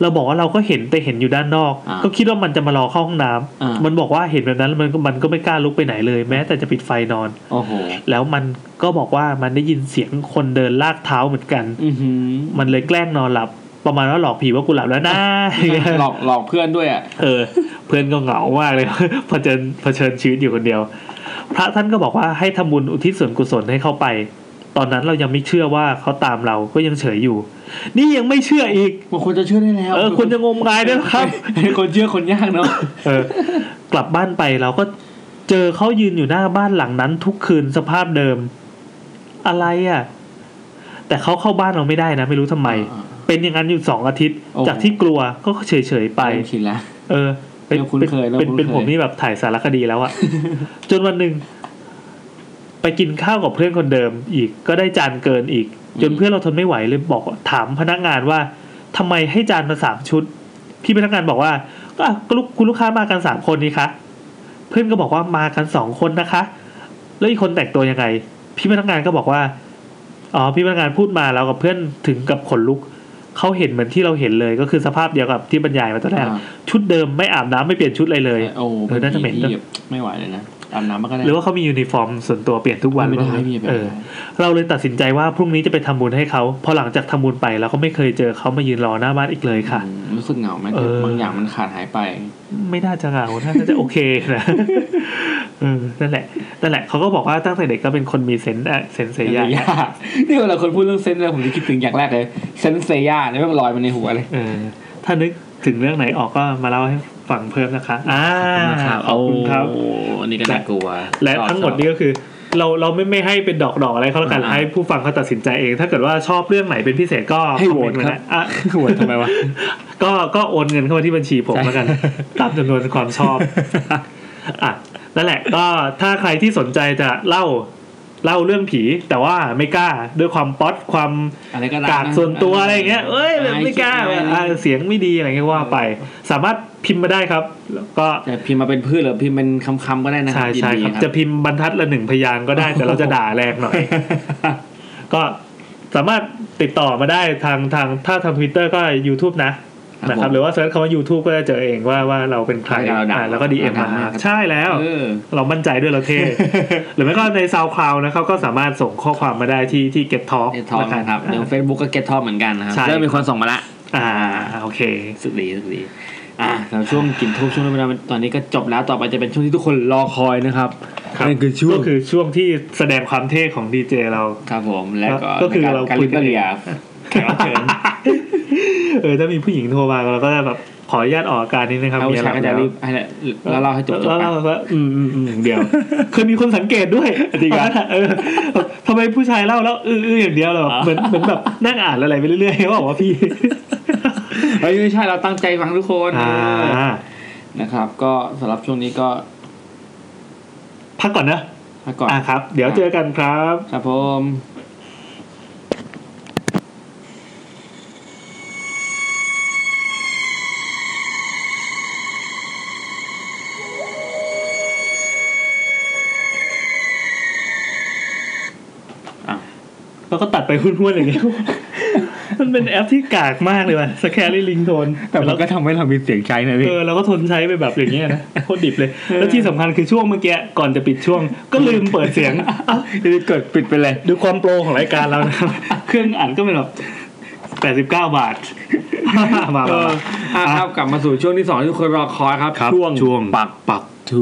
เราบอกว่าเราก็เห็นแต่เห็นอยู่ด้านนอก อ่า ก็คิดว่ามันจะมารอเข้าห้องน้ำ อ่ามั มันบอกว่าเห็นแบบนั้นมันก็มันก็ไม่กล้าลุกไปไหนเลย แม้แต่จะปิดไฟนอน โอ้โห แล้วมันก็บอกว่ามันได้ยินเสียงคนเดินลากเท้าเหมือนกัน อือหือ มันเลยแกล้งนอนหลับ ประมาณว่าหลอกผีว่ากูหลับ แล้วนะ หลอกหลอกเพื่อนด้วยอ่ะ เออเพื่อนก็เหงามากเลย เผชิญเผชิญชีวิตอยู่คนเดียว พระท่านก็บอกว่าให้ทำบุญอุทิศส่วนกุศลให้เข้าไป ตอนนั้นเรายังไม่เชื่อว่าเขาตามเราก็ยังเฉยอยู่ นี่ยังไม่เชื่ออีก มันควรจะเชื่อได้แล้ว เออคุณจะงมงายด้วยนะครับ ให้คนเชื่อคนยากเนาะ เออกลับบ้านไปเราก็เจอเขายืนอยู่หน้าบ้านหลังนั้น ทุกคืนสภาพเดิม อะไรอ่ะ แต่เขาเข้าบ้านเราไม่ได้นะ ไม่รู้ทำไม อ่า เป็นอย่างนั้นอยู่สองอาทิตย์ โอ้โห จากที่กลัวก็เฉยๆไป เริ่มชินละ เออเป็น เริ่มคุ้นเคยเริ่มคุ้นเคยเป็นเป็นผมนี่แบบถ่ายสารคดีแล้ว อะ จนวันหนึ่งไปกินข้าวกับเพื่อนคนเดิมอีกก็ได้จานเกินอีก จนเพื่อนเราทนไม่ไหวเลยบอกถามพนักงานว่าทำไมให้จานมาสามชุด พี่พนักงานบอกว่าก็อ่ะก็ลูกคุณลูกค้ามากันสามคนนี่คะเพื่อนก็บอกว่ามากันสองคนนะคะ แล้วอีกคนแต่งตัวยังไง พี่พนักงานก็บอกว่าอ๋อพี่พนักงานพูดมาแล้วกับเพื่อนถึงกับขนลุกเขาเห็นเหมือนที่เราเห็นเลย ก็คือสภาพเดียวกับที่บรรยายมาตอนแรก อ่า ชุดเดิมไม่อาบน้ำไม่เปลี่ยนชุดอะไรเลย โอ้โห เออน่าจะเหม็น ที่ นะ แบบไม่ไหวเลยนะอาบน้ำมันก็ได้ หรือว่าเขามียูนิฟอร์มส่วนตัวเปลี่ยนทุกวัน ไม่ได้ บ้าง พี่แบบ เออเราเลยตัดสินใจว่าพรุ่งนี้จะไปทำบุญให้เขาพอหลังจากทำบุญไปเราก็ไม่เคยเจอเขามายืนรอหน้าบ้านอีกเลยค่ะ อืมรู้สึกเหงาไหม เออ บางอย่างมันขาดหายไป ไม่น่าจะเหงาน่าจะโอเคนะ เออนั่นแหละนั่นแหละเขาก็บอกว่าตั้งแต่เด็กก็เป็นคนมีเซนส์อะเซนส์เซ เซ ยา ย่านี่เวลาคนพูดเรื่องเซนส์เลยผมจะคิดถึงอย่างแรกเลยเซนเซย่าเนี่ยมันลอยมาในหัวเลย เออ ถ้านึกถึงเรื่องไหนออกก็มาเล่าให้ฟังเพิ่มนะคะอ่าขอบคุณครับ โอ้นี่ก็น่ากลัว และทั้งหมดนี้ก็คือ เราเราไม่ไม่ให้เป็นดอกดอกอะไรเขาแล้วกัน อ่า ให้ผู้ฟังเขาตัดสินใจเอง ถ้าเกิดว่าชอบเรื่องไหนเป็นพิเศษก็ ให้โหวต คอมเมคนต์มารับ นะอ่ะ หัวทำไมวะ ก็ก็โอนเงินเข้ามาที่บัญชีผม ใช่ แล้วกัน ตามจำนวนความชอบอ่ะนั่นแหละ ก็ถ้าใครที่สนใจจะเล่าเล่าเรื่องผี แต่ว่าไม่กล้าด้วยความป๊อตความ อะไรก็ได้ กากส่วนตัวอะไรอย่างเงี้ยเอ้ยแบบไม่กล้า อ อ่ะ ย เสียงไม่ดีอะไรเงี้ยว่าไป สามารถพิมพ์มาได้ครับ แล้วก็ แต่พิมพ์มาเป็นพืชหรือพิมพ์เป็นคำๆก็ได้นะ ใช่ใช่ครับ จะ จะ พิมพ์บรรทัดละหนึ่งพยางค์ก็ได้ แต่เราจะด่าแรง หน่อย ก็สามารถติดต่อมาได้ทางทางถ้าทางทวิตเตอร์ก็ YouTube นะ ครับ นะครัผบ ม หรือว่าเสิร์ชคำว่า YouTube ก็จะเจอเองว่าว่าเราเป็นใคร ใช่เราด่า อ่าแล้วก็ดีเอ็มมา เราด่าครับ ใช่แล้ว เออ เรามั่นใจด้วยเราเท่ หรือไม่ก็ในซาวคลาวนะครับก็สามารถส่งข้อความมาได้ที่ที่ Get Talk เก็ตทอมนะครับ นะ ในเฟซบุ๊กก็เก็ตทอมเหมือนกันนะครับ ใช่ เริ่มมีคนส่งมาละ อ่าโอเค สุดดีสุดดีอ่ะสำหรับช่วงกินทุบช่วงเวลาตอนนี้ก็จบแล้วต่อไปจะเป็นช่วงที่ทุกคนรอคอยนะครับ ครับ นั่นคือช่วง ก็คือช่วงที่แสดงความเท่ของดีเจเรา ครับผมแล้วก็ ก็คือ ใน เรา การ คุ ลิ ย น กัน เตอร์เรีย เอง แขกรับเชิญ เออถ้ามีผู้หญิงโทรมาเราก็จะแบบ ขออนุญาตออกอาการนี้นะครับ แล้ว มีอะไร ชายก็จะรีบให้แล้วแล้วเล่าให้จบจบ แล้ว ไป เราก็อืมอืมอืมอย่างเดียว เคยมีคนสังเกตด้วย จริงเหรอ ตนนั้นอะเออทำไมผู้ชายเล่าแล้วอืออืออย่างเดียวเราแบบ อ๋อ เหมือนเหมือนแบบนั่งอ่านอะไรไปเรื่อยๆเขาบอกว่าพี่ เฮ้ยไม่ใช่เราตั้งใจฟังทุกคน อ่า นะครับ ก็สำหรับช่วงนี้ก็ พักก่อนนะ พักก่อน อ่าครับ เดี๋ยวเจอกันครับ ครับผม แล้วก็ตัดไปห้วนๆอย่างเงี้ย มันเป็นแอปที่กากมากเลยว่ะสแครี่ลิงโทน แต่มันก็ทำให้เรามีเสียงใช้นะพี่ เออเราก็ทนใช้ไปแบบอย่างเงี้ยนะโคตรดิบเลย แล้วที่สำคัญคือช่วงเมื่อกี้ก่อนจะปิดช่วง ก็ลืมเปิดเสี ยงเอ้า จะเกิดปิดไปเลย ดูความโปรของรายการเรานะครับ เครื่องอัดก็เป็นแบบแปดสิบเก้าบาท มา เออมามา อ่ะ อ่ะ ครับกลับมาสู่ช่วงที่สองที่ทุกคนรอคอยครับ ครับ ช่วง ช่วง ปักปักทู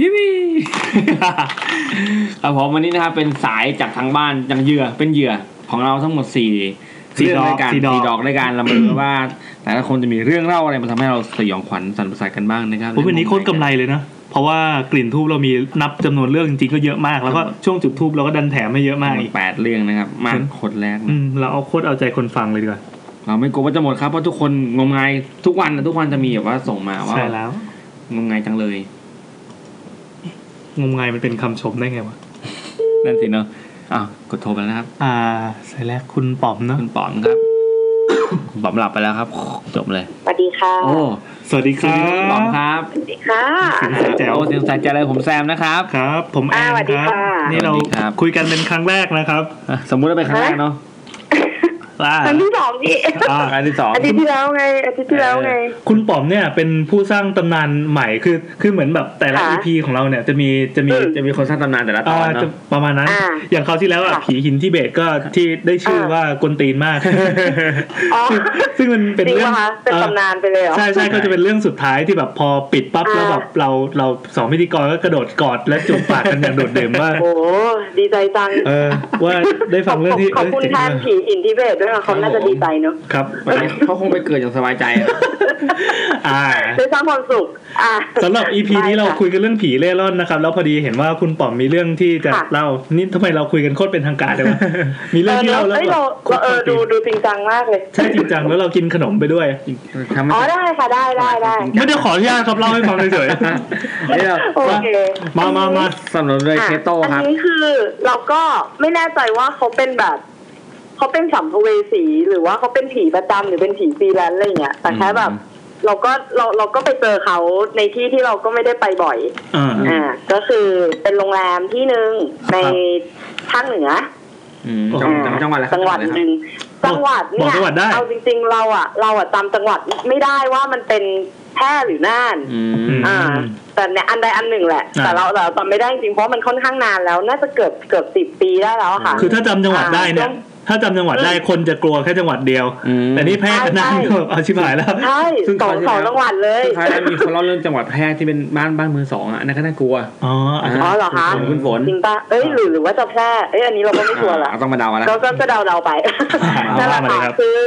ยิปปี้ ครับผมวันนี้นะครับเป็นสายจากทางบ้านจากเหยื่อเป็นเหยื่อของเราทั้งหมดสี่สี่ เรื่อดองก รายการ สี่ดอก สี่ดอก ด้วยกันเราไม่รู้ว่า แต่ละคนจะมีเรื่องเล่าอะไรมาทำให้เราสยองขวัญสันประสาทกันบ้างนะครับ โอ้ยวันนี้โคตรกำไรเลยนะ เพราะว่ากลิ่นทูบเรามีนับจำนวนเรื่องจริงๆก็เยอะมาก แล้วก็ ครับ ช่วงจุดทูบเราก็ดันแถมให้เยอะมากอีก แปดเรื่องนะครับ มาคนแรกนะ อืมเราเอาโคตรเอาใจคนฟังเลยดีกว่า เราไม่กลัวว่าจะหมดครับเพราะทุกคนงมงายทุกวันนะทุกวันจะมีแบบว่าส่งมาว่า ใช่แล้ว งมงายจังเลย งมงายมันเป็นคำชมได้ไงวะ นั่นสิเนอะอ้าวกดโทรไปแล้วนะครับ อ่าสายแรกคุณป๋อมเนาะ คุณป๋อมครับ คุณป๋อมหลับไปแล้วครับ จบเลย สวัสดีค่ะ โอ้ สวัสดีค สวัส รั ดี บ คุณป๋อมครับ สวัสดีค่ะ ถึงสายแจ๋ว โอ้เสียงสายใจเลยผมแซมนะครับ ครับ ผมแอ อ่าน สวัสดี ครับ ค่ะ นี่เรา สวัสดีครับ คุยกันเป็นครั้งแรกนะครับ อ่ะสมมุติว่าเป็นครั้งแรกเนาะ อ่า ครั้งที่สองดิ อ่า ครั้งที่สอง อาทิตย์ที่แล้วไงอาทิตย์ที่แล้วไง คุณป๋อมเนี่ยเป็นผู้สร้างตำนานใหม่คือ คือเหมือนแบบแต่ละ ค่ะ EP ของเราเนี่ยจะมีจะมี อืม จะมีคนสร้างตำนานแต่ละต อ่า อนเน จะ อะ ประมาณนั้น อ่า อย่างคราวที่แล้วอ่ะ ค่ะ ผีหินที่เบตก็ที่ได้ชื่อ อ่า ว่ากวนตีนมาก อ๋อ ซึ่งซึ่งมันเป็น จริง เรื่ เห อ รง อคะเป็น อ่า ตำนานไปเลยเหรอ ใช่ใช่ก็จะเป็นเรื่องสุดท้ายที่แบบพอปิดปั๊บ อ่า แล้วแบบเราเราสองพิธีกรก็กระโดดกอดและจูบปากกันอย่างโดดเด่นว่า โอ้ดีใจจัง เออว่าได้ฟังเรื่องที่ ขอบคุณ เจ๋ง แทน มาก ผีอินทิเบตด้วยค่ะเขาน่าจะดีใจเนอะ ครับ วันนี้เขาคงไปเกิดอย่างสบายใจอะ อ่า ได้สร้างความสุข อ่ะ สำหรับ EP นี้เราคุยกันเรื่องผีเล่ร่อนนะครับ แล้วพอดีเห็นว่าคุณป๋อมมีเรื่องที่จะเล่านี่ทำไมเราคุยกันโคตรเป็นทางการเล ยวะมีเรื่องที่เล่าแล้ว เอ้ยเราเราเออดูดูจริงจังมากเลย ใช่จริงจังแล้วเรากินขนมไปด้วย ทำให้ อ๋อได้ค่ะได้ได้ได้ ไม่ได้ขออนุญาตครับเล่าให้ฟังเฉย เฮ้ยเรา โอเค ๆมามามา สนับสนุนโดยเคโต้ครัอ่ะบ อันนี้คือเราก็ไม่แน่ใจว่าเขาเป็นแบบเขาเป็นสัมภเวสีหรือว่าเขาเป็นผีประจำหรือเป็นผีฟรีแลนซ์อะไรเงี้ยแต่แค่แบบ อืม เราก็เราเราก็ไปเจอเขาในที่ที่เราก็ไม่ได้ไปบ่อย อ่า อ่า ก็คือเป็นโรงแรมที่หนึ่งใน ครับ ภาคเหนือ อืมจังหวัด อ่า จังหวัดอะไรครับอะไรครับจังหวัดหนึ่งจังหวัด บอก เนี่ย จังหวัดได้ เอาจริง ๆ เราอ่ะ เราอ่ะจำจังหวัดไม่ได้ว่ามันเป็นแพร่หรือน่าน อืม อ่า อืม แต่ในอันใดอันหนึ่งแหละ อ่า แต่เราแต่เราจำไม่ได้จริงเพราะมันค่อนข้างนานแล้ว น่าจะเกือบเกือบสิบปีได้แล้วอะค่ะ คือถ้าจำจังหวัดได้เนี่ย อ่า ถ้าจำจังหวัดได้ อืม คนจะกลัวแค่จังหวัดเดียว อืม แต่นี่แพร่ขนาดนี้ ใช่ เอาชิบหายแล้ว ใช่ ซึ่ง ส ต อ อน ง ที่ สอง แล้ว จังหวัดเลย สุดท้ายแล้วมีคนเล่าเรื่องจังหวัดแพร่ที่เป็นบ้านบ้านมือสองอ่ะอันนั่นก็น่ากลัว อ๋ออาจจะ อ๋อเหรอคะ คุณฝนคุณฝน จริงปะเอ้ยหรือหรือว่าจะแพร่เอ้ยอันนี้เราก็ไม่ชัวร์ละ อ่ะต้องมาเดาแล้ว ก็ก็ก็เดาเดาๆไป เอา นั่นแหละ ว่ามาเลยคค่ะรับ คือ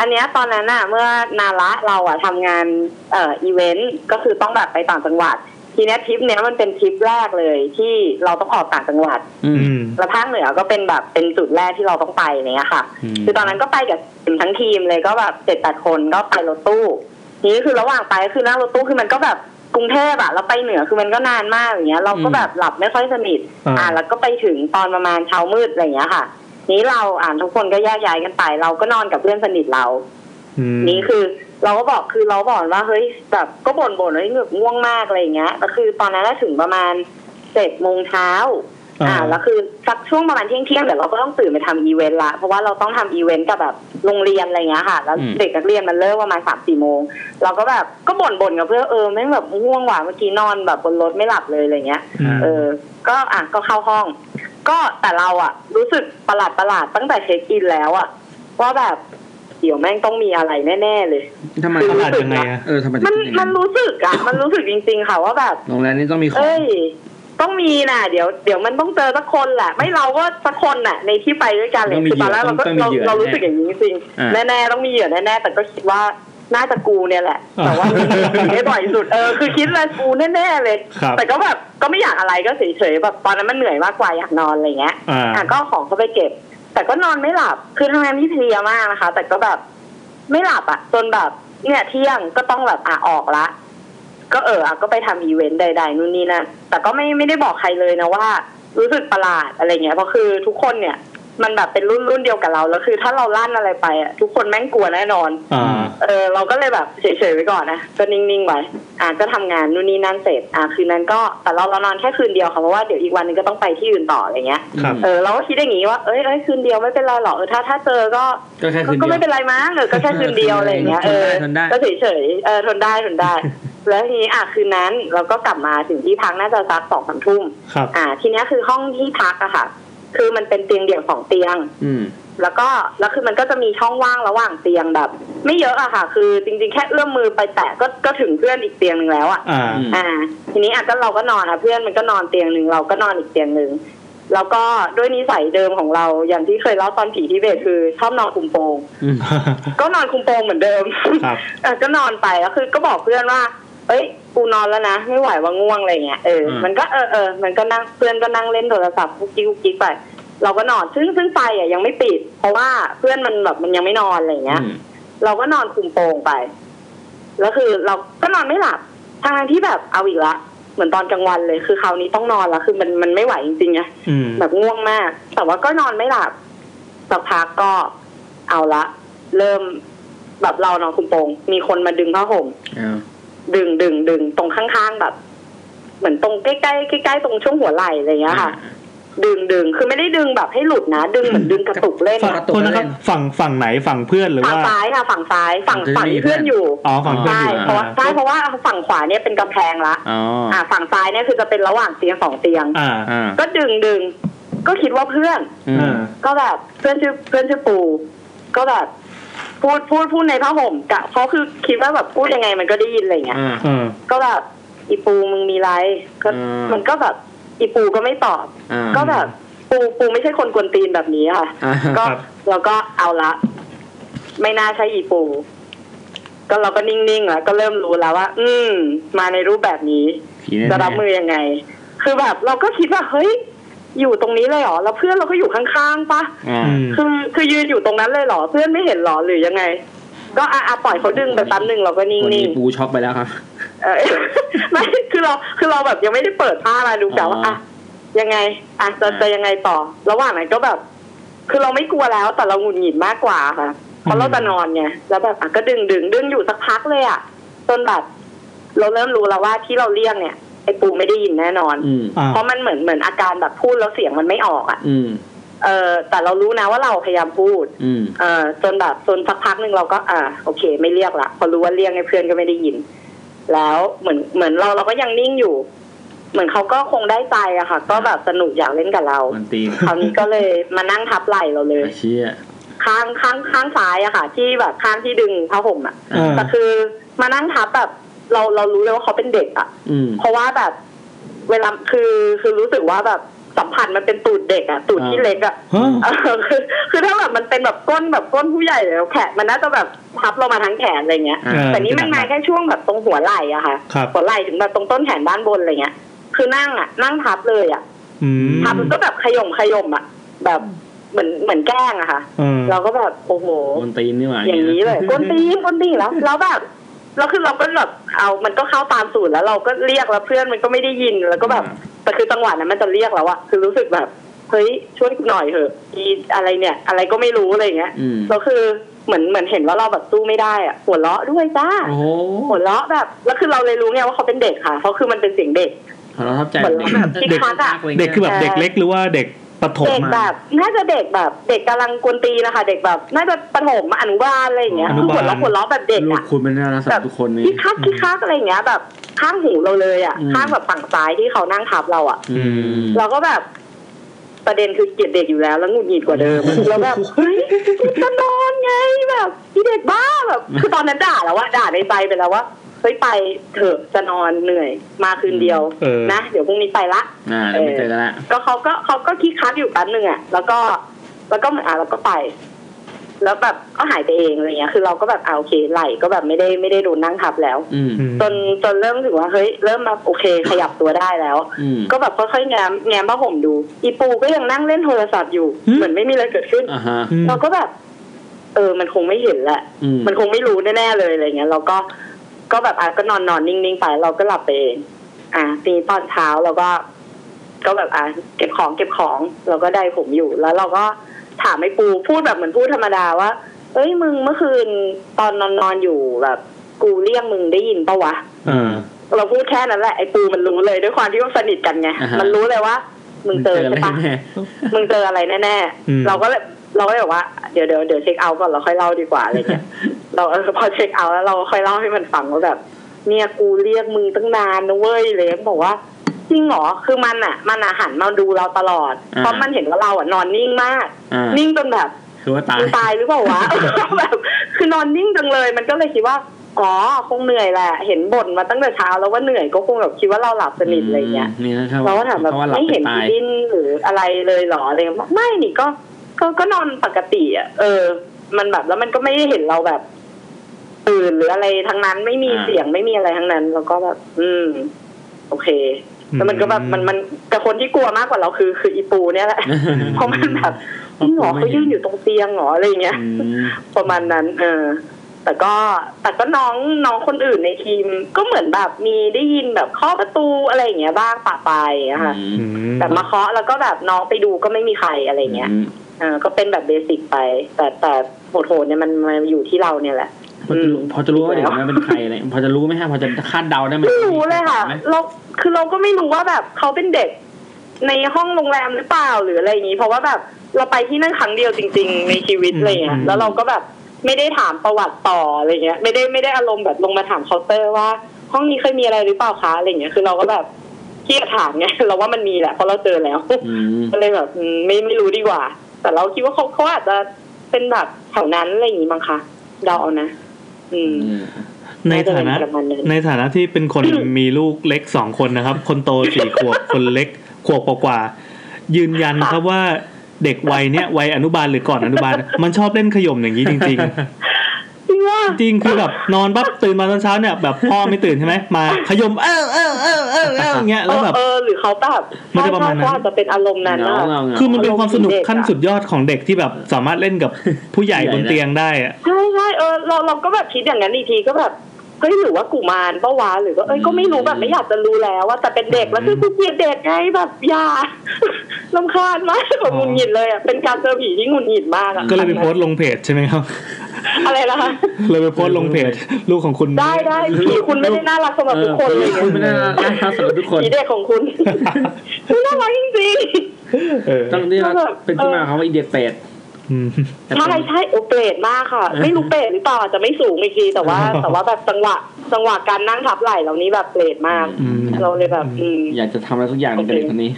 อันเนี้ยตอนนั้นอะเมื่อนานละเราอะทำงานเอ่ออีเวนต์ก็คือต้องแบบไปต่างจังหวัด ทีเนี้ยทริปเนี้ยมันเป็นทริปแรกเลยที่เราต้องออกต่างจังหวัด อืม แล้วภาคเหนือก็เป็นแบบเป็นจุดแรกที่เราต้องไปอะไรเนี่ยค่ะ อืม คือตอนนั้นก็ไปกับทีมทั้งทีมเลยก็แบบเจ็ดแปดคนก็ไปรถตู้ทีนี้คือระหว่างไปก็คือนั่งรถตู้คือมันก็แบบกรุงเทพอะแล้วไปเหนือคือมันก็นานมากอย่างเงี้ย เราก็แบบหลับไม่ค่อยสนิท อ่า อ่าแล้วก็ไปถึงตอนประมาณเช้ามืดอะไรอย่างเงี้ยค่ะ นี้เราอ่านทุกคนก็แยกย้ายกันไป เราก็นอนกับเพื่อนสนิทเรา อืม นี่คือเราก็บอกคือเราบอกว่าเฮ้ยแบบก็บ่นบ่นว่าแบบง่วงมากอะไรอย่างเงี้ยแต่คือตอนนั้นน่ะถึงประมาณเจ็ดโมงเช้า อ่า อ่าแล้วคือสักช่วงประมาณเที่ยงเที่ยงๆเดี๋ยวเราก็ต้องตื่นไปทำอีเวนต์ละเพราะว่าเราต้องทำอีเวนต์กับแบบโรงเรียนอะไรอย่างเงี้ยค่ะ แล้ว อืม เด็กนักเรียนมันเลิกประมาณสามสี่โมงเราก็แบบก็บ่นบ่นกับเพื่อนเออแม่งแบบง่วงว่ะเมื่อกี้นอนแบบบนรถไม่หลับเลยอะไรอย่างเงี้ย อืม เออ ก็อ่ะก็เข้าห้อง ก็แต่เราอ่ะ รู้สึกประหลาดประหลาดๆตั้งแต่เช็คอินแล้วอ่ะว่าแบบเดี๋ยวแม่งต้องมีอะไรแน่ๆเลย ทำไม ประหลาดยังไงอะ เออทำไมถึง มัน เป็นอย่าง มันรู้สึกอ่ะ มันรู้สึกจริงๆค่ะว่าแบบ โรงแรมนี้ต้องมีของ เอ้ย ต้องมีน่ะเดี๋ยวเดี๋ยวมันต้องเจอสักคนแหละ ไม่เราก็สักคนน่ะ ในที่ไปด้วยกันเลย ต้องมี คือตอนแรก เหยื่อเราก็ ต้องมี เรา เหยื่อ เรารู้สึกอย่างนี้จริง อ่า ๆแน่ๆต้องมีเหยื่อแน่ๆแต่ก็คิดว่าน่าจะกูเนี่ยแหละ แต่ว่าไม่บ่อยสุดเออคือคิดเลยกูแน่ๆเลย ครับ แต่ก็แบบก็ไม่อยากอะไรก็เฉยๆแบบตอนนั้นมันเหนื่อยมากกว่าอยากนอนอะไรเงี้ย อ่า อ่ะก็เอาของเขาไปเก็บ แต่ก็นอนไม่หลับ คือทำงานที่เพลียมากนะคะ แต่ก็แบบไม่หลับอะจนแบบเนี่ยเที่ยงก็ต้องแบบอ่ะออกละ ก็เอออ่ะก็ไปทำอีเวนต์ใดๆนู่นนี่นั่นแต่ก็ไม่ไม่ได้บอกใครเลยนะว่า รู้สึกประหลาดอะไรเงี้ยเพราะคือทุกคนเนี่ย มันแบบเป็นรุ่นรุ่นเดียวกับเราแล้วคือ ถ้าเราลั่นอะไรไปอะทุกคนแม่งกลัวแน่นอน อ่า เออเราก็เลยแบบเฉยๆไว้ก่อนนะก็นิ่งๆไว้อ่ะก็ทำงานนู่นนี่นั่นเสร็จอ่ะคืนนั้นก็แต่เราเรานอนแค่คืนเดียวค่ะเพราะว่าเดี๋ยวอีกวันหนึงก็ต้องไปที่อื่นต่ออะไรเงี้ย ครับ เออเราก็คิดอย่างนี้ว่าเอ้ยเอ้ยคืนเดียวไม่เป็นไรหรอกเออถ้าถ้าเจอก็ ก็แค่คืน ก็ เดีย ไม่ ว เป็นไรมั้งเออก็แค่คืนเดียวอะไรอย่างเงี้ยเออ ทนได้ทนได้ ก็เฉยเฉยๆเออทนได้ทนได้ แล้วทีนี้อ่ะคืนนั้นเราก็กลับมาถึงที่พักน่าจะสักสองสามทุ่ม ครับ อ่ะทีเนี้ยคือห้องที่พักอะค่ะ คือมันเป็นเตียงเดี่ยวสองเตียง อืม แล้วก็แล้วคือมันก็จะมีช่องว่างระหว่างเตียงแบบ ไม่เยอะอะค่ะ คือจริงๆแค่เอื้อมมือไปแตะก็ก็ถึงเพื่อนอีกเตียงหนึ่งแล้วอะ อ่า อืม อ่าทีนี้อ่ะก็เราก็นอนอ่ะเพื่อนมันก็นอนเตียงหนึ่งเราก็นอนอีกเตียงหนึ่งแล้วก็ด้วยนิสัยเดิมของเราอย่างที่เคยเล่าตอนผีที่เบสคือชอบนอนคุมโปง อืม ก็นอนคุมโปงเหมือนเดิม ครับ เออก็นอนไปแล้วคือก็บอกเพื่อนว่าเอ้ยกูนอนแล้วนะไม่ไหวว่าง่วงอะไรเงี้ยเอออ ม มันก็เออเออมันก็นั่งเพื่อนก็นั่งเล่นโทรศัพท์กุ๊กกิ๊กกุ๊กกิ๊กไปเราก็นอนซึ่งซึ่งไฟอ่ะยังไม่ปิด เพราะว่าเพื่อนมันแบบมันยังไม่นอนอะไร อื เงี้ย ม เราก็นอนคุมโปงไป แล้วคือเราก็นอนไม่หลับ ทางๆที่แบบเอาอีกละ เหมือนตอนกลางวันเลย คือคราวนี้ต้องนอนละคือมันมันไม่ไหวจริงๆไง อืม แบบง่วงมาก แต่ว่าก็นอนไม่หลับ สักพักก็เอาละ เริ่มแบบเรานอนคุมโปง มีคนมาดึงผ้าห่ม เอา ดึงดึงดึงตรงข้างๆแบบ เหมือนตรงใกล้ๆใกล้ๆตรงช่วงหัวไหล่อะไรอย่างเงี้ยค่ะ ดึงดึงคือไม่ได้ดึงแบบให้หลุดนะ ดึงเหมือนดึงกระตุกเล่น ฝั่ง อะ กระตุก โทษนะครับ ฝั่ง ฝั่งไหน ฝั่งเพื่อนหรือ ฝั่ง ว่า ซ้ายค่ะ ฝั่งซ้าย ฝั่ง มันจะ ฝั่ง มี ที่เพื่อน เพื่อน อยู่ อ๋อ ฝั่งเพื่อน ใช่ อยู่ เพราะว่า อ่า ใช่เพราะว่าฝั่งขวาเนี่ยเป็นกำแพงละ อ๋อ อ่า ฝั่งซ้ายเนี่ยคือจะเป็นระหว่างเตียงสองเตียง อ่า อ่า ก็ดึงดึงก็คิดว่าเพื่อน อืม อ่า ก็แบบเพื่อนชื่อเพื่อนชื่อปูก็แบบพูดพูดพูดในผ้าห่มกะเขาคือคิดว่าแบบพูดยังไงมันก็ได้ยินอะไรเงี้ย อ่า ก็แบบอีปูมึงมีไรก็ อืม มันก็แบบอีปูก็ไม่ตอบ อ่า ก็แบบปูปูไม่ใช่คนกวนตีนแบบนี้ค่ะ อ่า ก็ ครับ เราก็เอาละ ไม่น่าใช่อีปู ก็เราก็นิ่งๆแล้วก็เริ่มรู้แล้วว่า อืม มาในรูปแบบนี้ ผีแน่ๆ จะรับมือยังไง คือแบบเราก็คิดว่าเฮ้ย อยู่ตรงนี้เลยเหรอ แล้วเพื่อนเราก็อยู่ข้างๆปะ อ่า อืม คือคือยืนอยู่ตรงนั้นเลยเหรอ เพื่อนไม่เห็นเหรอหรือยังไง ก็อ่ะอ่ะปล่อยเขาดึงไปแป๊บหนึ่งเราก็นิ่ วันนี้ งๆ ปูช็อกไปแล้วครับ เอ อ ไม่คือเราคือเราแบบยังไม่ได้เปิดผ้ามาดูแต่ว่า อ๋ออ่ อ่ะยังไงอ่ะจะจะยังไงต่อ ระหว่างนั้นก็แบบ คือเราไม่กลัวแล้วแต่เราหงุดหงิดมากกว่าค่ะเพ อื ราะ ม เราจะนอนไงแล้วแบบอ่ะก็ดึงดึงดึงอยู่สักพักเลยอ่ะจนแบบเราเริ่มรู้แล้วว่าที่เราเรียกเนี่ยไอ้ปูไม่ได้ยินแน่นอน อืม อ่า เพราะมันเหมือนเหมือนอาการแบบพูดแล้วเสียงมันไม่ออกอ่ะ อืม เออแต่เรารู้นะว่าเราพยายามพูด อืม เออจนแบบจนสักพักหนึ่งเราก็อ่าโอเค ไม่เรียกละพอรู้ว่าเรียกไอ้เพื่อนก็ไม่ได้ยิน แล้วเหมือนเหมือนเราเราก็ยังนิ่งอยู่ เหมือนเขาก็คงได้ใจอะค่ะ ก็แบบสนุกอยากเล่นกับเรา มันตีน คราวนี้ก็เลยมานั่งทับไหล่เราเลย ไอ้เชี่ย ข้างข้างข้างซ้ายอะค่ะ ที่แบบข้างที่ดึงผ้าห่มอะ อ่า แต่คือมานั่งทับแบบเราเรารู้เลยว่าเขาเป็นเด็กอะ อืม เพราะว่าแบบเวลาคือคือรู้สึกว่าแบบสัมผัสมันเป็นตูดเด็กอะตูดที่เล็กอะ ฮะ เออคือคือถ้าแบบมันเป็นแบบก้นแบบก้นผู้ใหญ่แล้วแขนมันน่าจะแบบทับเรามาทั้งแขนอะไรเงี้ย อ่า เออ แต่นี่มันมาแค่ช่วงแบบตรงหัวไหล่อะค่ะ ครับ หัวไหล่ถึงแบบตรงต้นแขนด้านบนอะไรเงี้ย คือนั่งอะนั่งทับเลยอะ อืม ทับแล้วก็แบบขย่มขย่มอะแบบเหมือนเหมือนแกล้งอะค่ะ เออ เราก็แบบโอ้โห มันตีนนี่หว่า อย่างนี้เลยกวนตีนกวนตีนแล้วแล้วแบบแล้วคือเราก็แบบเอามันก็เข้าตามสูตรแล้วเราก็เรียกแล้วเพื่อนมันก็ไม่ได้ยินแล้วก็แบบแต่คือจังหวะนั้นมันจะเรียกแล้วอะคือรู้สึกแบบเฮ้ยช่วยกูหน่อยเถอะอีอะไรเนี่ย อะไรก็ไม่รู้อะไรอย่างเงี้ย อืม แล้วคือเหมือนเหมือนเห็นว่าเราแบบสู้ไม่ได้อะหัวเราะด้วยจ้า โอ้โห หัวเราะแบบแล้วคือเราเลยรู้ไงว่าเขาเป็นเด็กค่ะเพราะคือมันเป็นเสียงเด็ก หัวเราะทับใจ เหมือนแบบที่คักอะ เด็กคือแบบเด็กเล็กหรือว่าเด็กปฐม เด็ก อะ แบบน่าจะเด็กแบบเด็กกำลังกวนตีนนะคะ เด็กแบบน่าจะประถมอนุบาลอะไรอย่างเงี้ย อนุ คือหั บาล วเราะหัวเราะแบบเด็ก ลู อะ กคุณมันน่ารักสำหรับทุกคนนี่ ที่คักที่คักอะไรอย่างเงี้ย แบบข้างหูเราเลยอ่ะ อืม ข้างแบบฝั่งซ้ายที่เขานั่งทับเราอ่ะ อืม เราก็แบบ ประเด็นคือเกลียดเด็กอยู่แล้ว แล้วหงุดหงิดกว่าเดิม เราแบบเฮ้ยจะนอนไงแบบที่เด็กบ้าแบบ คือตอนนั้นด่าแล้วว่าด่าในใจไปแล้วว่า เฮ้ยไปเถอะจะนอนเหนื่อย มาคืนเดียว เออ นะเดี๋ยวพรุ่งนี้ไปละ อ่าแล้วไม่เจอกันละ ก็เขาก็เขาก็คิกคักอยู่แป๊บหนึ่งอ่ะแล้วก็แล้วก็เหมือนอ่ะเราก็ไป แล้วแบบก็หายไปเองอะไรเงี้ย คือเราก็แบบอ่าโอเคไหลก็แบบไม่ได้ไม่ได้โดนนั่งทับแล้ว อืม อืม จนจนเริ่มรู้สึกว่าเฮ้ยเริ่มแบบโอเค ขยับตัวได้แล้ว อืม ก็แบบค่อยๆแง้มแง้มผ้าห่มดู อีปูก็ยังนั่งเล่นโทรศัพท์อยู่ อืม เหมือนไม่มีอะไรเกิดขึ้น อ่าฮะ อืม เราก็แบบ เออ มันคงไม่เห็นแหละ อืม มันคงไม่รู้แน่ๆเลยอะไรเงี้ยเราก็ก็แบบอ่ะก็นอนนอนนิ่งๆไปเราก็หลับไปเองอ่ะตีตอนเช้าเราก็ ก็แบบอ่ะเก็บของเก็บของเราก็ได้ผมอยู่แล้ว เราก็ถามไอ้ปูพูดแบบเหมือนพูดธรรมดาว่า เอ้ยมึงเมื่อคืนตอนนอนนอนๆอยู่แบบ กูเรียกมึงได้ยินปะวะ เออ เราพูดแค่นั้นแหละไอ้ปูมันรู้เลยด้วยความที่ว่าสนิทกันไง อ่าฮะ มันรู้เลยว่า มึงเจอ แล้ ใช่ ว ปะ แน่ มึงเจออะไรแน่ อืม ๆ เราก็เลยเราก็เลยบอกว่าเดี๋ยวเดี๋ยวเดี๋ยวเช็คเอาท์ก่อนเราค่อยเล่าดีกว่าอะไรเงี้ย เราเออพอเช็คเอาท์แล้วเราค่อยเล่าให้มันฟังว่าแบบ เนี่ยกูเรียกมึงตั้งนานนะเว้ยเลยบอกว่าจริงเหรอคือมันอ่ะ มันอะหันมาดูเราตลอดเพราะมันเห็นว่าเราอ่ะนอนนิ่งมาก อ่า นิ่งจนแบบ คือว่าตาย มึงตายหรือเปล่าวะ แบบคือนอนนิ่งจังเลย มันก็เลยคิดว่าอ๋อคงเหนื่อยแหละ เห็นบ่นมาตั้งแต่เช้าแล้วว่าเหนื่อยก็คงแบบคิดว่าเราหลับสนิทอะไรเงี้ย นี่นะคบ เราก็ถามแบบ เพระว่หลั ไม่เห็น ป็ตาย ดิ้นหรืออะไรเลยเหรออะไรเงี้ยบอกไม่นี่ก็ก็ก็นอนปกติอ่ะเออ มันแบบแล้วมันก็ไม่ได้เห็นเราแบบตื่นหรืออะไรทั้งนั้นไม่มีเสียงไม่มีอะไรทั้งนั้น แล้วก็แบบ อืม โอเคแล้วมันก็แบบมันมันแต่คนที่กลัวมากกว่าเราคือ คืออีปูเนี่ยแหละเพราะมันแบบจริงเหรอเขายืนอยู่ตรงเตียงเหรออะไรเงี้ย อืม ประมาณนั้น เออ แต่ก็แต่ก็น้องน้องคนอื่นในทีม ก็เหมือนแบบมีได้ยินแบบเคาะประตูอะไรอย่างเงี้ยบ้างปะปายอย่างเงี้ยค่ะ อืม แบบมาเคาะแล้วก็แบบน้องไปดูก็ไม่มีใครอะไรเงี้ยเออก็เป็นแบบเบสิกไป แต่แต่โหดโหดๆเนี่ยมันมาอยู่ที่เราเนี่ยแหละ พอจะรู้พอจะอืมรู้ว่าเด็กคนนั้นเป็นใครอะไรพอจะรู้ไหมฮะพอจะคาดเดาได้ไหม ไม่รู้เลยค่ะ ไหม เราคือเราก็ไม่รู้ว่าแบบเขาเป็นเด็ก ในห้องโรงแรมหรือเปล่าหรืออะไรอย่างนี้ เพราะว่าแบบเราไปที่นั่นครั้งเดียวจริง ๆ ในชีวิต อืม อะไรเงี้ยแล้วเราก็แบบไม่ได้ถามประวัติต่ออะไรเงี้ย ไม่ได้ไม่ได้อารมณ์แบบลงมาถามเคาน์เตอร์ว่า ห้องนี้เคยมีอะไรหรือเปล่าคะอะไรเงี้ยคือเราก็แบบเกียดถามไง เราว่ามันมีแหละเพราะเราเจอแล้ว อืม ก็เลยแบบอืมไม่ไม่รู้ดีกว่า แต่เราคิดว่าเขาเขาอาจจะเป็นแบบแถวนั้นอะไรอย่างนี้มั้งคะเดาเอานะ อืม ในฐานะ น่าจะเป็นประมาณนั้น ในฐานะที่เป็นคน มีลูกเล็กสองคนนะครับ คนโตสี่ขวบ คนเล็กขวบกว่าๆยืนยันครับว่าเด็กวัยเนี้ยวัยอนุบาลหรือก่อนอนุบาล มันชอบเล่นขย่มอย่างนี้จริง จริงว่า ๆ จริงคือแบบนอนปั๊บตื่นมาตอนเช้าเนี่ยแบบพ่อไม่ตื่นใช่ไหมมาขย่มเออเออเออเออเอออย่างเงี้ย เอ แล้ว อ แบบ เออหรือเขาแบบ มันจะประมาณนั้น ใช่ใช่เขาอาจจะเป็นอารมณ์นั้น เงา นะ เงาเงา คือมันเป็นความสนุก อารมณ์เด็กอะ ขั้นสุดยอดของเด็กที่แบบสามารถเล่นกับผู้ใหญ่บนเตียงได้อะ ใช่ใช่เออเราเราก็แบบคิดอย่างนั้นอีกทีก็แบบเฮ้ยหรือว่ากูมารปะวะหรือว่าเอ้ยก็ไม่รู้แบบไม่อยากจะรู้แล้วว่าแต่เป็นเด็กแล้วคือกูเกลียดเด็กไงแบบอยา ลำคาญมากแบบหงุดหงิดเลยอ่ะเป็นการเจอผีที่หงุดหงิดมากอะ ก็เลยไปโพสต์ลงเพจใช่ไหมครับ อะไรนะคะ เลยไปโพสต์ลงเพจลูกของคุณ ได้ได้ผีคุณไม่ได้น่ารักสำหรับทุกคนเลย คุณไม่ได้น่ารักสำหรับทุกคน ผีเด็กของคุณ ไม่น่ารักจริง เออ ต้องนี่ แล้วแบบ เป็นที่มาของว่าอีเด็กเป็ด อืม ๆใช่ใช่โอเปรตมากค่ะ ไม่รู้เปรตหรือเปล่าอาจจะไม่สูงอีกทีแต่ว่า แต่ว่าแบบจังหวะจังหวะการนั่งทับไหล่เหล่านี้แบบเปรตมาก อืม เราเลยแบบ อืม อยากจะทำอะไรสักอย่างกับเด็กคนนี้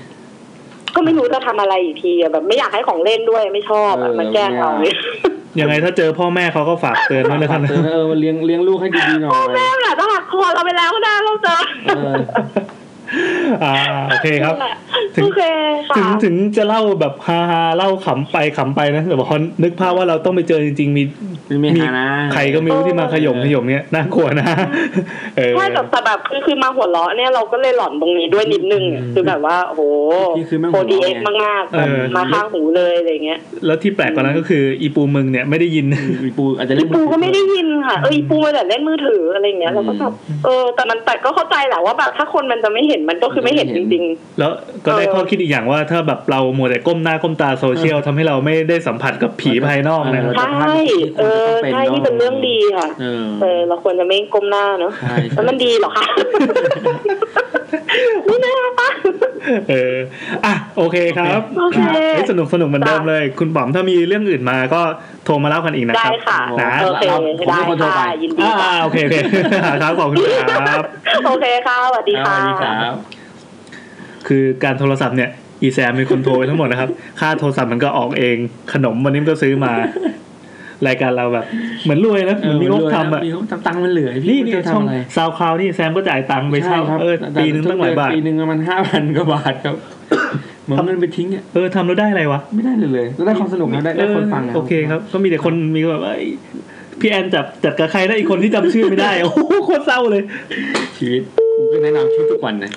ก็ไม่รู้จะทำอะไรอีกทีอะแบบไม่อยากให้ของเล่นด้วยไม่ชอบอะ เออ มันแกล้งเราเลย ยังไงถ้าเจอพ่อแม่เขาก็ฝากเตือนไว้แล้วกันนะ เออเออเลี้ยงเลี้ยงลูกให้ดีๆหน่อย แม่น่ะต้องหักคอเราไปแล้วนะเราจะ เออ อ่าโอเคครับ ถึง โอเคค่ะ ถึงถึงจะเล่าแบบฮาฮาๆเล่าขำไปขำไปนะแต่บอกว่านึกภาพว่าเราต้องไปเจอจริงๆ มี ไม่มีหานะ ใครก็ไม่รู้ที่มาขย่มขย่มเนี้ยน่ากลัว นะเออ ใช่แต่แต่แบบคือคือมาหัวเราะเนี่ยเราก็เลยหลอนตรงนี้ด้วยนิดนึงอะคือแบบว่าโอ้โหโคดีเอ็กซ์มากๆแบบ เออ มาข้างหูเลยอะไรเงี้ย แล้วที่แปลกกว่านั้นก็คืออีปูมึงเนี่ยไม่ได้ยิน มีปูอาจจะเล่ อี น ปูก็ไม่ได้ยินค่ะเอออีปูมันแต่เล่นมือถืออะไรอย่างเงี้ยเราก็แบบเออ แต่มันแต่ก็เข้าใจแหละว่าแบบถ้าคนมันจะไม่เห็นมันก็คือไม่เห็นจริง แล้วก็ได้ เออ ข้อคิดอีกอย่างว่าถ้าแบบเรามัวแต่ก้มหน้าก้มตาโซเชียลทำให้เราไม่ได้สัมผัสกับผีภายนอกนะ ๆใช่เออใช่นี่เป็นเรื่องดีค่ะ เออ เออ เราควรจะไม่ก้มหน้าเนาะ ใช่ แล้วมันดีเหรอคะ ไม่น่าปะ เออ อ่ะ โอเคครับ โอเค เฮ้ยสนุกสนุกเหมือนเดิมเลย คุณป๋อมถ้ามีเรื่องอื่นมาก็โทรมาเล่ากันอีกนะค ได้ รับ ค่ะ นะ โอเค าผม ได้ เป็นคนโทรไป ค่ะยินดี อ่า ค่ะ โอเคโอ เค ครับขอบคุณครับ โอเคค่ะสวัสดี ส ค่ะ วัสดีครับ คือการโทรศัพท์เนี่ย อีแซมเป็นคนโทรไปทั้งหมดนะครับ ค่าโทรศัพท์มันก็ออกเอง ขนมวันนี้มันก็ซื้อมา รายการเราแบบ เหมือนรวยนะเหมือนมีงบทำอ่ะ มีงบทำตังค์มันเหลือ นี่ พี่ นี่ จะ ช่อง ทำอะไร ซาวคลาวนี่แซมก็จ่ายตังค์ไปเช่า ใครับ เออปีหนึงตั้งหลายบาท ปีหนึ่งประมันห้าพันกว่าบาทครับเหมือนเงินไปทิ้งอ่ะ เออทำแล้วได้อะไรวะ ไม่ได้เลยเลยแล้วได้ความสนุกนะได้ได้คนฟังะ โอเคครับ ก็มีแต่คนมีแบบว่าไอ้พี่แอนจับจัดกับใครได้อีกคนที่จำชื่อไม่ได้ โอ้โหโคตรเศร้าเลย ชีวิตกูก็แนะนำชีวิตทุกวันนะ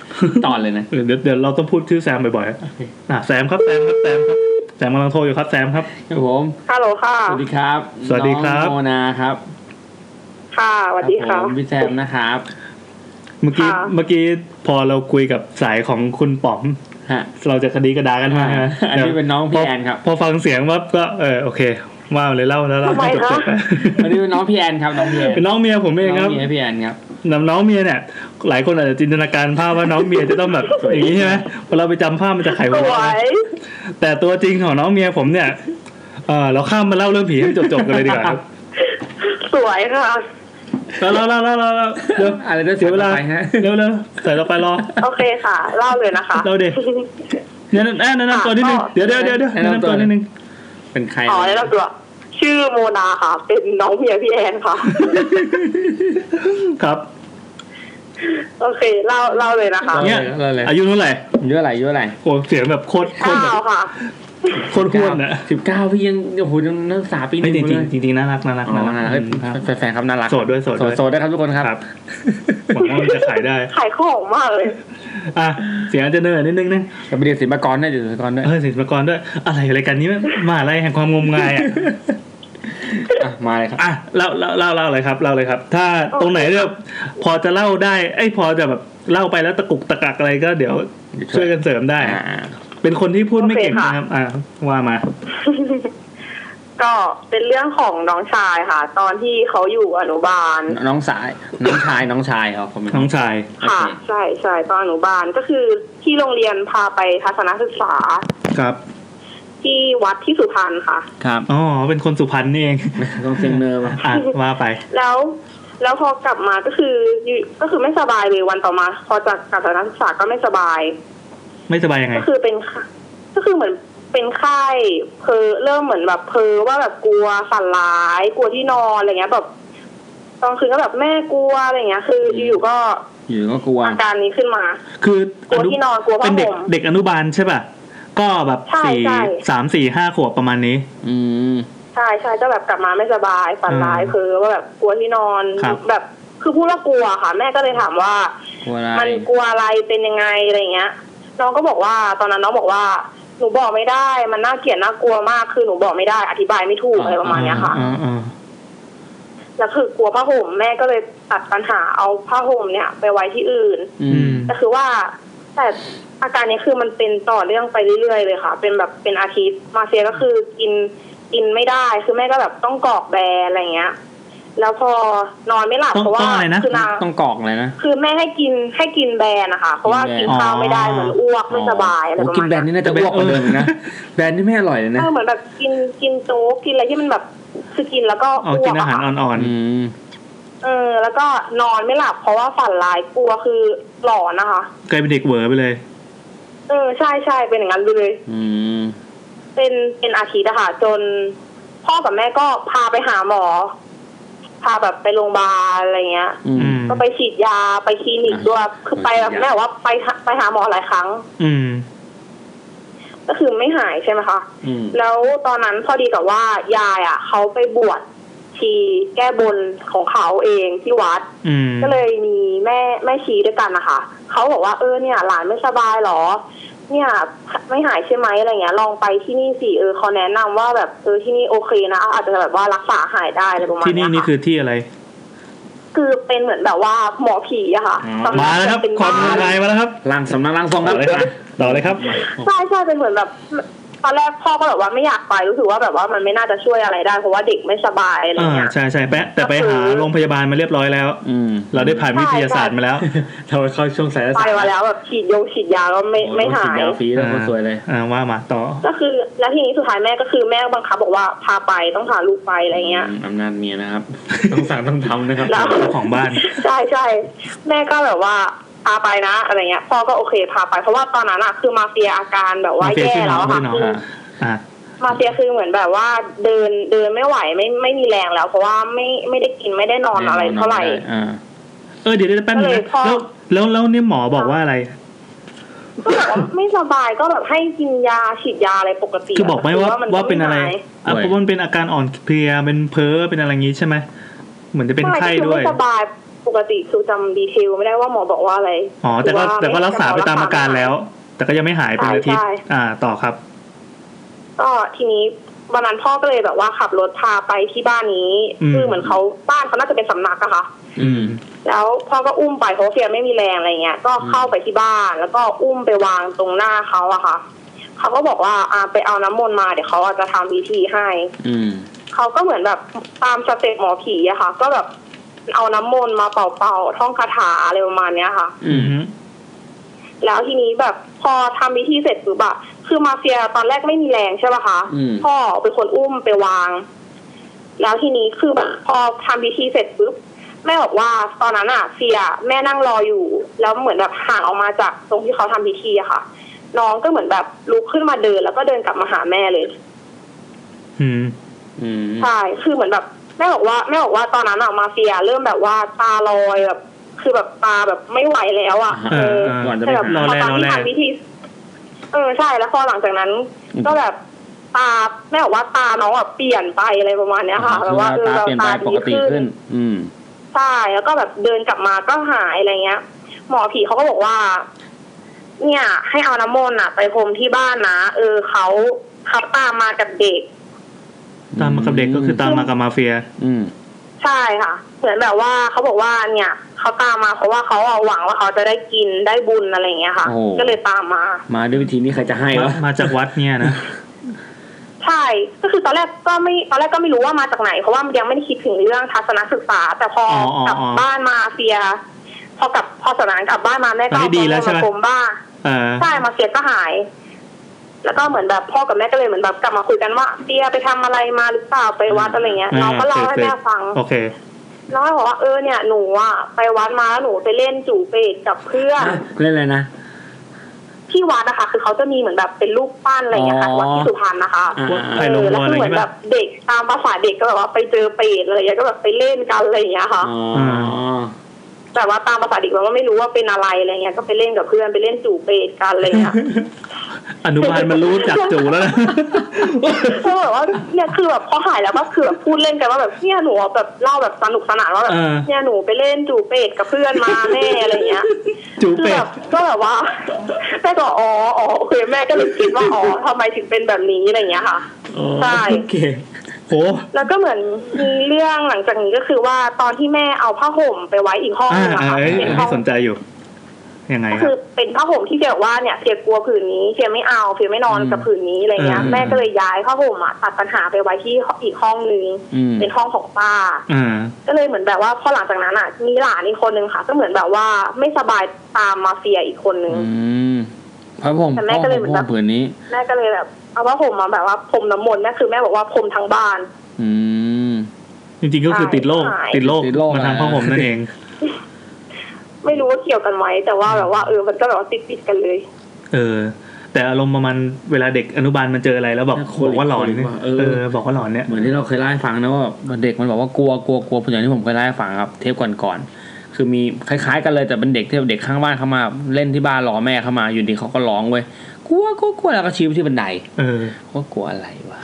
ตอนเลยนะ เออเดี๋ยวเดี๋ยวเราต้องพูดชื่อแซมบ่อย โอเค ๆอ่ะแซมครับแซมครับแซมครับแซมกำลังโทรอยู่ครับแซมครับ ครับผม ฮัลโหลค่ะ สวัสดีครับ สวัสดีครับ น้องโมนาครับ ค่ะสวัสดีค่ะ รับผมพี่แซมนะครับ เมื่อกี้ ค่ะ เมื่อกี้พอเราคุยกับสายของคุณป๋อม ฮะ เราจะคดีกระดากันมา อ่าอันนี้เป็นน้องพี่แอนครับ พอฟังเสียงว่าก็เออโอเคว่าเลยเล่าแล้วเรา ทำไม จบ คะ จบไป วันนี้เป็นน้องพี่แอนครับน้องพี่แอน เป็นน้องเมียผมเองครับ น้องพี่แอนพี่แอนครับ น้ำน้องเมียเนี่ยหลายคนอาจจะจินตนาการภาพว่าน้องเมียจะต้อง แบบ อย่างนี้ใช่ไหมพอเราไปจำภาพมันจะไข ส หัว ว เราะ ย แต่ตัวจริงของน้องเมียผมเนี่ยเออเราข้ามมาเล่าเรื่องผีให้จบจบๆกันเลยดีก ว่าครับ สวยค่ะ แล้วแล้วแล้วแล้วแล้วเดี๋ยว อะไรจะเสี เสี ย ย เว เว ลา ลา ไปฮะ เร็วเร็วแต่เราไปรอ โอเคค่ะ เล่าเลยนะคะ เล่าดิ เนี่ยนั่นอ่ะแนะนำตัวนิดนึงเดี๋ยวเดี๋ยวเดี๋ยวเดี๋ยวแนะนำตัวนิดนึง เป็นใคร อ๋อแนะนำตัว ชื่อโมนาค่ะ เป็นน้องเมียพี่แอนค่ะ ครับ โอเค เล่าเล่าเลยนะคะ เนี่ย เราเลย อายุเท่าไหร่ อายุอะไรอายุอะไร โอ้เสียงแบบโคตรโคตร ข้า แบบ วค่ะ โคตรห้วนอ่ะ สิบเก้าพี่ยังโอ้โหยังนักศึกษาปีหนึ่งอจริง ยู่เลยจริงจริงๆน่ารักน่ารัก อ๋อ น่ารัก น่ารักเฮ้ย ครับ แฟนๆครับน่ารัก โสดด้วยโสดด้วย โสดด้วยครับทุกคนครับ ครับหวังว่ามันจะขายได้ ขายของมากเลย อ่ะเสียงอาจจะเนิร์ดนิดนึงนะ จะไปเรียนศิลปากรด้วยเดี๋ยวศิลปากรด้วย เออศิลปากรด้วยอะไรรายการนี้มันมหาอะไรแห่งความงมงายอ่ะ อ่ะมาเลยครับ อ่ะเล่าเล่าเล่าเล่าเลยครับเล่าเลยครับ ถ้าตรงไหนเรียพอจะเล่าได้ไอ้ยพอจะแบบเล่าไปแล้วตะกุกตะกักอะไรก็เดี๋ยวช่วยกันเสริมได้ อ่า เป็นคนที่พูดไม่ โอเค เก่ง ค่ะ นะครับ อ่ะว่ามา ก็เป็นเรื่องของน้องชายค่ะ ตอนที่เขาอยู่อนุบาล น้องสาย น้องชายน้องชายครับผม น้องชาย ค่ะ ใช่ใช่ตอนอนุบาลก็คือที่โรงเรียนพาไปทัศนศึกษา ครับ ที่วัดที่สุพรรณค่ะ ครับ อ๋อเป็นคนสุพรรณนี่เอง ต้องเซ็งเนอร์ป่ะ อ่ะว่าไป แล้วแล้วพอกลับมาก็คืออยู่ก็คือไม่สบายเลยวันต่อมา พอจากการศึกษาก็ไม่สบาย ไม่สบายยังไง ก็คือเป็นไข้ก็คือเหมือนเป็นไข้เพอเริ่มเหมือนแบบเพอว่าแบบกลัวฝันร้าย กลัวที่นอนอะไรเงี้ยแบบตอนคืนก็แบบแม่กลัวอะไรเงี้ย คืออยู่ๆก็ อยู่ก็กลัว อาการนี้ขึ้นมา คือก ลัวที่นอนกลัวผ้า เป็นเด็ก ห่ม เด็กอนุบาลใช่ป่ะก็แบบ ใช่ สี่ ใช่ สามสี่ห้าขวบประมาณนี้ อืม ใช่ใช่ก็แบบกลับมาไม่สบายฝันร้าย อืม เพอว่าแบบกลัวที่นอน ครับ แบบคือพูดว่ากลัวค่ะ แม่ก็เลยถามว่า กลัวอะไร มันกลัวอะไรเป็นยังไงอะไรเงี้ย น้องก็บอกว่าตอนนั้นน้องบอกว่า หนูบอกไม่ได้ มันน่าเกลียดน่ากลัวมากคือหนูบอกไม่ได้ อธิบายไม่ถูกอะไรประมาณเนี้ยค่ะ อ่าอ่า แล้วคือกลัวผ้าห่มแม่ก็เลยตัดปัญหาเอาผ้าห่มเนี่ย ไปไว้ที่อื่น อืม แต่คือว่า แต่อาการเนี้ยคือมันเป็นต่อเรื่องไปเรื่อยๆเลยค่ะ เป็นแบบเป็นอาทิตย์มาเซียก็คือกินกินไม่ได้คือแม่ก็แบบต้องกรอกแบรอะไรเงี้ย แล้วพอนอนไม่หลับ ต้อง เพราะว่า ต้องอะไรนะ คือนาง ต้องกรอกเลยนะ คือแม่ให้กินให้กินแบรนะคะ เพราะว่ากินข้าวไม่ได้เหมือนอ้วกไม่สบายอะไรประ โกิน มาณ แบรนด์ เนี้ นี่ ย น่าจะอ้วกกว่าเดิมนะ แบรนด์นี่ไม่อร่อยเลยนะ เออเหมือนแบบกินกินโจ๊กกินอะไรที่มันแบบคือกินแล้วก็ อ๋อ อ้ว กิน ก อา อะ หาร ค่ะ อ่อน อืม เออแล้วก็นอนไม่หลับเพราะว่าฝันร้ายกลัวคือหลอนนะคะ ๆกลายเป็นเด็กเหวอไปเลย เออใช่ใช่เป็นอย่างนั้นเลย อืม เป็นเป็นอาทิตย์อะค่ะจนพ่อกับแม่ก็พาไปหาหมอ พาแบบไปโรงพยาบาลอะไรเงี้ย อื อื ม ม ก็ไปฉีดยาไปคลินิกด้วยคือไปแบบ ฉีดยา แม่บอกว่าไปหาไปหาหมอหลายครั้ง อืม ก็คือไม่หายใช่ไหมคะ อืม แล้วตอนนั้นพอดีกับว่ายายอะเขาไปบวชชีแก้บนของเขาเองที่วัด อืม ก็เลยมีแม่แม่ชีด้วยกันนะคะเขาบอกว่าเออเนี่ย หลานไม่สบายเหรอ เนี่ยไม่หายใช่ไหมอะไรเงี้ย ลองไปที่นี่สิเออเขาแนะนำว่าแบบเออที่นี่โอเคนะอาจจะแบบว่ารักษาหายได้อะไรประมาณ ที่ เย นี่นี่คือที่อะไร คือเป็นเหมือนแบบว่าหมอผีอะค่ะตอนนั้น มาแล้วครับ เป็น ความงมงายมาแล้วครับ ร่างสำนักร่างทรงค ต่ รั อบ เลยครับต่อเลยครับ ใช่ใช่เป็นเหมือนแบบตอนแรกพ่อก็แบบว่าไม่อยากไปรู้สึกว่าแบบว่ามันไม่น่าจะช่วยอะไรได้ เพราะว่าเด็กไม่สบายอะไร อ่า เงี้ย ใช่ใช่แปะแต่ไปหาโรงพยาบาลมาเรียบร้อยแล้ว อืม เราได้ผ่านวิทยาศาสตร์มาแล้ว เราเข้าช่วงสาย ไปมาแล้วแบบฉีดยงฉีดยาก็ไม่ไม่หาย ยาฟรีแล้วก็สวยเลย อ่าว่ามาต่อ ก็คือแล้วทีนี้สุดท้ายแม่ก็คือแม่บังคับบอกว่าพาไปต้องพาลูกไปอะไรเงี้ย อืมอำนาจเมียนะครับ ต้องสั่งต้องทำนะครับ แล้ว ของบ้าน ใช่ใช่แม่ก็แบบว่าพาไปนะอะไรเงี้ยพ่อก็โอเคพาไปเพราะว่าตอนนั้นอะคือมาเฟียอาการแบบว่า มาเฟีย แย่ ชื่อน้ แล้ อ ว ง อะ ชื่อน้องค่ะคือ อ่ะอ่ะ มาเฟียคือเหมือนแบบว่าเดินเดินไม่ไหวไม่ไม่มีแรงแล้ว เพราะว่าไม่ไม่ได้กินไม่ได้นอนอะไรเท่าไหร่ แน่นอนด้อ่า เออเดี๋ยวเดี๋ยวแป๊บนึงนะ ก็เลยพอ แล้วแล้วแล้วเนี่ยหมอบอกว่าอะไร ก็แบบว่าไม่สบายก็แบบให้กินยาฉีดยาอะไรปกติ คือบอกไหมว่า แต่ ว่าเป็นอะไร ม่หย อ่ะ ด้วย เพราะมันเป็นอาการอ่อนเพลียเป็นเพ้อเป็นอะไรงี้ใช่ไหมเหมือนจะเป็นไข้ด้วย ใช่ก็อไม่สบายปกติคือจำดีเทลไม่ได้ว่าหมอบอกว่าอะไร อ๋อ แต่ก็ หอว่ แต่ก็รักษาไปตามอาการแล้ว แต่ก็ยังไม่หายเป็นอาทิตย์ อ่า ต่อครับ ก็ทีนี้วันนั้นพ่อก็เลยแบบว่าขับรถพาไปที่บ้านนี้ อืม คือเหมือนเขาบ้านเขาน่าจะเป็นสำนักอะค่ะ อืม แล้วพ่อก็อุ้มไปเพราะว่าเฟียไม่มีแรงอะไรเงี้ย ก็เข้าไปที่บ้าน แล้วก็อุ้มไปวางตรงหน้าเขาอะค่ะเขาก็บอกว่าอ่าไปเอาน้ำมนต์มาเดี๋ยวเขาอาจจะทำพิธีให้ อืม เขาก็เหมือนแบบตามสเต็ปหมอผีอะค่ะ ก็แบบเอาน้ำมนต์มาเป่าๆท่องคาถาอะไรประมาณเนี้ยค่ะ อื อื ม อฮึ แล้วทีนี้แบบพอทำพิธีเสร็จปุ๊บอะคือมาเฟียตอนแรกไม่มีแรงใช่ป่ะคะ อืม พ่อเป็นคนอุ้มไปวาง แล้วทีนี้คือแบบพอทำพิธีเสร็จปุ๊บแม่บอกว่าตอนนั้นอะเฟียแม่นั่งรออยู่ แล้วเหมือนแบบห่างออกมาจากตรงที่เขาทำพิธีอะค่ะ น้องก็เหมือนแบบลุกขึ้นมาเดิน แล้วก็เดินกลับมาหาแม่เลย อืม อืม ใช่ คือเหมือนแบบแม่บอกว่าแม่บอกว่าตอนนั้นอะมาเฟียเริ่มแบบว่าตาลอยแบบ คือแบบตาแบบไม่ไหวแล้วอะ อ่า เออ อ่า ก่อนจะ แต่ ไป แบบ หา รอแล พตน รอแล ที่ทำพิธีเออใช่แล้วพอหลังจากนั้น อืม ก็แบบตาแม่บอกว่าตาน้องแบบเปลี่ยนไปอะไรประมาณเนี้ยค่ะแบบว่าเออ ตา แบบ เปลี่ยนไปปกติขึ้น อืม ใช่แล้วก็แบบเดินกลับมาก็หายอะไรเงี้ย หมอผีเขาก็บอกว่า เนี่ย ให้เอาน้ำมนต์อะไปพรมที่บ้านนะเออเขาเขาตามมากับเด็ก ตามมากับเด็กก็คือตามมากับมาเฟีย อืม ใช่ค่ะ เหมือนแบบว่าเขาบอกว่าเนี่ยเขาตามมาเพราะว่าเขาเอาหวังว่าเขาจะได้กินได้บุญอะไรอย่างเงี้ยค่ะ โอ้โห ก็เลยตามมา มาด้วยวิธีนี้ใครจะให้ มาว ะ มาจากวัดเนี่ยนะ ใช่ ก็คือตอนแรกก็ไม่ตอนแรกก็ไม่รู้ว่ามาจากไหน เพราะว่ายังไม่ได้คิดถึงเรื่องทัศนศึกษา แต่พออ ออ๋อก ลับบ้านมาเฟีย พอกลับพอสนานกลับบ้านมาแม่ก็ ตอนนี้ เอา ดีแล้วใช่ไหม มาปมบ้าง เออ ใช่มาเฟียก็หาย แล้วก็เหมือนแบบพ่อกับแม่ก็เลยเหมือนแบบกลับมาคุยกันว่าเฟียไปทำอะไรมาหรือเปล่าไปวัดอะไรเงี้ยน้องก็เล่าให้แม่ฟัง โอเค น้อยบอกว่าเออเนี่ยหนูอ่ะไปวัดมาแล้วหนูไปเล่นจูเปดกับเพื่อน เล่นอะไรนะ ที่วัดนะคะคือเขาจะมีเหมือนแบบเป็นรูปปั้นอะไรอย่างเงี้ยค่ะ อ๋อ วัดที่สุพรรณนะคะ อ่า ว่าใคร เอ ลง อ วัว แล้ว อะไรอก็ย่าง เห เงี้ มือยน ปะ แบบเด็กตามภาษาเด็กก็แบบว่าไปเจอเปรตอะไรอย่างเงี้ยก็แบบไปเล่นกันอะไรอย่างเงี้ยค่ะ อ๋อ แต่ว่าตามภาษาเด็กมันก็ไม่รู้ว่าเป็นอะไรอะไรเงี้ยก็ไปเล่นกับเพื่อนไปเล่นจูเปดกันอะไรเงี้ย อนุบาลมันรู้จักจูแล้วนะ ก็แบบว่าเนี่ยคือแบบพอหายแล้วก็คือแบบพูดเล่นกันว่าแบบเนี่ยหนูอะแบบเล่าแบบสนุกสนานว่าแบบ เออ เนี่ยหนูไปเล่นจูเปดกับเพื่อนมาแม่อะไรเงี้ย จู คือ เป็ แบ ด บก็แบบว่า แม่ก็บอกอ๋ออ๋อโอเคแม่ก็เลยคิดว่าอ๋อทำไมถึงเป็นแบบนี้อะไรอย่างเงี้ยค่ะ ใช่ โอเค โอ้ แล้วก็เหมือนมีเรื่องหลังจากนี้ก็คือว่าตอนที่แม่เอาผ้าห่มไปไว้อีกห้อง อ่า นึงอะ อ่า ค่ะ เอ้ย เป็นห้ ให้ อง สนใจอยู่ ยังไง ก็ ครั คื บ อเป็นผ้าห่มที่เฟียบอกว่าเนี่ยเฟียกลัวผืนนี้เฟียไม่เอาเฟียไม่นอนกับผืนนี้อะไรเงี้ย อืม แม่ก็เลยย้ายผ้าห่มอะตัดปัญหาไปไว้ที่อีกห้องนึง อืม เป็นห้องของป้า อ่า ก็เลยเหมือนแบบว่าพอหลังจากนั้นอ่ะมีหลานอีกคนนึงค่ะ ก็เหมือนแบบว่าไม่สบายตามมาเฟียอีกคนนึง อืมพระพงศ์ แต่ พ แม่ ระ ก็เลยเหมือน พ แบ ง บ ผืนนี้ แม่ก็เลยแบบเอาว่าผมมาแบบว่าพรมน้ำมนต์แม่คือแม่บอกว่าพรมทั้งบ้าน อืม จริงๆก็คือติดโรค หาย ติดโรค ติดโรค มาทาง อ่ะ ผ้าห่ม นั่นเอง ไม่รู้ว่าเกี่ยวกันไหมแต่ว่าแบบว่าเออมันก็แบบว่าติดติดๆกันเลย เออ แต่อารมณ์ประมาณเวลาเด็กอนุบาลมันเจออะไรแล้วบอก น่าโคตร บอกว่าหลอนเนี่ย ว่ะ เอ เออ อ บอกว่าหลอนเนี่ย เหมือนที่เราเคยเล่าให้ฟังนะว่าเด็กมันบอกว่ากลัวกลัวกลัวอย่างที่ผมเคยเล่าให้ฟังครับ เทปก่อนๆคือมีคล้ายๆ กันเลยแต่เป็นเด็กที่เด็กข้างบ้านเข้ามาเล่นที่บ้านรอแม่เข้ามาอยู่ดีเขาก็ร้องเว้ยกลัวกลัวกลัวแล้วก็ชี้ไปที่บันได เออ ว่ากลัวอะไรวะ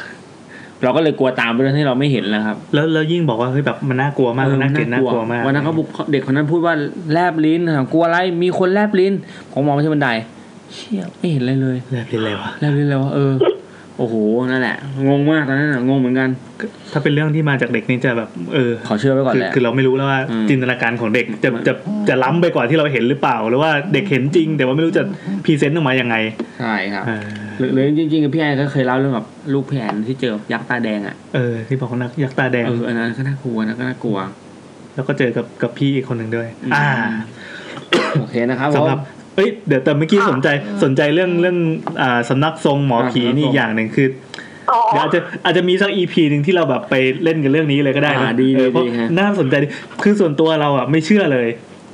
เราก็เลยกลัวตามไปเรื่องที่เราไม่เห็นนะครับ แล้วแล้วยิ่งบอกว่าเฮ้ยแบบมันน่ากลัวมากมันน่าเกลียดน่ากลัวมาก วันนั้นเขาบุกเด็กคนนั้นพูดว่าแลบลิ้นถามกลัวอะไรมีคนแลบลิ้นผมมองไปที่บันไดเชี่ยไม่เห็นอะไรเลย แล้วเป็นอะไรวะ แล้วเรียนแล้วว่าเออ โอ้โห นั่นแหละ งงมากตอนนั้นน่ะงงเหมือนกัน ถ้าเป็นเรื่องที่มาจากเด็กนี่จะแบบ เออ ขอเชื่อไว้ก่อน คือ แหละ คือเราไม่รู้แล้วว่า อืม จินตนาการของเด็กจะ มัน จะจะล้ำไปกว่าที่เราเห็นหรือเปล่า หรือว่าเด็กเห็นจริง แต่ว่าไม่รู้จะพรีเซนต์ออกมายังไง ใช่ครับ เออ หรือหรือจริงๆ พี่แอนก็เคยเล่าเรื่องแบบลูกพี่แอนที่เจอยักษ์ตาแดงอ่ะ เออ ที่บอกว่านักยักษ์ตาแดง เออ อันนั้นก็น่ากลัวนะก็น่ากลัว แล้วก็เจอกับกับพี่อีกคนหนึ่งด้วย อืม อ่า โอเคนะครับ สำหรับ ผม เอ้ยเดี๋ยวแต่เมื่อกี้ ค่ะ สนใจสนใจเรื่องเรื่องอ่าสำนักทรงหมอผี อ่าสำนักทรง นี่อีกอย่างหนึ่งคือ อ๋อ เดี๋ยวอาจจะอาจจะมีสักอีพีหนึ่งที่เราแบบไปเล่นกันเรื่องนี้เลยก็ได้นะ อ่าดี เออ ดี เพราะ ดีฮะ น่าสนใจดีคือส่วนตัวเราอ่ะไม่เชื่อเลย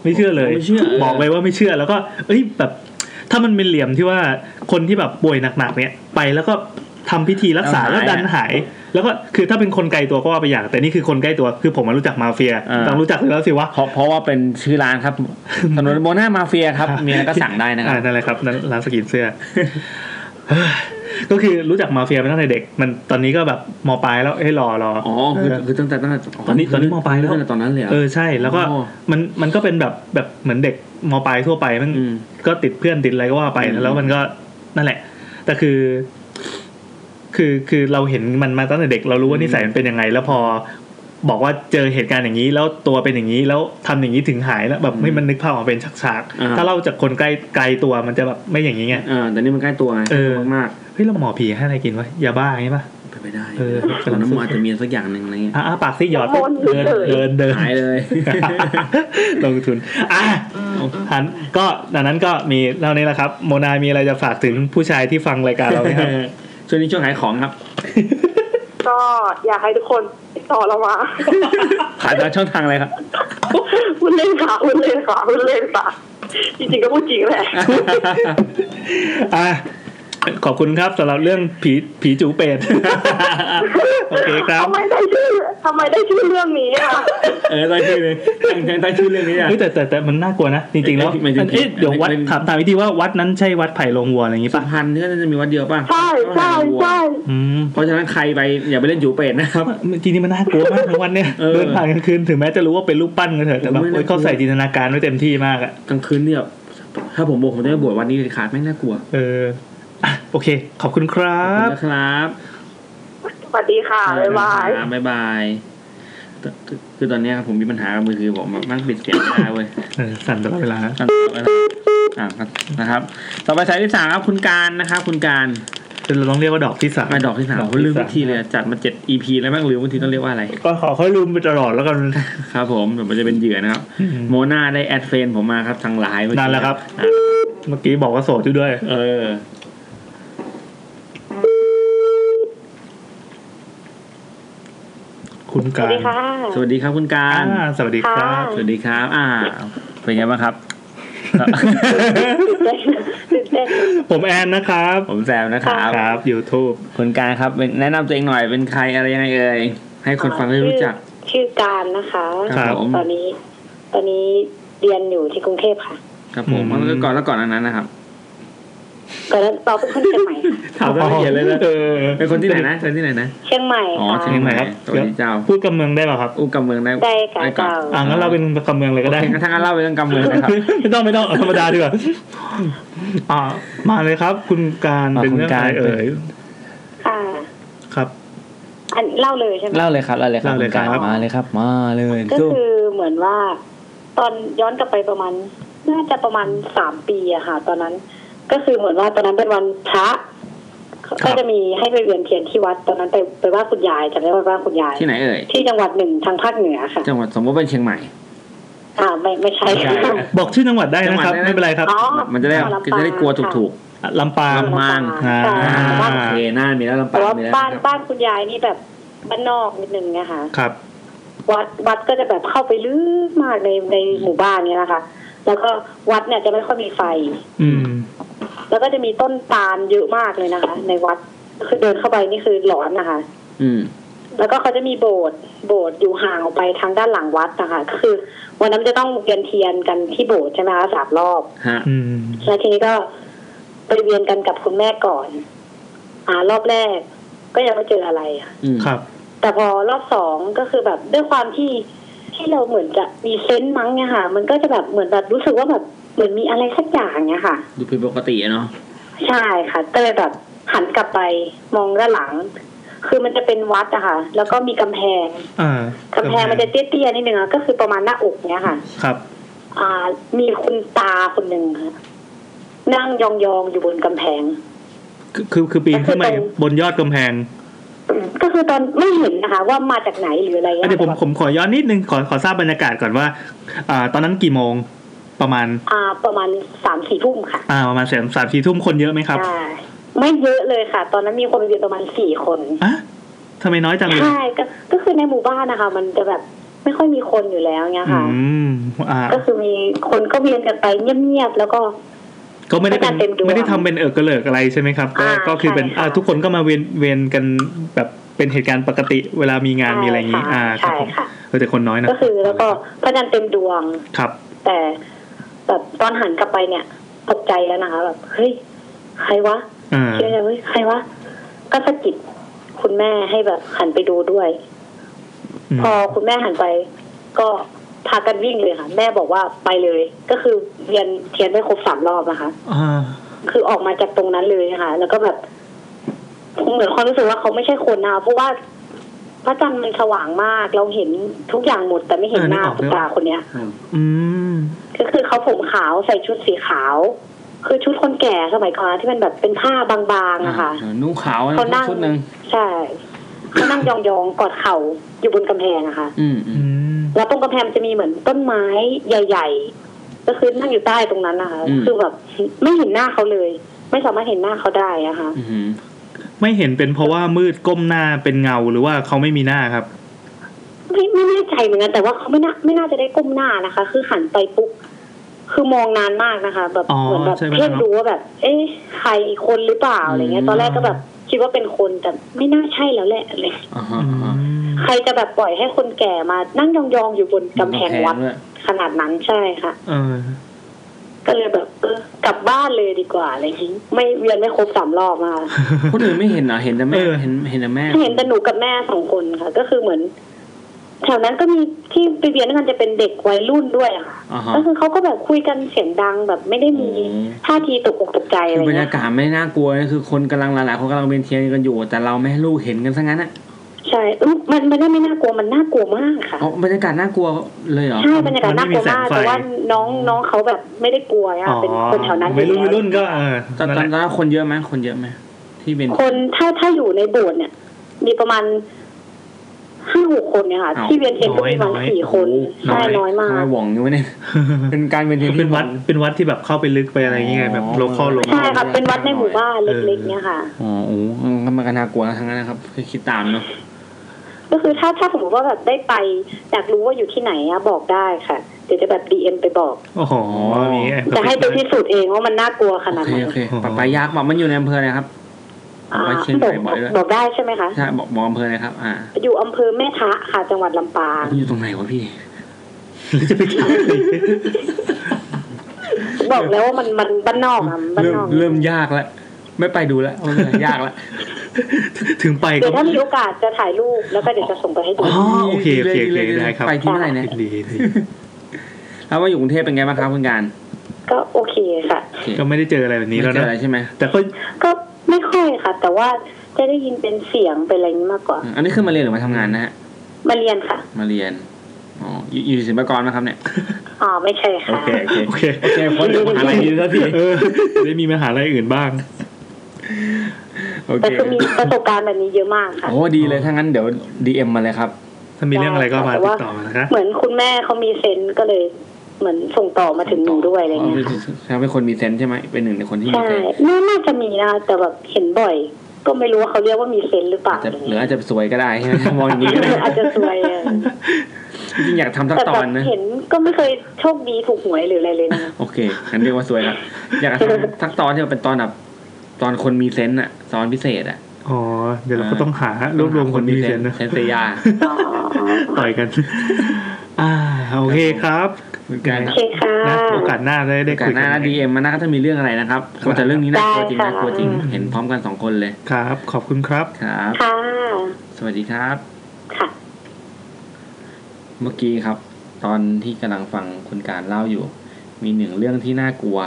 ไม่เชื่อเลย ไม่เชื่อเออ บอกเลยว่าไม่เชื่อแล้วก็ เอ้ยแบบ ถ้ามันเป็นเหลี่ยมที่ว่าคนที่แบบป่วยหนักๆเนี่ยไปแล้วก็ ทำพิธีรักษา แล้ แล้ว ว หาย ดันหาย แล้วก็คือถ้าเป็นคนไกลตัวก็ว่าไปอย่าง แต่นี่คือคนใกล้ตัวคือผมมารู้จักมาเฟีย อ่า ต้องรู้จักอยู่แล้วสิวะ เพราะเพราะว่าเป็นชื่อร้านครับ ถนนโบน่ามาเฟียครับมีอะไรก็สั่งได้นะครับ อ่านั่นแหละครับนั่นร้านสกินเสื้อ ก็คือรู้จักมาเฟียมาตั้งแต่เด็ก มันตอนนี้ก็แบบมปลายแล้วเอ้ยรอรออ อ๋อคือคือตั้งแต่ตั้งแต่ ตอนนี้ตอนนี้มปลายแล้ว ตั้งแต่ตอนนั้นเลยหร เออใช่แล้วก็ โอ้ มันมันก็เป็นแบบแบบเหมือนเด็กมปลายทั่วไปมัน ม ก็ติดเพื่อนติดอะไรก็ว่าไป อืม แล้วมันก็นั่นแหละ แต่คือ คือคือเราเห็นมันมาตั้งแต่เด็ก เรารู้ว่านิสัยมันเป็นยังไง แล้วพอบอกว่าเจอเหตุการณ์อย่างนี้ แล้วตัวเป็นอย่างนี้ แล้วทำอย่างนี้ถึงหายแล้วแบบไม่มันนึกภาพออกมาเป็นฉาก อ่า ๆถ้าเล่าจากคนใกล้ไกลตัวมันจะแบบไม่อย่างนี้ไง เออแต่นี่มันใกล้ตัวไง เออ มาก เฮ้ยเราหมอผีให้อะไรกินวะยาบ้าไงปะ ๆเป็นไปได้ เออ ตอนนั้นมันอาจจะมีสักอย่างหนึ่งอะไรเงี้ย อ่ะอ่ะปากซี่หยอดปุ๊บ โอ้เดิโหน เฉย เดินเดิน หายเลย ลงทุนอ่ะ หันก็ดังนั้นก็มีเท่านี้แหละครับ โมนามีอะไรจะฝากถึงผู้ชายที่ฟังรายการเราไหม ครับ ช่วงนี้ช่วงขายของครับ ก็อยากให้ทุกคนติดต่อเรามา ขายทางช่องทางอะไรครับ พูดเล่นค่ะพูดเล่นค่ะพูดเล่นค่ะจริงๆก็พูดจริงแหละ อ่ะขอบคุณครับสำหรับเรื่องผีผีจูเป็ด โอเคครับ ทำไมได้ชื่อทำไมได้ชื่อเรื่องนี้อ่ะ เออตั้งชื่อเลยตั้งตั้งชื่อเรื่องนี้อ่ะ เฮ้ยแต่แต่แต่มันน่ากลัวนะ จริงๆแล้ว เอ้ยหมายถึง เอ้ยเดี๋ยววัด หมายถึง ถามตามวิธีว่าวัดนั้นใช่วัดไผ่ลงวัวอะไรอย่างงี้ สุ ป่ะ พรรณนี่ก็น่าจะมีวัดเดียวป่ะ ใช่ใช่ใช่ อืม เพราะฉะนั้นใครไปอย่าไปเล่นจูเป็ดนะครับ จริงๆมันน่ากลัวมากทั้งวันเนี่ย เออ เดินผ่านกลางคืนถึงแม้จะรู้ว่าเป็นรูปปั้นกันเถอะแต่แบบ โอ้ยน่ากลัว โอ้ยเขาใส่จินตนาการไว้เต็มที่มากอะ กลางคืนเนี่ยถ้าผมบอกผมจะไปบวชวันนี้เลยขาดไม่งน่ากลัว เออ อ่ะโอเค ขอบคุณครั ขอบ บคุณนะครับ สวัสดีค่ะ บ๊ายบาย ครับบ๊ายบายแต่คือคือตอนเนี้ยผมมีปัญหากับมือถือผมแบบนั่งปิดเสียงไม่ได้เว้ย เออสั่นตลอดเวลา อ่ะครับนะครับ ต่อไปสายที่สามครับคุณการนะครับ คุณการ เราต้องเรียกว่าดอกที่สาม ไม่ดอกที่สามผมลืมวิธีเลยจัดมาเจ็ด EP แล้วแม่งลืมวิธีต้องเรียกว่าอะไร ก็ขอค่อยลืมไปตลอดแล้วกัน ครับผมผมจะเป็นเหยื่อนะครับ อืม โมนาได้แอดเฟนผมมาครับทางไลน์เมื่อกี้ นั่นแหละครับ อ่ะ เมื่อกี้บอกว่าโสดอยู่ด้วย เออ คุณ ส กา วั ร สดีค่ะ สวัสดีครับคุณการ อ่าสวัสดีครับ สวัสดีครับ อ่า เป็นไง บ้างครับ ตื่นเต้นตื่นเต้น ผมแอนนะครับ ผมแซมนะครับ ครับ YouTube คุณการครับเป็นแนะนำตัวเองหน่อยเป็นใครอะไรยังไงเอ่ยให้คนฟังได้รู้จัก ชื่อการนะคะ ครับ ผม ตอนนี้ ตอนนี้เรียนอยู่ที่กรุงเทพค่ะ ครับผมแล้วก่อนแล้วก่อนอันนั้นนะครับ ก่อนหน้าเราเป็นคนเชียงใหม่ค่ะ ถามรายละเอียดเลยนะ เออ เป็นคนที่ไหนนะคนที่ไหนนะ เชียงใหม่ อ๋อ ค่ะ เชี เชี ย ย ง ง ให ให ม่ ม่ครับ สวัสดีเจ้า พูดกำเมืองได้เปล่าครับ อู้กำเมืองได้ ได้ค่ะ ก่อน เจ้า อ่างั้นเราเป็นกำเมืองเลยก็ได้ โอเคงั้นถ้างั้นเล่าไปเรื่องกำเมืองนะครับ ไม่ต้องไม่ต้องเอาธรรมดาดีกว่าอ่า มาเลยครับ คุณการ อ่า เป็นเรื่อง คุณการ อะไรเอ่ย ค่ะ ครับ อันเล่าเลยใช่ไหม เล่าเลยครับเล่าเลยครับ เล่าเลยครับ คุณกมาเลยครับ มาเลย ก็ สู้ คือเหมือนว่า ตอนย้อนกลับไปประมาณ น่าจะประมาณสามปีอะค่ะ ตอนนั้น ก็คือเหมือนว่าตอนนั้นเป็นวันพระ ครับ ก็จะมีให้ไปเวียนเทียนที่วัด ตอนนั้นไปไปไหว่าคุณยายจำได้ว่าไหว่าคุณยาย ที่ไหนเอ่ย ที่จังหวัดหนึ่งทางภาคเหนือค่ะ จังหวัดสมมติเป็นเชียงใหม่ อ่าไม่ไม่ใช่ ไม่ใช่ บอกชื่อจังหวัดได้นะครับ จังหวัดได้ ไม่เป็นไรครับ อ๋อ มันจะได้ ลำปาง จะได้กลัวถูก อ่ะลำปาง ลำปาง อ่าๆใช่อ่า แต่ว่า โอเคน่ามีแล้วลำปา แต่ ง ว่า มีแล้ว บ้าน ครับ บ้านคุณยายนี่แบบบ้านนอกนิดนึงนะคะ ครับ วัดวัดก็จะแบบเข้าไปลึกมากในในหมู่บ้านเนี้ยนะคะ แล้วก็วัดเนี่ยจะไม่ค่อยมีไฟ อืม แล้วก็จะมีต้นตาลเยอะมากเลยนะคะ ในวัดคือเดินเข้าไปนี่คือหลอนนะคะ อืม แล้วก็เขาจะมีโบสถ์โบสถ์อยู่ห่างออกไปทางด้านหลังวัดนะคะก็คือ วันนั้นจะต้องเวียนเทียนกันที่โบสถ์ใช่ไหมคะสามรอบ ฮะ อืม แล้วทีนี้ก็ไปเวียนกันกับคุณแม่ก่อน อ่ารอบแรก ก็ยังไม่เจออะไรอะ อืม ครับ แต่พอรอบสองก็คือแบบด้วยความที่ที่เราเหมือนจะมีเซนต์มั้งเนี่ยค่ะ มันก็จะแบบเหมือนแบบรู้สึกว่าแบบเหมือนมีอะไรสักอย่างเนี่ยค่ะ ดูผิดปกติอะเนาะ ใช่ค่ะก็เลยแบบหันกลับไปมองด้านหลัง คือมันจะเป็นวัดอะค่ะ แล้วก็มีกำแพง อ่าก ำแพงมันจะเตี้ยๆนิดนึงอะก็คือประมาณหน้าอกเนี้ยค่ะ ครับ อ่า มีคุณตาคนหนึ่งค่ะนั่งยองๆอยู่บนกำแพง คือคือคือปีนขึ้นมาบนยอดกำแพง ก็คือตอนไม่เห็นนะคะ ว่ามาจากไหนหรืออะไร อ่ะ เงี้ย เดี๋ยวผมผมขอย้อนนิดนึงขอขอทราบบรรยากาศก่อนว่าอ่า ตอนนั้นกี่โมงประมาณ อ่า ประมาณสามสี่ทุ่มค่ะ อ่าประมาณสามสามสี่ทุ่มคนเยอะไหมครับ ใช่ไม่เยอะเลยค่ะ ตอนนั้นมีคนอยู่ประมาณสี่คน อ่ะทำไมน้อยจังเลย ใช่ก็ก็คือในหมู่บ้านนะคะ มันจะแบบไม่ค่อยมีคนอยู่แล้วเงี้ย อื ค่ะ มอ่า ก็คือมีคนก็เวียนกันไปเงียบๆ แล้วก็ ก็ไม่ได้เป็น ไม่ได้เต็มดวง ไม่ได้ทำเป็นเอกกระเลิกอะไรใช่ไหมครับก็ อ่า ก็คือเป็น ใช่ค่ะ อ่าทุกคนก็มาเวียนเวียนกันแบบเป็นเหตุการณ์ปกติเวลามีงานมีอะไรอย่างนี้ ใช่ อ่าคค่ะรับผม ใช่ค่ะ เออแต่คนน้อยนะ ก็คือแล้วก็พระจันทร์เต็มดวง ครับ แต่แบบตอนหันกลับไปเนี่ยตกใจแล้วนะคะแบบเฮ้ยใครวะ อ่า เชื่อเลยเฮ้ยใครวะก็สะกิดคุณแม่ให้แบบหันไปดูด้วย อืม พอคุณแม่หันไป ก็พากันวิ่งเลยค่ะ แม่บอกว่าไปเลย ก็คือเวียนเทียนไปครบสามรอบนะคะ อ่า คือออกมาจากตรงนั้นเลยค่ะ แล้วก็แบบเหมือนความรู้สึกว่าเขาไม่ใช่คนนะเพราะว่าพระจันทร์มันสว่างมาก เราเห็นทุกอย่างหมด แต่ไม่เห็นหน้าคุณตาคนเนี้ย อืม ก็คือเขาผมขาวใส่ชุดสีขาว คือชุดคนแก่สมัยก่อนนะที่มันแบบเป็นผ้าบางๆอะค่ะ เออนุ่งขาว เขานั่ง ชุดหนึ่ง ใช่เขานั่งยองๆกอดเข่าอยู่บนกำแพงอะค่ะ อืมอื อื ม ม แล้วตรงกำแพงมันจะมีเหมือนต้นไม้ใหญ่ ๆ ก็คือนั่งอยู่ใต้ตรงนั้นนะคะคือแบบไม่เห็นหน้าเขาเลย ไม่สามารถเห็นหน้าเขาได้อะค่ะ อืม ไม่เห็นเป็นเพราะว่ามืดก้มหน้าเป็นเงาหรือว่าเขาไม่มีหน้าครับ ไม่ไม่แน่ใจเหมือนกันแต่ว่าเขาไม่น่าไม่น่าจะได้ก้มหน้านะคะ คือหันไปปุ๊บคือมองนานมากนะคะ แบบ อ๋อ เหมือนแบบ ใช่ไหม เพ่ง ครับ ดูว่าแบบ เอ๊ะใครคนหรือเปล่าอะไรเงี้ย ตอนแรกก็แบบคิดว่าเป็นคนแต่ไม่น่าใช่แล้วแหละอะไร อ่าฮะ อื อ่าฮะ ม ใครจะแบบปล่อยให้คนแก่มานั่งยองๆอยู่บนกำแพงวัด ด้วย ขนาดนั้นใช่ค่ะ เออ ก็เลยแบบเออกลับบ้านเลยดีกว่าอะไรอย่างงี้ไม่เวียนไม่ครบสามรอบ มา คนอื่นไม่เห็นเหรอเห็นแต่แม่ เออ เห็นเห็นแต่แม่ เห็นแต่หนูกับแม่สองคนค่ะ ก็คือเหมือนแถวนั้นก็มีที่ไปเรียนด้วยกันจะเป็นเด็กวัยรุ่นด้วยอะค่ะ อ่าฮะ ก็คือเขาก็แบบคุยกันเสียงดังแบบไม่ได้มี อืม ท่าทีตกอกตกใจอะ คื ไร อบรร เงี้ ยาย กาศไม่น่ากลัวนะคือคนกำลังหลายๆคนกำลังเป็นเทียนกันอยู่ แต่เราไม่ให้ลูกเห็นกันซะงั้นอ่ะ ใช่เอ้ยมันมันไม่น่ากลัวมันน่ากลัวมากค่ะ อ๋อบรรยากาศน่ากลัวเลยเหรอ ใช่บรรยากาศน่ากลัวมันมากไม่มีแสงไฟ แต่ว่าน้องน้องเขาแบบไม่ได้กลัวอะ อ๋อ เป็นคนแถวนั้นอ วัยรุ่นวัย ยู่ รุ่นก็เออ ตอนตอนตอนนั้นคนเยอะไหมคนเยอะไหมที่เป็น คนถ้าถ้าอยู่ในโบสถ์เนี่ย มีประมาณห้าหกคนเนี่ยค่ะ อ้าว ที่เวียนเทียนก็มีประมาณสี่คน โอ้ ใช่ โห น้อยมา ทำไม ก หว่องอยู่วะเนี่ยเป็นการเป็นเทียนที่ เป็นวัดเป็นวัดที่แบบเข้าไปลึกไปอะไรอย่างเงี้ยแบบโลคอลโลค ใช่ อล ค่ะเป็นวัดในหมู่บ้านเล็กๆเนี่ยค่ะ อ๋อโอ้โหมันก็น่ากลัวทั้งนั้นนะครับคือคิดตามเนาะ ก็คือถ้าถ้าสมมติว่าแบบได้ไปอยากรู้ว่าอยู่ที่ไหนอะบอกได้ค่ะ เดี๋ยวจะแบบดีเอ็มไปบอก โอ้โหมีแอปกร จะให้ไป พริ พิ บ สูจน์เองว่ามันน่ากลัวข โอ นาด เค ไหน โอเค อ๋อ ปะปายากบอกมันอยู่ในอำเภออะไรครับ อ่า ไปเชียง บ ใหม่ อก บ่อยด้วย บอกได้ใช่ไหมคะ ใช่บอกบอกอำเภอเลยครับ อ่า อยู่อำเภอแม่ทะค่ะจังหวัดลำปาง มันอยู่ตรงไหนวะพี่ หรือจะไปกิน บอกแล้วว่ามันมันบ้านนอกอะบ้าน เริ่ม นอก เริ่มยากแล้วไม่ไปดูแล้วไม่เป็นไรยากแล้ว ถึงไปก็ เดี๋ยวถ้ามีโอกาสจะถ่ายรูปแล้วก็เดี๋ยวจะส่งไปให้ดู อ๋อโอเคโอเคโอเคได้ครับ ไปที่เมื่อไหร่เนี่ย ดีดี แล้วว่าอยู่กรุงเทพเป็นไงบ้างครับคุณการ ก็โอเคค่ะ โอเค ก็ไม่ได้เจออะไรแบบนี้แล้ว ไม่เจอ นะ อะไรใช่ไหม แต่ก็ ก็ไม่ค่อยค่ะ แต่ว่าจะได้ยินเป็นเสียงเป็นอะไรอย่างนี้มากกว่า อืมอันนี้คือมาเรียนหรือมาทำงานนะฮะ มาเรียนค่ะ มาเรียนอ๋ออยู่อยู่ศิลปากรนะครับเนี่ย อ๋อไม่ใช่ โอ ค่ะ เคโอเค โอเค โอเคพ้นจากมหาลัยนี้สักที เออจะได้มีมหาลัยอื่นบ้าง โอเค แต่คือมีประสบการณ์แบบนี้เยอะมากค่ะ โอ้ดีเลยถ้างั้นเดี๋ยว DM มาเลยครับ ถ้ามีเรื่องอะไรก็มาติดต่อมานะคะ เหมือนคุณแม่เขามีเซนส์ก็เลยเหมือนส่งต่อมาถึงหนูด้วยอะไรเงี้ยค่ะ เขาเป็นคนมีเซนส์ใช่ไหมเป็นหนึ่งในคนที่มี ใช่ เซนส์ น่าน่าจะมีนะแต่แบบเห็นบ่อย ก็ไม่รู้ว่าเขาเรียกว่ามีเซนส์หรือเปล่า จะ อะไร หรือ เงี้ย อาจจะสวยก็ได้ใช่ไหม มองอย่างนี้ก็ได้ อาจจะซวยอะ จริงๆอยากทำสัก แต่ ต แบ อน บ นะ เห็นก็ไม่เคยโชคดีถูกหวยหรืออะไรเลยนะ โอเคงั้นเรียกว่าสวยครับอยากทำสักตอนที่มันเป็นตอนแบบตอนคนมีเซนส์อะตอนพิเศษอะ อ๋อเดี๋ยวเราก็ต้องหารวบรวมคนมีเซนส์นะ เซนเซยา อ๋อ ต่อยกัน อ่าโอเคครับ เหมือนกัน โอ นะ เคค่ะ นะโอกาสหน้าได้ได้ โอกาส คุหยกั น้านดีเอ็มมาน่าจะมีเรื่องอะไรนะครับแต่เรื่องนี้น่ากลัวจริง ได้ค่ะ น่ากลัวจริงเห็นพร้อมกันสองคนเลย ครับ ขอบคุณครับ ครับ ค่ะ สวัสดีครับ ค่ะ เมื่อกี้ครับ ตอนที่กำลังฟังคุณการเล่าอยู่ มีหนึ่งเรื่องที่น่ากลัว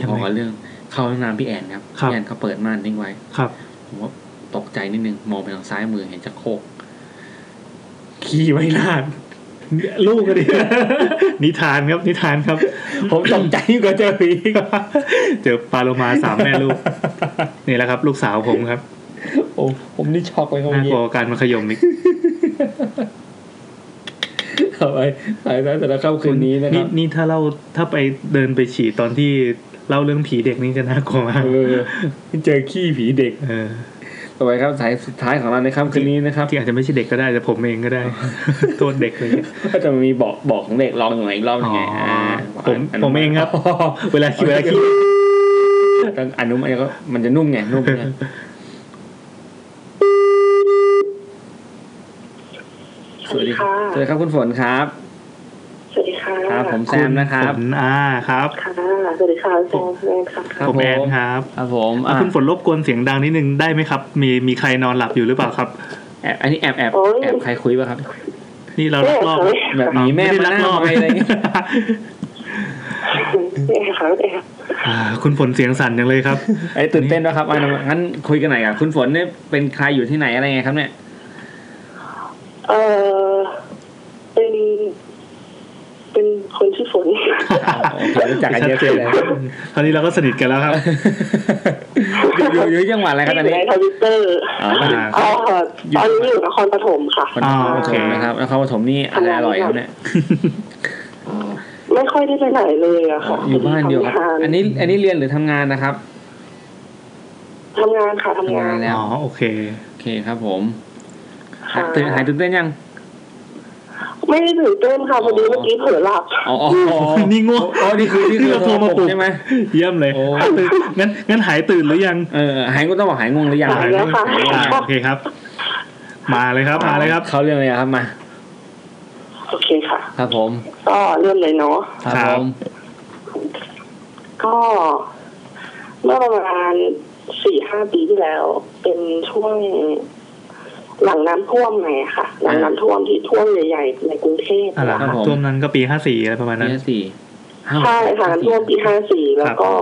ยัง พ ไง อกับเรื่องเข้าห้องน้ำพี่แอนครับ ครับ พี่แอนเขาเปิดม่านทิ้งไว้ ครับ ผมว่าตกใจนิดนึงมองไปทางซ้ายมือเห็นจะโครกขี่ไว้นาน ลูกก็ดี นิทานครับนิทานครับ ผมตกใจยิ่งกว่าเจอผีอีก เจอปลาโลมาสามแม่ลูก นี่แหละครับ ลูกสาวผมครับ โอ้ผมนี่ช็อกเลยครับ น่า เมื่อก ลัวกว่าการมาขยมอีก เอาไปไปแล้วแต่ละค่ำคืนนี้นะค นี่ รับ นี่ถ้าเล่าถ้าไปเดินไปฉี่ตอนที่เล่าเรื่องผีเด็กนี่จะน่ากลัวมาก เออเจอขี้ผีเด็ก เออ ต่อไปครับสายสุดท้ายของเราในค่ำคืนนี้นะครับ ที่อาจจะไม่ใช่เด็กก็ได้แต่ผมเองก็ได้ โทษเด็กเลย ก็จะมีบอกบอกของเด็กลองอยู่ไหนอีกรอบหนึงไงา ผมผมเองครับ เวลาคิดเวลาคิด ต้องอนุมันก็มันจะนุ่มไงนุ่มไงสวัสดีครับสวัสดีครับคุณฝนครับ สวัสดีค่ะ ครับผมแซมนะครับ ณฝอ่าครับ ค่ะสวัสดีค่ะแซมแซมค่ะ ครับ ผมแอน ผม ครับ ครับผมอ่ะ คุณฝนรบกวนเสียงดังนิดนึงได้ไหมครับ มีมีใครนอนหลับอยู่หรือเปล่าครับ แอบอันนี้แอบแอบ โอ้ย แอบใครคุยป่ะครับ นี่เราลักลอบ เอ้ย แบบหนีแม่ ไได้ มา ลั ห ก น้า ลอบ ไปอะไรเงี้ย นี่ค่ะนี่ค่ะ อ่าคุณฝนเสียงสั่นจังเลยครับ ไอ้ยตื่นเต้นนะครับอ่ะงั้นคุยกันหน่อยอ่ะคุณฝนเนี่ยเป็นใครอยู่ที่ไหนอะไรไงครับเนี่ย เออเป็นเป็นคนที่อฝน โอเครู้ จักกันเยอะขึ้นแล้ว ตอนนี้เราก็สนิทกันแล้วครับ อยู่ อยู่อยู่จังหวัดอะไรครับตอน ยู่ นี้ ในทวิตเตอร์ อ๋อ เอ่อตอนนี้อยู่นครปฐมค่ะ คนนครป โอ ฐ เค มนะครับนครปฐมนี่อะไรอร่อยครับเนี่ย ไม่ค่อยได้ไปไหนเลยอะค่ะ อยู่บ้านเดียวครับ ทำงาน อันนี้อันนี้เรียนหรือทำงานนะครับ ทำงานค่ะทำงางทำานนแล้ว อ๋อโอเค โอเคครับผมหา ค่ะ ยตื่นหายตื่นเต้นยัง ไม่ได้ตื่นเต้นค่ะพอดี อ๋อ เมื่อกี้เผลอหลับ อ๋ออ๋อ นี่ง่วง โอ้นี่คือนี่คือ เราโทรมาปลุก ใช่ไหม เยี่ยมเลย โอ้ ตื่นงั้นงั้นหายตื่นหรือยัง เออหายก็ต้องบอกหายงงหรือยัง หายแล้วค่ะ อ่าโอเคครับ มาเลยครับ มาเลยครับ เขาเรื่องอะไรครับมา โอเคค่ะ ครับผม ก็เริ่มเลยเนาะ ครับ ครั ผ บ ม ก็ เมื่อประมาณสี่ห้าปีที่แล้ว เป็นช่วงหลังน้ำท่วมไงค่ะ หลังน้ำท่วมที่ท่วมใหญ่ๆในกรุงเทพ อ่าล่ะ นะคะ ช่วงนั้นก็ปีห้าสี่อะไรประมาณนั้น ปีห้าสี่ห้า ใช่ค่ะน้ำท่วมปีห้าสี่แล้วก็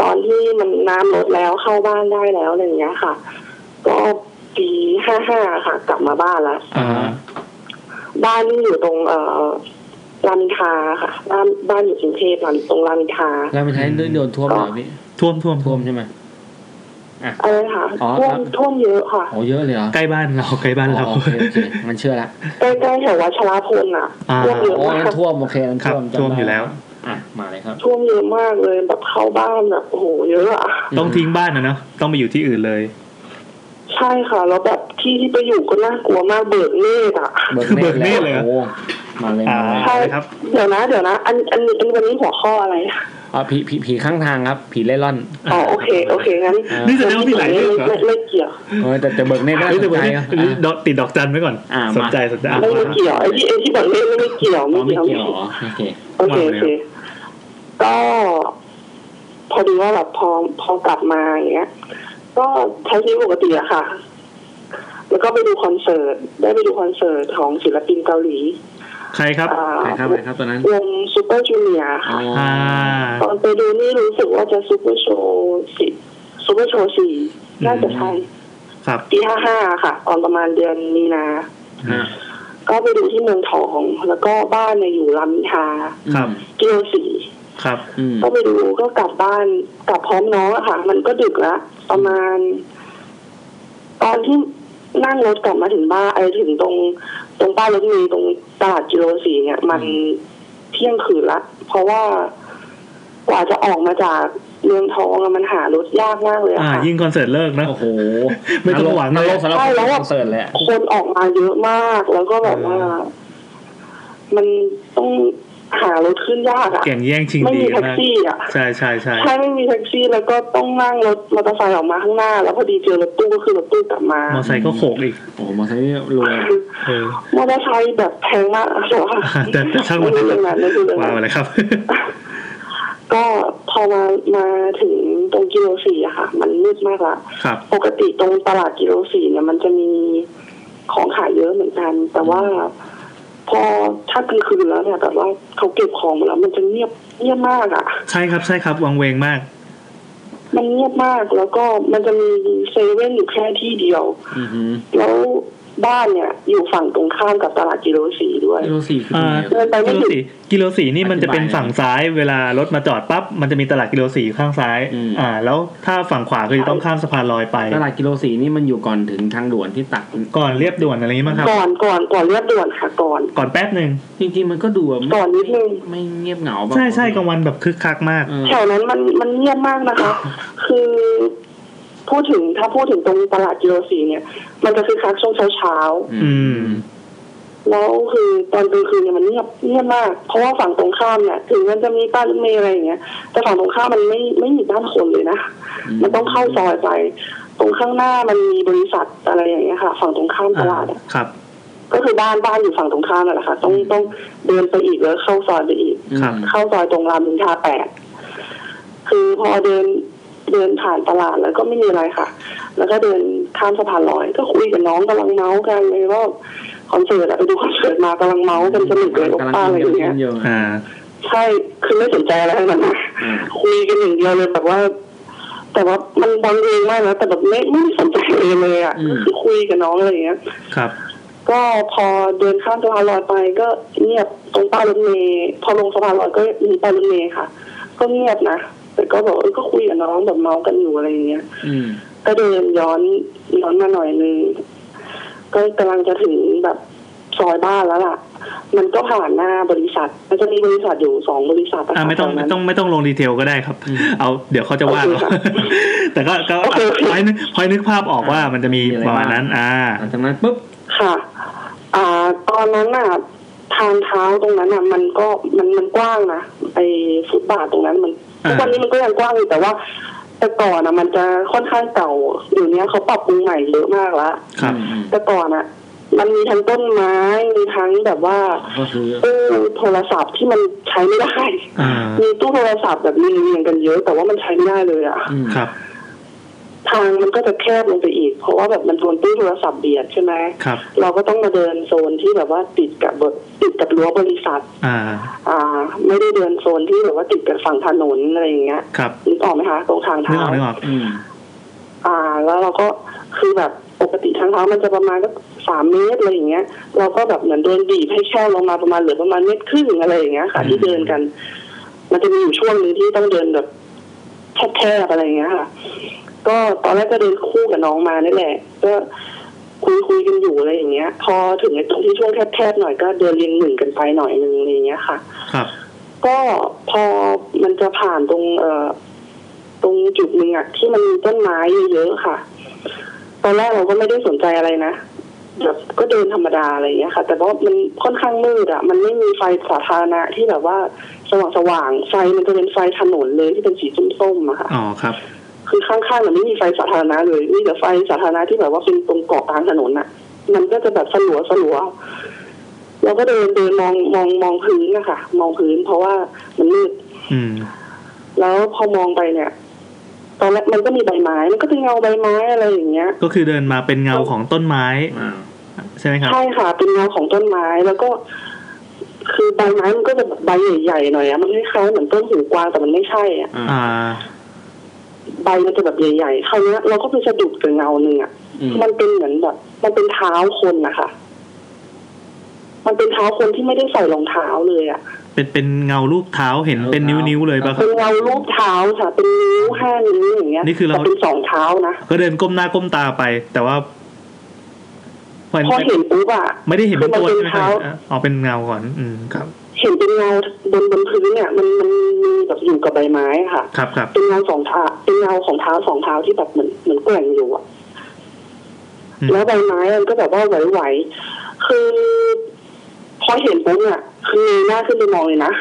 ตอนที่มันน้ำลดแล้วเข้าบ้านได้แล้วอะไรอย่างเงี้ยค่ะ ก็ปีห้าห้าค่ะ กลับมาบ้านละ อ่า บ้านอยู่ตรงเอ่อรามอินทราค่ะ บ้านบ้านอยู่กรุงเทพรามตรงรามอินทรา แล้วมันใช้เรื่องโดนท่วมเหรอพี่ ท่วมท่วม ท่วมใช่ไหม อะไรนะคะ อ๋อ ท่วม ครับ ท่วมเยอะค่ะ โอ้เยอะเลยเหรอ ใกล้บ้านเราใกล้บ้านเรา อ๋อโอเคโอเคมันเชื่อละ ใกล้ๆแถววัชรพลน่ะ อ่า ท่วมเยอะ โอ้ มา นั่ ก นท่วมโอเคนั่น ครับ ท่วมจำ ท่วมอยู่ ได้ แล้ว อ่ะมาเลยครับ ท่วมเยอะมากเลยแบบเข้าบ้านแบบโอ้โหเยอะอะ ต้องทิ้งบ้านนะเนาะต้องไปอยู่ที่อื่นเลย ใช่ค่ะ แล้วแบบที่ที่ไปอยู่ก็น่ากลัวมากเบิกเนตรอ่ะ เบิกเนตรแล้วโอ้มาเลย อ่า มาเลย ใช่ ครับ เดี๋ยวนะเดี๋ยวนะ อันอันอันวันนี้หัวข้ออะไรนะ อ๋อผีผีผีข้างทางครับ ผีเล่ร่อน อ๋อโอเค โอเคงั้น นี่แสดงว่ามีหลายเรื่องเหรอ ไม่ไม่เกี่ยว เออแต่แต่เบิกเนตรก็น่า เฮ้ย ส แต่ น เบอ ใจ ร์นี้ นะ อันนี้ดอกติดดอกจันไว้ก่อน อ่ามา สนใจสนใจอ่ะ ไม่เกี่ยวไอ้ที่ไอ้ที่เบิกเนตรไม่เกี่ยว อ๋ ไม่ อไม่ เกี่ยว เกี่ยวเหรอโอเค โอเค ว่าไปแล้วโอเค ก็ พอดีว่าแบบพอพอกลับมาอย่างเงี้ย ก็ใช้ชีวิตปกติอะค่ะ แล้วก็ไปดูคอนเสิร์ต ได้ไปดูคอนเสิร์ตของศิลปินเกาหลี ใครครับ อ่า ใครครับใครครับตอนนั้น วงซูเปอร์จูเนียร์ อ๋ ค่ะ อ่า ตอนไปดูนี่รู้สึกว่าจะซูเปอร์โชว์สิซูเปอร์โชว์สี่ ม น่าจะใช่ ครับ ปีห้าห้าค่ะ ตอนประมาณเดือนมีนา ฮะ ก็ไปดูที่เมืองทอง แล้วก็บ้านเนี่ยอยู่ลำอินทรา ครับ เกียวสี ครับ อืม ก็ไปดูก็กลับบ้านกลับพร้อมน้องอะค่ะ มันก็ดึกละประมาณ ตอนที่นั่งรถกลับมาถึงบ้านไอ้ถึงตรง ตรงป้ายรถเมีตรงตลาดกิโลสีเนี่ย มันเที่ยงคืนละเพราะว่ากว่าจะออกมาจากเมืองทองอะมันหารถยากมากเลยอะ อ่า ค่ะ ยิ่งคอนเสิร์ตเลิกนะ โอ้โห ไม่ต้องหวัง น เลย รกสำหรับ ใช่แล้วอะ คอนเสิร์ตเลยอะ คนออกมาเยอะมาก แล้วก็แบบว่า มันต้องหารถขึ้นยากอะ แข่งแย่งชิง ไม่ ดี มีแท็ก มาก ซี่อะ ใช่ใช่ใช่ ใช่ไม่มีแท็กซี่แล้วก็ต้องนั่งรถมอเตอร์ไซค์ออกมาข้างหน้า แล้วพอดีเจอรถตู้ก็คือรถตู้กลับมาม อไซค์ก็โขกอีก โอ้โหมอไซค์นี่รวย เออ มอเตอร์ไซค์แบบแพงมากแต่ว่า อ่ะแต่แต่ช่าง ไม่ มัน รู้เรื่องนั้นไม่รู้เรื่อง ว้าว นั้น เลยครับ ก็พอมามาถึงตรงกิโลสี่อะค่ะ มันมืดมากละ ครับ ปกติตรงตลาดกิโลสี่เนี่ยมันจะมีของขายเยอะเหมือนกัน แต่ว่า พอถ้ากลางคืนแล้วเนี่ยแบบว่าเขาเก็บของหมดแล้วมันจะเงียบเงียบมากอะ ใช่ครับใช่ครับวังเวงมาก มันเงียบมากแล้วก็มันจะมีเซเว่นอยู่แค่ที่เดียว อือหือ แล้วบ้านเนี่ยอยู่ฝั่งตรงข้ามกับตลาดกิโลสีด้วย กิโลสี่คือ อ่า ยังไง เดิ อะ นไป กิ ไม่ โล ถึง สี่กิโลสี่นี่มันจะเป็นฝั่งซ้ายเวลารถมาจอดปั๊บมันจะมีตลาดกิโลสี่ข้างซ้าย อืม อ่า แล้วถ้าฝั่งขวาคือจะต้องข้ามสะพานลอยไป ตลาดกิโลสี่นี่มันอยู่ก่อนถึงทางด่วนที่ตัด ก่อนเรียบด่วนอะไรอย่างนี้มั้งครับ ก่อนก่อนก่อนเรียบด่วนค่ะก่อน ก่อนแป๊บหนึ่ง จริงๆมันก็ดูแบบไม่ ก่อนนิดนึง ไม่เงียบเหงาแบบ ใช่ใช่กลางวันแบบคึกคักมาก เออ แถวนั้นมันมันเงียบมากนะคะ คือพูดถึงถ้าพูดถึงตรงตลาดกิโลสีเนี่ย มันจะคือคักช่วงเช้า อืม ๆ แล้วคือตอนกลางคืนเนี่ยมันเงียบเงียบมาก เพราะว่าฝั่งตรงข้ามเนี่ยถึงมันจะมีป้ายรถเมล์อะไรอย่างเงี้ยแต่ฝั่งตรงข้ามมันไม่ไม่มีบ้านคนเลยนะ อืม มันต้องเข้าซอยไป ตรงข้างหน้ามันมีบริษัทอะไรอย่างเงี้ยค่ะ ฝั่งตรงข้ามตลาดอะ ครับ ก็คือบ้านบ้านอยู่ฝั่งตรงข้ามนั่นแหละค่ะ ต้องต้องเดินไปอีกแล้วเข้าซอยไปอีก ครับ เข้าซอยตรงรามอินทราแปดคือพอเดินเดินผ่านตลาดแล้วก็ไม่มีอะไรค่ะ แล้วก็เดินข้ามสะพานลอย ก็คุยกับน้องกำลังเมาส์กันเลยว่าคอนเสิร์ตอะไปดูคอนเสิร์ตมากำลังเมาส์กันสนุกเลยโอป้าอะไรอย่างเงี้ย กำลังกิน อ่า ใช่คือไม่สนใจอะไรทั้งนั้นนะ อืม คุยกันอย่างเดียวเลยแบบว่า แต่ว่ามันบังเอิญมากนะแต่แบบไม่ไม่ได้สนใจเลยเลยอ่ะก็คือคุยกับน้องอะไรอย่างเงี้ย ครับ ก็พอเดินข้ามสะพานลอยไปก็เงียบตรงป้ายรถเมย์พอลงสะพานลอยก็มีป้ายรถเมย์ค่ะ ก็เงียบนะแต่ก็บอกเออก็คุยกับน้องแบบเมากันอยู่อะไรอย่างเงี้ย อืม ก็เดินย้อนย้อนมาหน่อยนึงก็กำลังจะถึงแบบซอยบ้านแล้วล่ะ มันก็ผ่านหน้าบริษัท มันจะมีบริษัทอยู่สองบริษัทนะคะ อ่าไม่ต้อง ซย ไม่ นั้น ต้องไม่ต้องลงดีเทลก็ได้ครับ เอาเดี๋ยวเขาจะว่าเรา โอเคครับ แต่ก็ก็ โอเค พอยนึกพอยนึกภาพออกว่ามันจะมีประมาณนั้น อ่า หลังจากนั้นปุ๊บ ค่ะ อ่า ตอนนั้นน่ะ ทางเท้าตรงนั้นน่ะ มันก็มันมันกว้างนะไอ้ฟุตบาทตรงนั้นมัน อ่า ทุกวันนี้มันก็ยังกว้างอยู่แต่ว่า แต่ก่อนน่ะ มันจะค่อนข้างเก่าเดี๋ยวนี้เขาปรับปรุงใหม่เยอะมากละ ครับ แต่ก่อนน่ะ มันมีทั้งต้นไม้มีทั้งแบบว่า ก็คือ ตู้โทรศัพท์ที่มันใช้ไม่ได้ อ่า มีตู้โทรศัพท์แบบเรียงๆกันเยอะ แต่ว่ามันใช้ไม่ได้เลยอะ อืม ครับ ทางมันก็จะแคบลงไปอีก เพราะว่าแบบมันโดนตู้โทรศัพท์เบียดใช่ไหม ครับ เราก็ต้องมาเดินโซนที่แบบว่าติดกับติดกับรั้วบริษัท อ่า อ่า ไม่ได้เดินโซนที่แบบว่าติดกับฝั่งถนนอะไรอย่างเงี้ย ครับ นึกออกไหมคะตรงทาง นึกออกเท้านึกออก อืม อ่า แล้วเราก็คือแบบปกติทางเท้ามันจะประมาณสักสามเมตรอะไรอย่างเงี้ย เราก็แบบเหมือนโดนบีบให้แคบลงมาประมาณเหลือประมาณเมตรครึ่งอะไรอย่างเงี้ยค่ะ อืม ที่เดินกัน มันจะมีอยู่ช่วงหนึ่งที่ต้องเดินแบบแคบๆอะไรอย่างเงี้ยค่ะ ก็ตอนแรกก็เดินคู่กับน้องมานี่แหละ ก็คุยคุยๆกันอยู่อะไรอย่างเงี้ย พอถึงในตรงที่ช่วงแคบๆหน่อยก็เดินเรียงหนึ่งกันไปหน่อยหนึ่งอะไรอย่างเงี้ยค่ะ ครับ ก็พอมันจะผ่านตรงเอ่อตรงจุดหนึ่งอะที่มันมีต้นไม้เยอะๆค่ะ ตอนแรกเราก็ไม่ได้สนใจอะไรนะแบบก็เดินธรรมดาอะไรอย่างเงี้ยค่ะ แต่ว่ามันค่อนข้างมืดอะมันไม่มีไฟสาธารณะที่แบบว่าสว่างๆไฟมันจะเป็นไฟถนนเลยที่เป็นสีส้มๆอะค่ะ อ๋อ ครับ คือข้างๆมันไม่มีไฟสาธารณะเลยมีแต่ไฟสาธารณะที่แบบว่าเป็นตรงเกาะกลางถนนน่ะ มันก็จะแบบสลัวสลัวเราก็เดินเดินมองมองมองพื้นนะคะมองพื้น เพราะว่ามันมืด อืม แล้วพอมองไปเนี่ย ตอนแรกมันก็มีใบไม้ มันก็เป็นเงาใบไม้อะไรอย่างเงี้ย ก็คือเดินมาเป็นเงาของต้นไม้ อ่า ใช่ไหมครับ ใช่ค่ะ เป็นเงาของต้นไม้แล้วก็ คือใบไม้มันก็จะแบบใบใหญ่ๆหน่อยอะมันคล้ายๆเหมือนต้นหูกวางแต่มันไม่ใช่อะ อ่า อ่า ใบมันจะแบบใหญ่ๆคราวเนี้ยเราก็ไปสะดุดกับเงาหนึ่งอะ อืม มันเป็นเหมือนแบบมันเป็นเท้าคนนะคะ มันเป็นเท้าคนที่ไม่ได้ใส่รองเท้าเลยอะ่ะ เป็นเป็นเงารูปเท้าเห็นเป็นนิ้วนิ้วๆเลยปะครั เป็ บ นเงารูปเท้าค่ะ เป็นนิ้วห้านิ้วอย่างเงี้ย นี่คือเรา แต่เป็นสองเท้านะ ก็เดินก้มหน้าก้มตาไป แต่ว่ามัน พอเห็นปุ๊บอะ ไม่ได้เห็น คื เป็ อน มัน ตัว เป็น ใช่ไหมค เท้า รับอ๋อเป็นเงาก่อน อืม ครับ เห็นเป็นเงาบนบนพื้นเนี่ย มันมันมีแบบอยู่กับใบไม้อะค่ะ ครับครับ เป็นเงาสองเท้า เป็นเงาของเท้าสองเท้าที่แบบเหมือนเหมือนแกว่งอยู่อะ อืม แล้วใบไม้มันก็แบบว่าไหวๆ คือ พอเห็นปุ๊บเนี่ยคือเงยหน้าขึ้นไปมองเลยนะ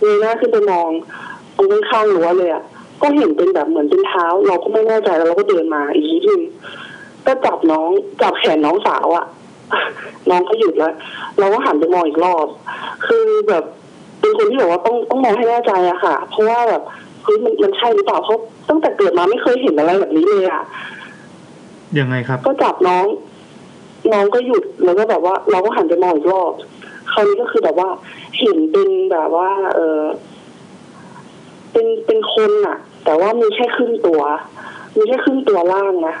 เงยหน้าขึ้นไปมองตรงข้างๆรั้วเลยอะก็เห็นเป็นแบบเหมือนเป็นเท้า เราก็ไม่แน่ใจแล้วเราก็เดินมาอีกนิดนึงก็จับน้องจับแขนน้องสาวอะ น้องก็หยุดแล้ว เราก็หันไปมองอีกรอบ คือแบบเป็นคนที่แบบว่าต้องต้องมองให้แน่ใจอะค่ะ เพราะว่าแบบเฮ้ยมันมันใช่หรือเปล่าเพราะตั้งแต่เกิดมาไม่เคยเห็นอะไรแบบนี้เลยอะ ยังไงครับ ก็จับน้อง น้องก็หยุดแล้วก็แบบว่า เราก็หันไปมองอีกรอบคราวนี้ก็คือแบบว่า เห็นเป็นแบบว่า เออเป็นเป็นคนอะแต่ว่ามีแค่ครึ่งตัว มีแค่ครึ่งตัวล่างนะ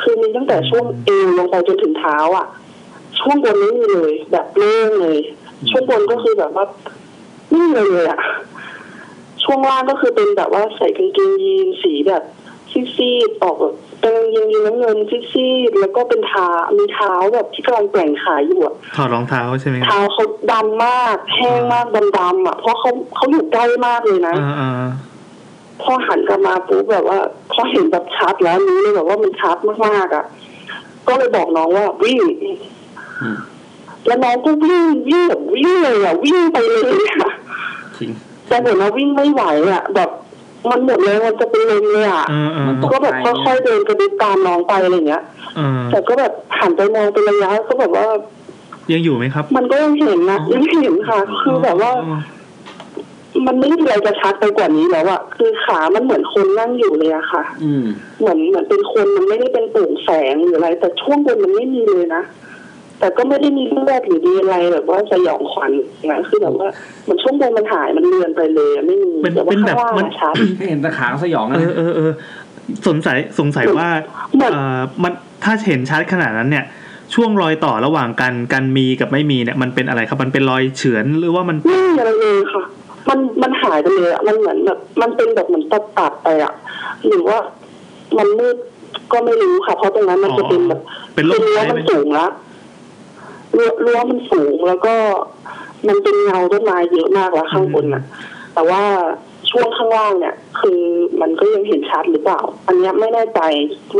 คือมีตั้งแต่ช่วงเอวลงไปจนถึงเท้าอะช่วงบนไม่มีเลย แบบเล่งเลย ช่วงบนก็คือแบบว่าไม่มีอะไรเลยอะช่วงล่างก็คือเป็นแบบว่าใส่กางเกงยีนสีแบบซีดๆออกแบบเป็นยีนยีนน้ำเงินซีดๆแล้วก็เป็นเท้ามีเท้าแบบที่กำลังแกว่งขาอยู่อะ ถอดรองเท้าใช่ไหมครับ เท้าเขาดำมาก แห้งมากดำๆอ่ะ เพราะเขาเขาอยู่ใกล้มากเลยนะ อ่าอ่า พอหันกลับมาปุ๊บแบบว่า พอเห็นแบบชัดแล้วรู้เลยแบบว่ามันชัดมากๆอ่ะ ก็เลยบอกน้องว่าวิ่ง อืม แล้วน้องก็วิ่งวิ่งแบบวิ่งเลยอ่ะวิ่งไปเลยอ่ะ จริง แต่ผมว่าวิ่งไม่ไหวอ่ะ แบบมันหมดแรงมันจะเป็นลมเลยอ่ะ เออเออ มันต ก็แบบค่อยๆเดินกระดิบตามน้องไปอะไรอย่างเงี้ย เออ แต่ก็แบบหันไปมองเป็นระยะก็แบบว่า ยังอยู่ไหมครับ มันก็ยังเห็นนะยังเห็นค่ะ คือแบบว่า มันไม่มีอะไรจะชัดไปกว่านี้แล้วอะคือขามันเหมือนคนนั่งอยู่เลยอะค่ะ อืม เหมือนเหมือนเป็นคนมันไม่ได้เป็นโปร่งแสงหรืออะไร แต่ช่วงบนมันไม่มีเลยนะ แต่ก็ไม่ได้มีเลือดหรือดีอะไรแบบว่าสยองขวัญนะคือแบบว่ามันช่วงบนมันหายมันเลือนไปเลยอะไม่มี เป็น แต่ว่า เป็นแบบ ข้างล่าง มัน อะชัด ให้เห็นตะขาก็สยอง เอ นะ อเออเออสงสัยสงสัยว่า เหมือน เออมันถ้าเห็นชัดขนาดนั้นเนี่ย ช่วงรอยต่อระหว่างกันการมีกับไม่มีเนี่ยมันเป็นอะไรครับมันเป็นรอยเฉือนหรือว่ามัน ไม่มีอะไรเลยค่ะ มันมันหายไปเลยอะมันเหมือนแบบ มันเป็นแบบเหมือนตัดตัดๆไปอะหรือว่ามันมืดก็ไม่รู้ค่ะ เพราะตรงนั้นมันจะเป็นแบบ เป็นโรค รั้ว ร้าย มั ไหม นสูงละรั้วรั้วมันสูงแล้วก็ มันเป็นเงาต้นไม้เยอะมากแล้วข้างบนน่ะ แต่ว่าช่วงข้างล่างเนี่ย คือมันก็ยังเห็นชัดหรือเปล่า อันเนี้ยไม่แน่ใจ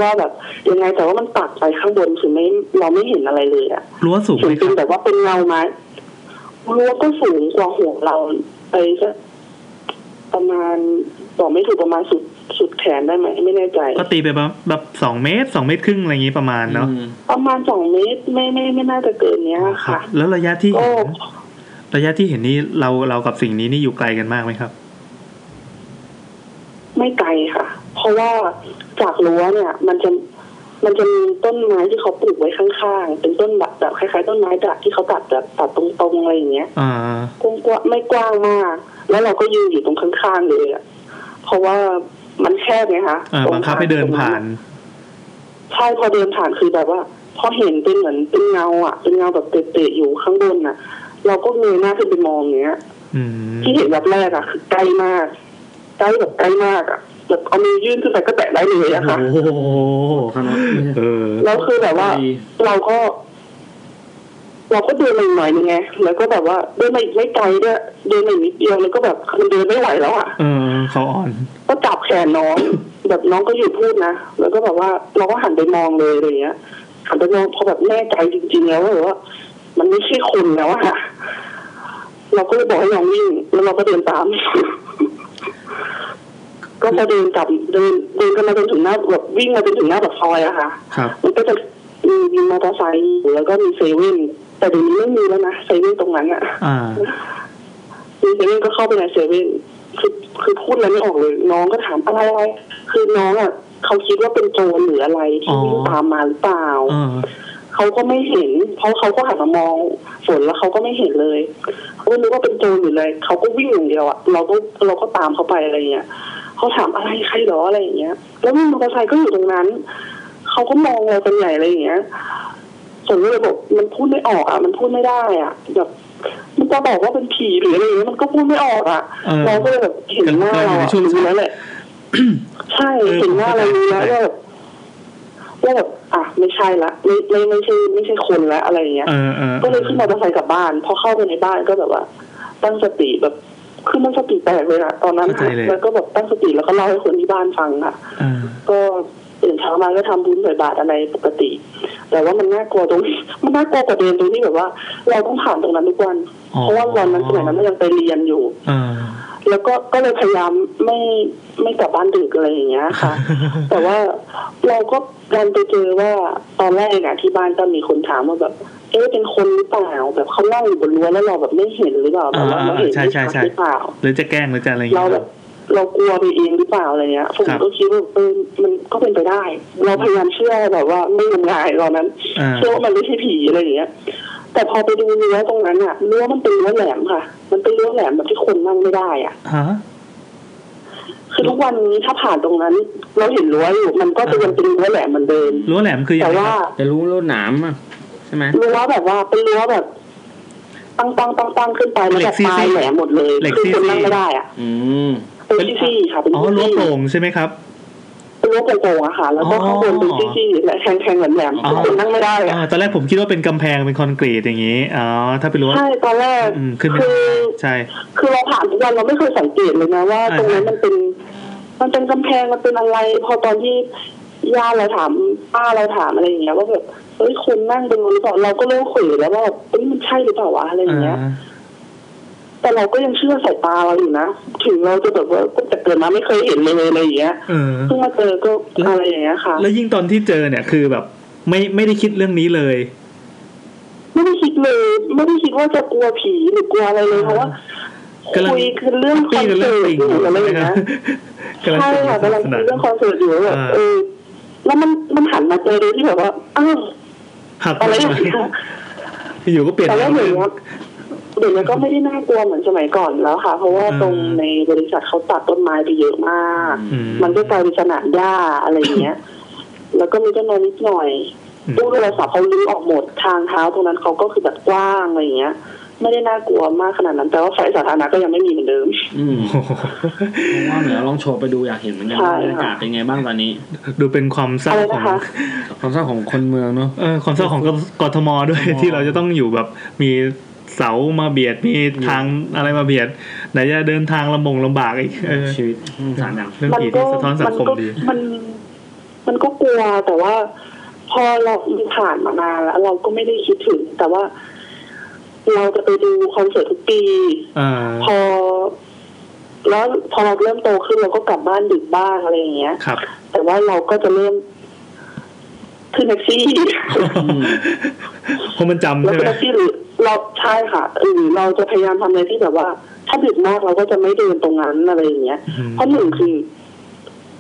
ว่าแบบยังไงแต่ว่ามันตัดไปข้างบนคือไม่เราไม่เห็นอะไรเลยอะ รั้วสูง ถึ ไหม ง ค เป็น รับ แบบว่าเป็นเงาไม้รั้วก็สูงกว่าหัวเราไปสักประมาณบอกไม่ถูกประมาณสุดสุดแขนได้ไหมไม่แน่ใจ ก็ตีไปแบบแบบสองเมตรสองเมตรครึ่งอะไรอย่างนี้ประมาณเนาะ อืม ประมาณสองเมตรไม่ไม่ไม่น่าจะเกินเนี้ย ครั ค่ะ บแล้วระยะที่ ก็ เห็นระยะที่เห็นนี้เราเรากับสิ่งนี้นี่อยู่ไกลกันมากไหมครับ ไม่ไกลค่ะ เพราะว่าจากรั้วเนี่ย มันจะมันจะมีต้นไม้ที่เขาปลูกไว้ข้างๆ เป็นต้นแบบแบบคล้ายๆ ต้นไม้ดักที่เขาตัดแบบตัดตรงๆอะไรอย่างเงี้ย อ่า กว้างๆไม่กว้างมาก แล้วเราก็ยืนอยู่ตรงข้างๆเลยอะเพราะว่ามันแคบไงคะ เออ ตรง บังคับให้เดินผ่าน ใช่พอเดินผ่านคือแบบว่า พอเห็นเป็นเหมือนเป็นเงาอะเป็นเงาแบบเตะๆอยู่ข้างบนอะเราก็เงยหน้าขึ้นไปมองอย่างเงี้ย อืม ที่เห็นแบบแรกอะคือใกล้มากใกล้แบบใกล้มากอะแบบเอามือยื่นขึ้นไปก็แตะได้เลยอะค่ะ โอ้โห ข้างนอกไม่ใช่ เออ แล้วคือแบบว่า เราก็ เราก็เดินมาอีกหน่อยนึงไงแล้วก็แบบว่าเดินมาอีกไม่ไกลด้วยเดินมาอีกนิดเดียวแล้วก็แบบคือเดินไม่ไหวแล้วอะ เออเขาอ่อน ก็จับแขนน้อง แบบน้องก็หยุดพูดนะแล้วก็แบบว่า เราก็หันไปมองเลยอะไรเงี้ยหันไปมองพอแบบแน่ใจจริงๆแล้วว่าแบบว่า มันไม่ใช่คนแล้วอะเราก็เลยบอกให้น้องวิ่งแล้วเราก็เดินตาม ก็พอเดินกลับเดินเดินกันมาจนถึงหน้าแบบวิ่งมาจนถึงหน้าปากซอยอะค่ะ ครับ มันก็จะมีวินมอเตอร์ไซค์อยู่แล้วก็มีเซเว่นแต่เดี๋ยวนี้ไม่มีแล้วนะเซเว่นตรงนั้นอะ อ่า มีเซเว่นก็เข้าไปในเซเว่นคือคือพูดอะไรไม่ออกเลย น้องก็ถามอะไรอะไรคือน้องอะเขาคิดว่าเป็นโจรหรืออะไรที่วิ่งตามมาหรือเปล่า เออ เขาก็ไม่เห็น เพราะเขาก็หันมามองฝนแล้วเขาก็ไม่เห็นเลยเขาก็นึกว่าเป็นโจรหรืออะไรเขาก็วิ่งอย่างเดียวอะเราก็เราก็ตามเขาไปอะไรเงี้ยเขาถามอะไรใครเหรออะไรอย่างเงี้ย แล้ววินมอเตอร์ไซค์ก็อยู่ตรงนั้นเขาก็มองเราเป็นใหญ่อะไรอย่างเงี้ยฝนก็เลยบอกมันพูดไม่ออกอะมันพูดไม่ได้อะแบบมันจะบอกว่าเป็นผีหรืออะไรอย่างเงี้ยมันก็พูดไม่ออกอะ เออ เราก็เลยแบบเห็นหน้าเราอะ กำลังอยู่ในช่วง รู้แล้วแหละ ใช่เห็นหน้าเรารู้แล้วว่าแบบว่าแบบอ่ะไม่ใช่ละไม่ไม่ไม่ใช่ไม่ใช่คนละอะไรอย่างเงี้ย เออเออ ก็เลยขึ้นมอเตอร์ไซค์กลับบ้าน พอเข้าไปในบ้านก็แบบว่า ตั้งสติแบบคือมันสติแตกเลยอะตอนนั้นอะแล้วก็แบบตั้งสติแล้วก็เล่าให้คนที่บ้านฟังค่ะ เออ ก็ตื่นเช้ามาก็ทำบุญใส่บาตรอะไรปกติ แต่ว่ามันน่ ากลัวตรง มันน่ากลัวกว่าเดิมตรงที่แบบว่า เราต้องผ่านตรงนั้นทุกวัน อ๋อ เพราะว่าตอนนั้นสมัยนั้นเรายังไปเรียนอยู่ เออ แล้วก็ก็เลยพยายามไม่ไม่กลับบ้านดึกอะไรอย่างเงี้ยค่ะ แต่ว่าเราก็ดันไปเจอว่าตอนแรกอะที่บ้านก็มีคนถามว่าแบบ เอ๊ะเป็นคนหรือเปล่าแบบเขานั่งอยู่บนรั้วแล้วเราแบบไม่เห็นหรือเปล่าแบบว่า อ่า เราเห็น ใช่ ไม่ ใช่ ชัด ใช่ หรือเปล่า หรือจะแกล้งหรือจะอะไรอย่าง เรา เงี้ย แบบเรากลัวไปเองหรือเปล่าอะไรเงี้ยผม ครับ ก็คิดว่าเออมันก็เป็นไปได้ เราพยายามเชื่อแบบว่าไม่งมงายตอนนั้น อ่า เชื่อว่ามันไม่ใช่ผีอะไรอย่างเงี้ย แต่พอไปดูเนื้อตรงนั้นอะเนื้อมันเป็นเนื้อแหลมค่ะ มันเป็นเนื้อแหลมแบบที่คนนั่งไม่ได้อะ ฮะ คือทุกวันนี้ถ้าผ่านตรงนั้น เราเห็นรั้วอยู่มันก็จะยังเป็นรั้วแหลมเหมือนเดิม รั้วแหลมคือยั แต่ งไงคว่ารับ แต่รู้รวดหนามอะใช่ไหม รั้วแบบว่าเป็นรั้วแบบปังปังปังปังขึ้นไปแล้วแบบปลายแหลมหมดเลยคือคนนั่งไม่ได้อะ อืม เป็นซี่ๆค่ะเป็น อ๋อ ซี่ๆ รั้วโปร่งใช่ไหมครับ เป็นรั้วโปร่งๆอะค่ะ แล้วก็ข้างบนเป็นซี่ๆและแทงๆแหลม อ๋อ ๆคนนั่งไม่ได้อะ อ่าตอนแรกผมคิดว่าเป็นกำแพงเป็นคอนกรีตอย่างงี้ อ๋อ ถ้าเป็นรั้ว ใช่ตอนแรก อืมขึ้นไม่ คื ได้ อ ใช่ คือเราผ่านทุกวันเราไม่เคยสังเกตเลยนะว่า อ่า ตรงนั้นมันเป็น มันเป็นกำแพงมันเป็นอะไร พอตอนที่ย่าเราถามป้าเราถามอะไรอย่างเงี้ยว่าแบบ เอ้ยคนนั่งเป็นคนหรือเปล่าเราก็เริ่มเขวแล้วว่าแบบเอ้ยมันใช่หรือเปล่าวะอะไรอย่างเงี้ย อ่า แต่เราก็ยังเชื่อสายตาเราอยู่นะ ถึงเราจะแบบว่าก็แต่เกิดมาไม่เคยเห็นเลยอะไรอย่างเงี้ย เออ เพิ่งมาเจอก็อะไรอย่างเงี้ยค่ะ แล้วยิ่งตอนที่เจอเนี่ยคือแบบไม่ไม่ได้คิดเรื่องนี้เลย ไม่ได้คิดเลย ไม่ได้คิดว่าจะกลัวผีหรือกลัวอะไรเลยเพราะว่า อ่ากำลัง คุยคือเรื่องคอน พี่กัน เสิ เรื่อ ร์ ง ต จริง อยู่อะไรอย่าง นะ เงี้ย กำลัง ใช่ เป็น ค่ะกำลัง ส คุ นาย น เรื่องคอนเสิร์ตอยู่แบบ อ่า เออแล้วมันมันหันมาเจอโดยที่แบบว่าอ้าว หัก อะไรอย่างเงี้ย อยู่ก็เปลี่ยน แต่ว่า ไป เดี๋ยวนี้เดี๋ยวนี้ก็ไม่ได้น่ากลัวเหมือนสมัยก่อนแล้วค่ะ เพราะว่าตรงในบริษัทเขาตัดต้นไม้ไปเยอะมาก อื มันก็กลายเป็นสนามหญ้าอะไรอย่างเงี้ย แล้วก็มีต้นไม้นิดหน่อย อืม ตู้โทรศัพท์เขาลื้อออกหมดทางเท้าตรงนั้นเขาก็คือแบบกว้างอะไรอย่างเงี้ย ไม่ได้น่ากลัวมากขนาดนั้น แต่ว่าไฟสาธารณะก็ยังไม่มีเหมือนเดิม อืม โอ้โห ผมว่าเดี๋ยวลองโชว์ไปดูอยากเห็นเหมือนกันว่าบรรยากาศเป็นไงบ้างตอนนี้ ดูเป็นความเศร้า อะไร ขอ นะ ง คะ ความเศร้าของคนเมืองเนอะ เออความเศร้าของกกทมด้วย กทม ที่เราจะต้องอยู่แบบมีเสามาเบียดมีทางอะไรมาเบียดไหนจะเดินทางลำบงลำบากอีกเออ ชีวิตสงสารอย่าง เรื่อง มัน ผี ก็ ที่สะท้อนสังคม ก็ ดี มันมันก็กลัวแต่ว่า พอเราผ่านมานานแล้วเราก็ไม่ได้คิดถึง แต่ว่า เราจะไปดูคอนเสิร์ตทุกปี เออ พอ แล้วพอเราเริ่มโตขึ้นเราก็กลับบ้านดึกบ้างอะไรอย่างเงี้ย ครับ แต่ว่าเราก็จะเริ่มขึ้นแท็กซี่ ม เพราะมันจำ แล้ว ใช่ ก็ ไหม แท็กซี่หรือเราใช่ค่ะเออเราจะพยายามทำอะไรที่แบบว่า ถ้าดึกมากเราก็จะไม่เดินตรงนั้นอะไรอย่างเงี้ย อืม เพราะหนึ่งคือ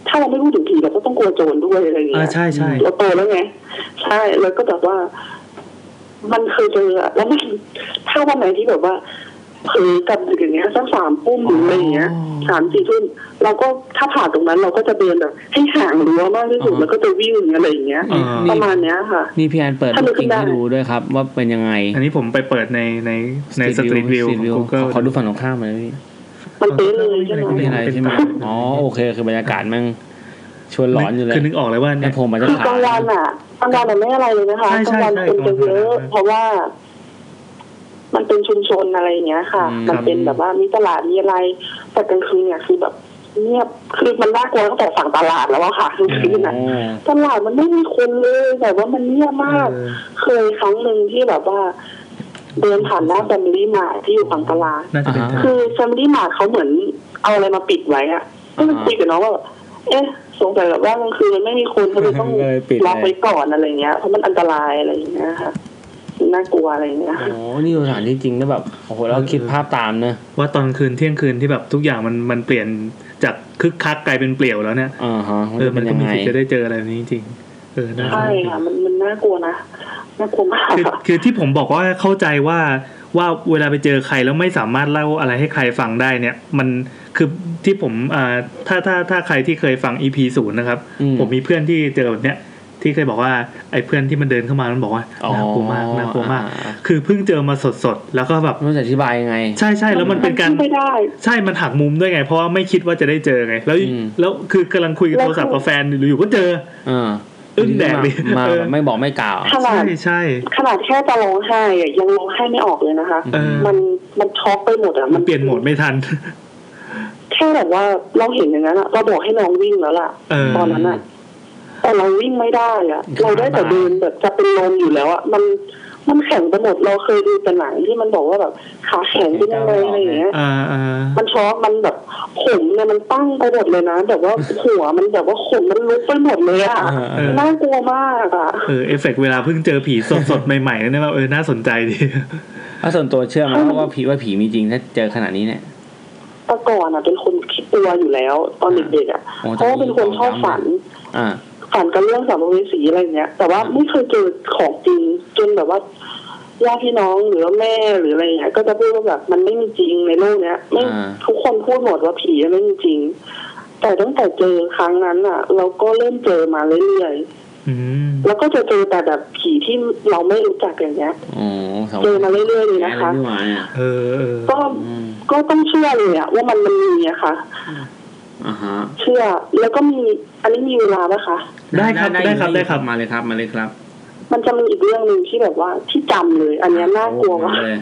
ถ้าเราไม่พูดถึงผีเราก็ต้องกลัวโจรด้วยอะไรอย่าง เอ เงี้ อย ใช่ใช่ เราโตแล้วไงใช่แล้วก็แบบว่า มันเคยเจออะแล้วมันถ้าวันไหนที่แบบว่าเผลอกลับดึกอย่างเงี้ยสักสามทุ่มหรืออะไรอย่างเงี้ย อ๋อ สามสี่ทุ่มเราก็ถ้าผ่านตรงนั้น เราก็จะเดินแบบ ให้ห่างรั้วมากที่สุด อ่าฮะ แล้วก็จะวิ่งอะไรอย่างเงี้ย เออ ประมาณเนี้ยค่ะ นี่พี่แอนเปิด ถ้า รู ดู ปจริง ขึ้นได้ ให้ดูด้วยครับ ว่าเป็นยังไง อันนี้ผมไปเปิดในในในสตรีทวิวของ ข Google อขอดูฝั่งตรงข้ามมาเลยพี่ มันเป๊ะเลยใช่ไหม ไม่ ไม่เป็น นไรเป็ไรใช่ ใช่ ไห ไห ม มอ๋อโอเค คือบรรยากาศแม่งชวนหลอนอยู่เลย คือนึกออกเลยว่าเนี่ แล้ ย วผมอาจจะ คือก ถ่า ลางวัน ย อ่ะกลางวันมันไม่อะไรเลยนะคะ ใช่ ก ใช่ ลางวัน ใช่ คนจะเยอะ กลางวันนะ เพราะว่า มันเป็นชุมชนอะไรอย่างเงี้ยค่ะ อืม มันเป็นแบบว่ามีตลาดมีอะไรแต่กลางคืนเนี่ยคือแบบเงียบคือมันน่ากลัวตั้งแต่ฝั่งตลาดแล้วอะค่ะกลางคืนอะ อ๋อ ตลาดมันไม่มีคนเลยแต่ว่ามันเงียบมาก เออ เคยครั้งหนึ่งที่แบบว่า เดินผ่านหน้าแฟมิลี่มาที่อยู่ฝั่งตลาด น่าจะเป็น อ่าฮะ คือแฟมิลี่มาเขาเหมือนเอาอะไรมาปิดไว้อะก็เลยคุยกับน้องว่าแบบเอ๊ะ สงสัยแบบว่ากลางคืนมันไม่มีคนเขาเลยต้อง เลยปิด ล็อก เลย ไว้ก่อนอะไรเงี้ยเพราะมันอันตรายอะไรอย่างเงี้ยค่ะน่ากลัวอะไรเงี้ย อ๋อนี่ดูสถานที่จริงนะแบบโอ้โหเราคิดภาพตามเนอะ ว่าตอนคืนเที่ยงคืนที่แบบทุกอย่างมันมันเปลี่ยนจากคึกคักกลายเป็นเปลี่ยวแล้วเนี่ย อ่าฮะว่า เออ จะ มั เป็น น ก็ ยัง มี ไง สิทธิ์จะได้เจออะไรแบบนี้จริงๆเออน่าสน ใช่ ใจ ค่ะมันมันน่ากลัวนะน่ากลัวมาก คือ ค่ะ คือที่ผมบอกว่าเข้าใจว่าว่าเวลาไปเจอใครแล้วไม่สามารถเล่าอะไรให้ใครฟังได้เนี่ย มันคือที่ผมอ่าถ้าถ้าถ้าใครที่เคยฟัง EP ศูนย์นะครับ อื ผมมีเพื่อนที่เจอแบบเนี้ยที่เคยบอกว่าไอ้เพื่อนที่มันเดินเข้ามามันบอกว่าน่ากลัวมากน่ากลัวมาก อ๋ออ่ คือเพิ่งเจอมาสดๆ แล้วก็แบบ ไม่รู้จะอธิบายยังไง ใช่ใช่แล้วมันเป็นการ มัไม่ได้ ใช่ มันหักมุมด้วยไง เพราะว่าไม่คิดว่าจะได้เจอไง แล้ว อืม แล้วคือกำลังคุยกับ แล้ โท ว รศัพท์กับแฟนอยู่ๆก็เจอ เออ อึ้งแดกดิ มา เออ แบบไม่บอกไม่กล่าว ขนาด ใช่ใช่ ขนาดแค่จะร้องไห้อะยังร้องไห้ไม่ออกเลยนะคะ เออ มันมันช็อกไปหมดอะ มันเปลี่ยนโหมดไม่ทัน แค่แบบว่าเราเห็นอย่างนั้นอะเราบอกให้น้องวิ่งแล้วล่ะ เออ ตอนนั้นอะแต่เราวิ่งไม่ได้อะ ขา เราได้แต่ มา เดินแบบจะเป็นลมอยู่แล้วอะมันมันแข็งไปหมดเราเคยดูแต่หนังที่มันบอกว่าแบบขาแข็งเป็นยังไงอะไรอย่างเงี้ย อ่าอ่า มันช็อกมันแบบผมเนี่ยมันตั้งไปหมดเลยนะแบบว่าหัวมันแบบว่าขนมันลุกไปหมดเลยอะ เออเออ น่ากลัวมากอะ เออ เอฟเฟกต์เวลาเพิ่งเจอผีสดๆ ใหม่ๆเนี่ยแบบเออ น่าสนใจดี ถ้าส่วนตัวเชื่อไหมว่าผีว่าผีมีจริงถ้าเจอขนาดนี้เนี่ย แต่ก่อนอะเป็นคนคิดตัวอยู่แล้ว ตอนเด็กๆอะ โอ้ เพราะว่าเป็นคนชอบฝัน อ่า ฝันกับเรื่องสัมภเวสีอะไรอย่างเงี้ย แต่ว่าไม่เคยเจอของจริง จนแบบว่าญาติพี่น้องหรือว่าแม่หรืออะไรอย่างเงี้ยก็จะพูดว่าแบบมันไม่มีจริงในโลกเนี้ยไม่ อ่า ทุกคนพูดหมดว่าผีไม่มีจริง แต่ตั้งแต่เจอครั้งนั้นอ่ะ เราก็เริ่มเจอมาเรื่อย อืม ๆแล้วก็จะเจอแต่แบบผีที่เราไม่รู้จักอย่างเงี้ย โอ้สอง เจอมาเรื่อยๆเลยนะคะ ไม่ไหวอ่ะ เออเออ ก็ อืม ก็ต้องเชื่อเลยอะว่ามันมันมีอะค่ะ อ่าฮะ เชื่อแล้วก็มีอันนี้มีเวลาปะคะ ได้ครับ ได้ครับ ได้ครับ มาเลยครับ มาเลยครับ มันจะมีอีกเรื่องหนึ่งที่แบบว่าที่จำเลย อันเนี้ยน่ากลัมามวาก เลย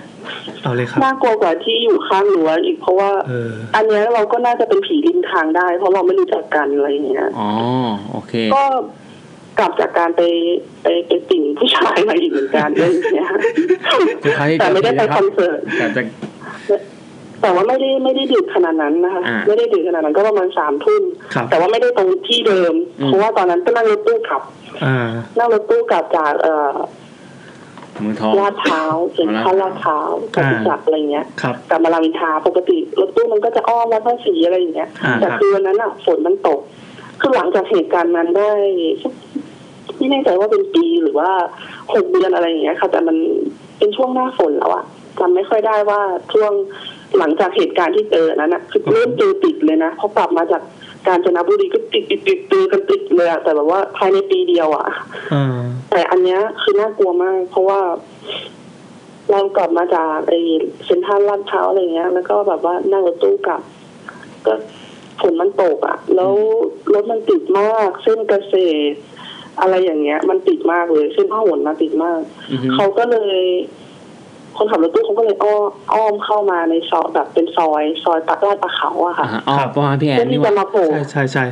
เอาเลยครับ น่ากลัวกว่าที่อยู่ข้างรั้วอีกเพราะว่า เออ อันเนี้ยเราก็น่าจะเป็นผีริมทางได้ เพราะเราไม่รู้จักกันอะไรอย่างเงี้ย อ๋อ โอเค ก็ กลับจากการไปไปไปติ่งผู้ชายมาอีกเหมือนกันอะไรอย่างเงี้ย ทุกครั้งที่ แต่ เจอ ไม่ได้ ผี ไป นะค ครับ อนเสิร์ต แต่จะ แต่ว่าไม่ได้ไม่ได้ดึกขนาดนั้นนะคะ อ่า ไม่ได้ดึกขนาดนั้นก็ประมาณสามทุ่ม ครับ แต่ว่าไม่ได้ตรงที่เดิม อืม เพราะว่าตอนนั้นก็นั่งรถตู้กลับ อ่า นั่งรถตู้กลับจากเอ่อ มือทอง ลาดพร้าวเขียนข้าลาดพร้าวจ อ่า ตุจักรอะไรเงี้ย ครับ กลับมารามอินทราปกติรถตู้มันก็จะอ้อมวัดพระศรีอะไรอย่างเงี้ย อ่า แต่ ครับ คือวันนั้นอ่ะฝนมันตก คือหลังจากเหตุการณ์นั้นได้ไม่แน่ใจว่าเป็นปีหรือว่าหกเดือนอะไรอย่างเงี้ยค่ะแต่มันเป็นช่วงหน้าฝนแล้วอ่ะจำไม่ค่อยได้ว่าช่วงหลังจากเหตุการณ์ที่เจอนั้นอ่ะคือเริ่มเจอติดเลยนะพอกลับมาจากกาญจนบุรีก็ติดติดติดติดกันติดเลยอะแต่แบบว่าภายในปีเดียวอ่ะ อ่า แต่อันเนี้ยคือน่ากลัวมาก เพราะว่า เรากลับมาจากไอ้เซ็นทรัลลาดพร้าวอะไรเงี้ย แล้วก็แบบว่านั่งรถตู้กลับ ก็ฝนมันตกอะ่ะ แล้วรถมันติดมาก เส้นเกษตร อะไรอย่างเงี้ย มันติดมากเลยเส้นพหลมาติดมาก อือฮึ เขาก็เลย คนขับรถตู้เขาก็เลยอ้ออ้อมเข้ามาในซอยแบบเป็นซอย ซอยปักลาดปะเขาอะค่ะ อ่าอ๋อเพราะว่าพี่แอ เพื่อน น นี่ ที่ ว่า จะมาโผล่ ใช่ใช่ใช่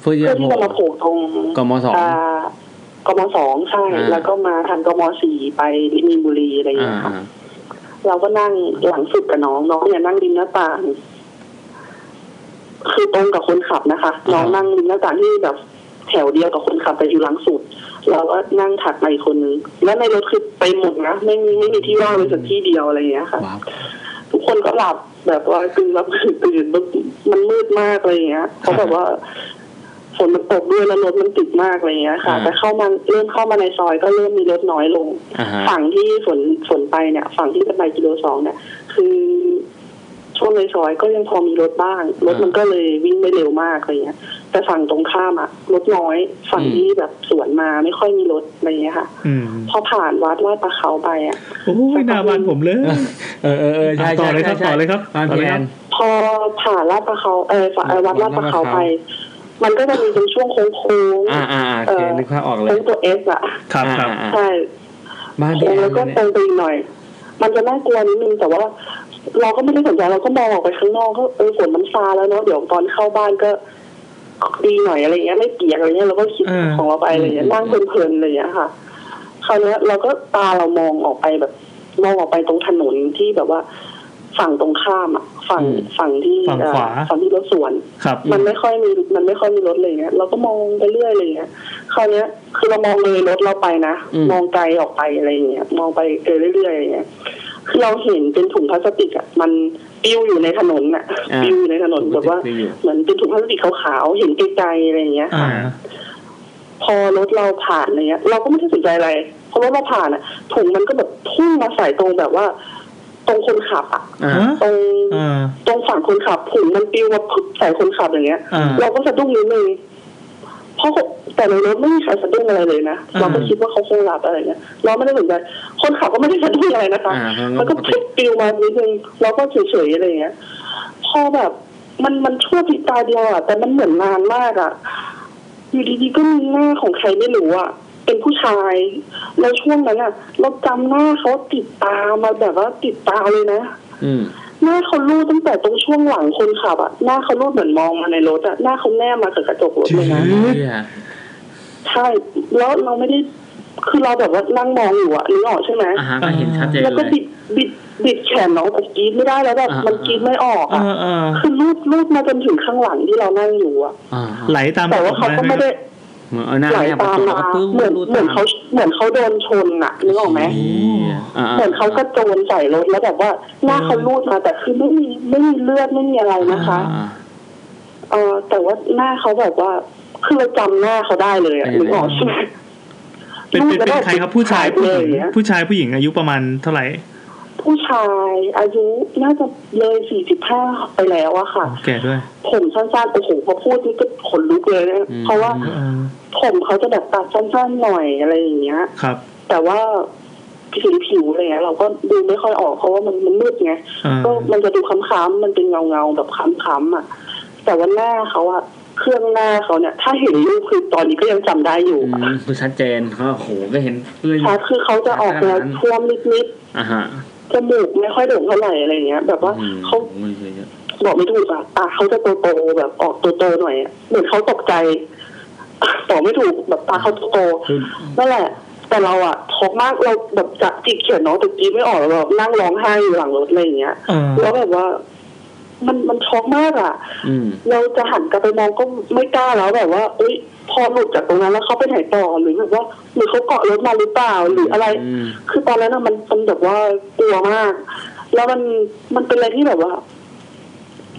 เพื่อที่จะเพื่อที่จะมาโผ โผล่ ล่ตรง กมสอง อ่ากมสองใช่ อ่า แล้วก็มาทางกมสี่ไปมีนบุรีอะไรอย่าง อ่า เงี้ยค่ะ อ่า เราก็นั่งหลังสุดกับน้องน้องเนี่ยนั่งริมหน้าต่าง คือตรงกับคนขับนะคะ น้องนั่งริมหน้าต่างที่แบบแถวเดียวกับคนขับแต่อยู่หลังสุด เราก็นั่งถัดมาอีกคนนึงและในรถคือไปหมดนะไม่มีไม่มีที่ว่างเลยสักที่เดียวอะไรอย่างเงี้ยค่ะ ว้าว ทุกคนก็หลับแบบว่ากึ่งหลับกึ่งตื่นแบบมันมืดมากอะไรอย่างเงี้ยเขาแบบว่าฝนมันตกด้วยแล้วรถมันติดมากอะไรอย่างเงี้ยค่ะ แต่เข้ามาเริ่มเข้ามาในซอยก็เริ่มมีรถน้อยลง อ่าฮะ ฝั่งที่ฝนฝนไปเนี่ย ฝั่งที่จะไปกิโลสองเนี่ย คือช่วงในซอยก็ยังพอมีรถบ้าง รถมันก็เลยวิ่งไม่เร็วมากอะไรเงี้ย แต่ฝั่งตรงข้ามอะรถน้อย ฝั่งที่แบบสวนมาไม่ค่อยมีรถอะไรเงี้ยค่ะ อืม พอผ่านวัดลาดประเขาไปอะ โอ้ยหน้าบ้านผมเลย เออเออเออใช่ ต่อ ใช่ เลยครับ ใช่ ต่อเลยครับ บ้าน ต่อ พี่ เลย แอ ครับ น พอผ่านลาดประเขาเออฝ่าเอ่อวัดลาดประเขาไป มันก็จะมีเป็นช่วงโค้งโค้ง อ่าอ่าโอเคนึกภาพออกเลย โค้งตัวเอสอะ ครับครับ อ่าอ่าอ่า ใช่ บ้านพี่ โค้ แองน แล้วก็ เนี่ย ตรงไปอีกหน่อย มันจะน่ากลัวนิดนึงแต่ว่า เราก็ไม่ได้สนใจเราก็มองออกไปข้างนอกก็เออฝนมันซาแล้วเนาะเดี๋ยวตอนเข้าบ้านก็ดีหน่อยอะไรเงี้ยไม่เปียกอะไรเงี้ยเราก็คิด อ่า ของเราไปอะไรเงี้ยนั่งเพลินๆอะไรเงี้ยค่ะ คราวเนี้ยเราก็ตาเรามองออกไปแบบ มองออกไปตรงถนนที่แบบว่า ฝั่งตรงข้ามอ่ะฝั่งฝั่งที่ ฝั่งขวา เอ่อฝั่งที่รถสวน ครับ มันไม่ค่อยมีมันไม่ค่อยมีรถเลยเงี้ยเราก็มองไปเรื่อยอะไรเงี้ยคราวเนี้ยคือเรามองเลยรถเราไปนะ อืม มองไกลออกไปอะไรเงี้ยมองไปเออเรื่อยๆอะไรเงี้ยคือเราเห็นเป็นถุงพลาสติกอ่ะมันปลิวอยู่ในถนนอ่ะ อ่า ปลิวอยู่ในถนนแบบว่า ไม่อยู่ เหมือนเป็นถุงพลาสติกขาวๆเห็นไกลๆอะไรเงี้ย อ่า พอรถเราผ่านอะไรเงี้ย เราก็ไม่ได้สนใจอะไรพอรถเราผ่านอ่ะถุงมันก็แบบพุ่งมาใส่ตรงแบบว่า ตรงคนขับอ่ะ อ่า ฮะ ตรง อ่า ตรงฝั่งคนขับถุงมันปลิวมาพึบใส่คนขับอย่างเงี้ย อ่า เราก็สะดุ้งนิดนึงเพราะแต่ในรถไม่มีใครสะดุ้งอะไรเลยนะ อ่า เราก็คิดว่าเขาคงหลับอะไรเงี้ยเราไม่ได้สนใจคนขับก็ไม่ได้สะดุ้งอะไรนะคะ อ่ามั มัน น ก็ ก็ ปกติ พลิกปลิวมานิดนึงเราก็เฉยๆอะไรเงี้ย พอแบบ มันมันชั่วพริบตาเดียวอะแต่มันเหมือนนานมากอะอยู่ดีๆก็มีหน้าของใครไม่รู้อะเป็นผู้ชาย แล้วช่วงนั้นอะเราจำหน้าเขาติดตามาแบบว่าติดตาเลยนะ อืม หน้าเขารูดตั้งแต่ตรงช่วงหลังคนขับอะหน้าเขารูดเหมือนมองมาในรถอะหน้าเขาแนบมากับกระจกรถเลยนะ ใช่ แล้วเราไม่ได้ คือเราแบบว่านั่งมองอยู่อะนึกออกใช่ไหม อาหารก็เห็นชัดเจน แล้ว เล ก็ ย บิดบิดบิดแขนน้องแต่กรีดไม่ได้แล้วแบบ อ่ามั มันกรีดไม่ออก อ่า อะ อ่า คือรูดรูดมาจนถึงข้างหลังที่เรานั่งอยู่อะ อ่า ไหลตาม แต่ว่าเขาก็ไม่ได้ เหมือนเอาหน้า ไหล แนบประ ตาม ตูแล้ว มา ก็ปื้ม เหมือน รูด เหมือน ต เขาเหมือนเขาโดนชนอะนึกออกไหม อ่า เหมือนเขากระโจนใส่รถแล้วแบบว่าหน้าเขารูดมาแต่คือไม่มีไม่มีเลือดไม่มีอะไรนะคะ อ่า เออแต่ว่าหน้าเขาแบบว่าคือเราจำหน้าเขาได้เลยอะ เออ นึกออกใช่ไหม เป็นเป็นเป็นใครครับผู้ชายผู้หญิงผู้ชายผู้หญิงอายุประมาณเท่าไหร่ ผู้ชายอายุน่าจะเลยสี่สิบห้าไปแล้วอะค่ะ แก่ด้วย ผมสั้นๆโอ้โหพอพูดนี่ก็ขนลุกเลยนะ อืม เพราะว่า เออ ผมเขาจะแบบตัดสั้นๆหน่อยอะไรอย่างเงี้ย ครับ แต่ว่าผิวผิวอะไรเงี้ยเราก็ดูไม่ค่อยออกเพราะว่ามันมันมืดไง อ่า ก็มันจะดูค้ำๆมันเป็นเงาๆแบบค้ำๆอ่ะ แต่ว่าหน้าเขาอะเครื่องหน้าเขาเนี่ย ถ้าเห็นรูปคือตอนนี้ก็ยังจำได้อยู่ อืมคือชัดเจนเขาโอ้โหก็เห็นเพื่อน ชัดคือเขาจะออกแนวท่วมนิด อ่าฮะ ๆจมูกไม่ค่อยโด่งเท่าไหร่อะไรเงี้ย แบบว่า อืม เขา โอ้ยเยอะเยอะ บอกไม่ถูกอะตาเขาจะโตๆแบบออกโตๆหน่อยอะเหมือนเขาตกใจ ต่อบไม่ถูกแบบตาเขาโต คือ ๆนั่นแหละ แต่เราอะท้องมากเราแบบจับจิกเขียนน้องแต่กรีดไม่ออกเราแบบนั่งร้องไห้อยู่หลังรถอะไรอย่างเงี้ย เออ แล้วแบบว่า มันมันช็อกมากอะ อืม เราจะหันกลับไปมองก็ไม่กล้าแล้วแบบว่าเอ้ยพอหลุดจากตรงนั้นแล้วเขาไปไหนต่อหรือแบบว่าหรือเขาเกาะรถมาหรือเปล่าหรืออะไร อืม คือตอนนั้นอะมันมันแบบว่ากลัวมาก แล้วมันมันเป็นอะไรที่แบบว่า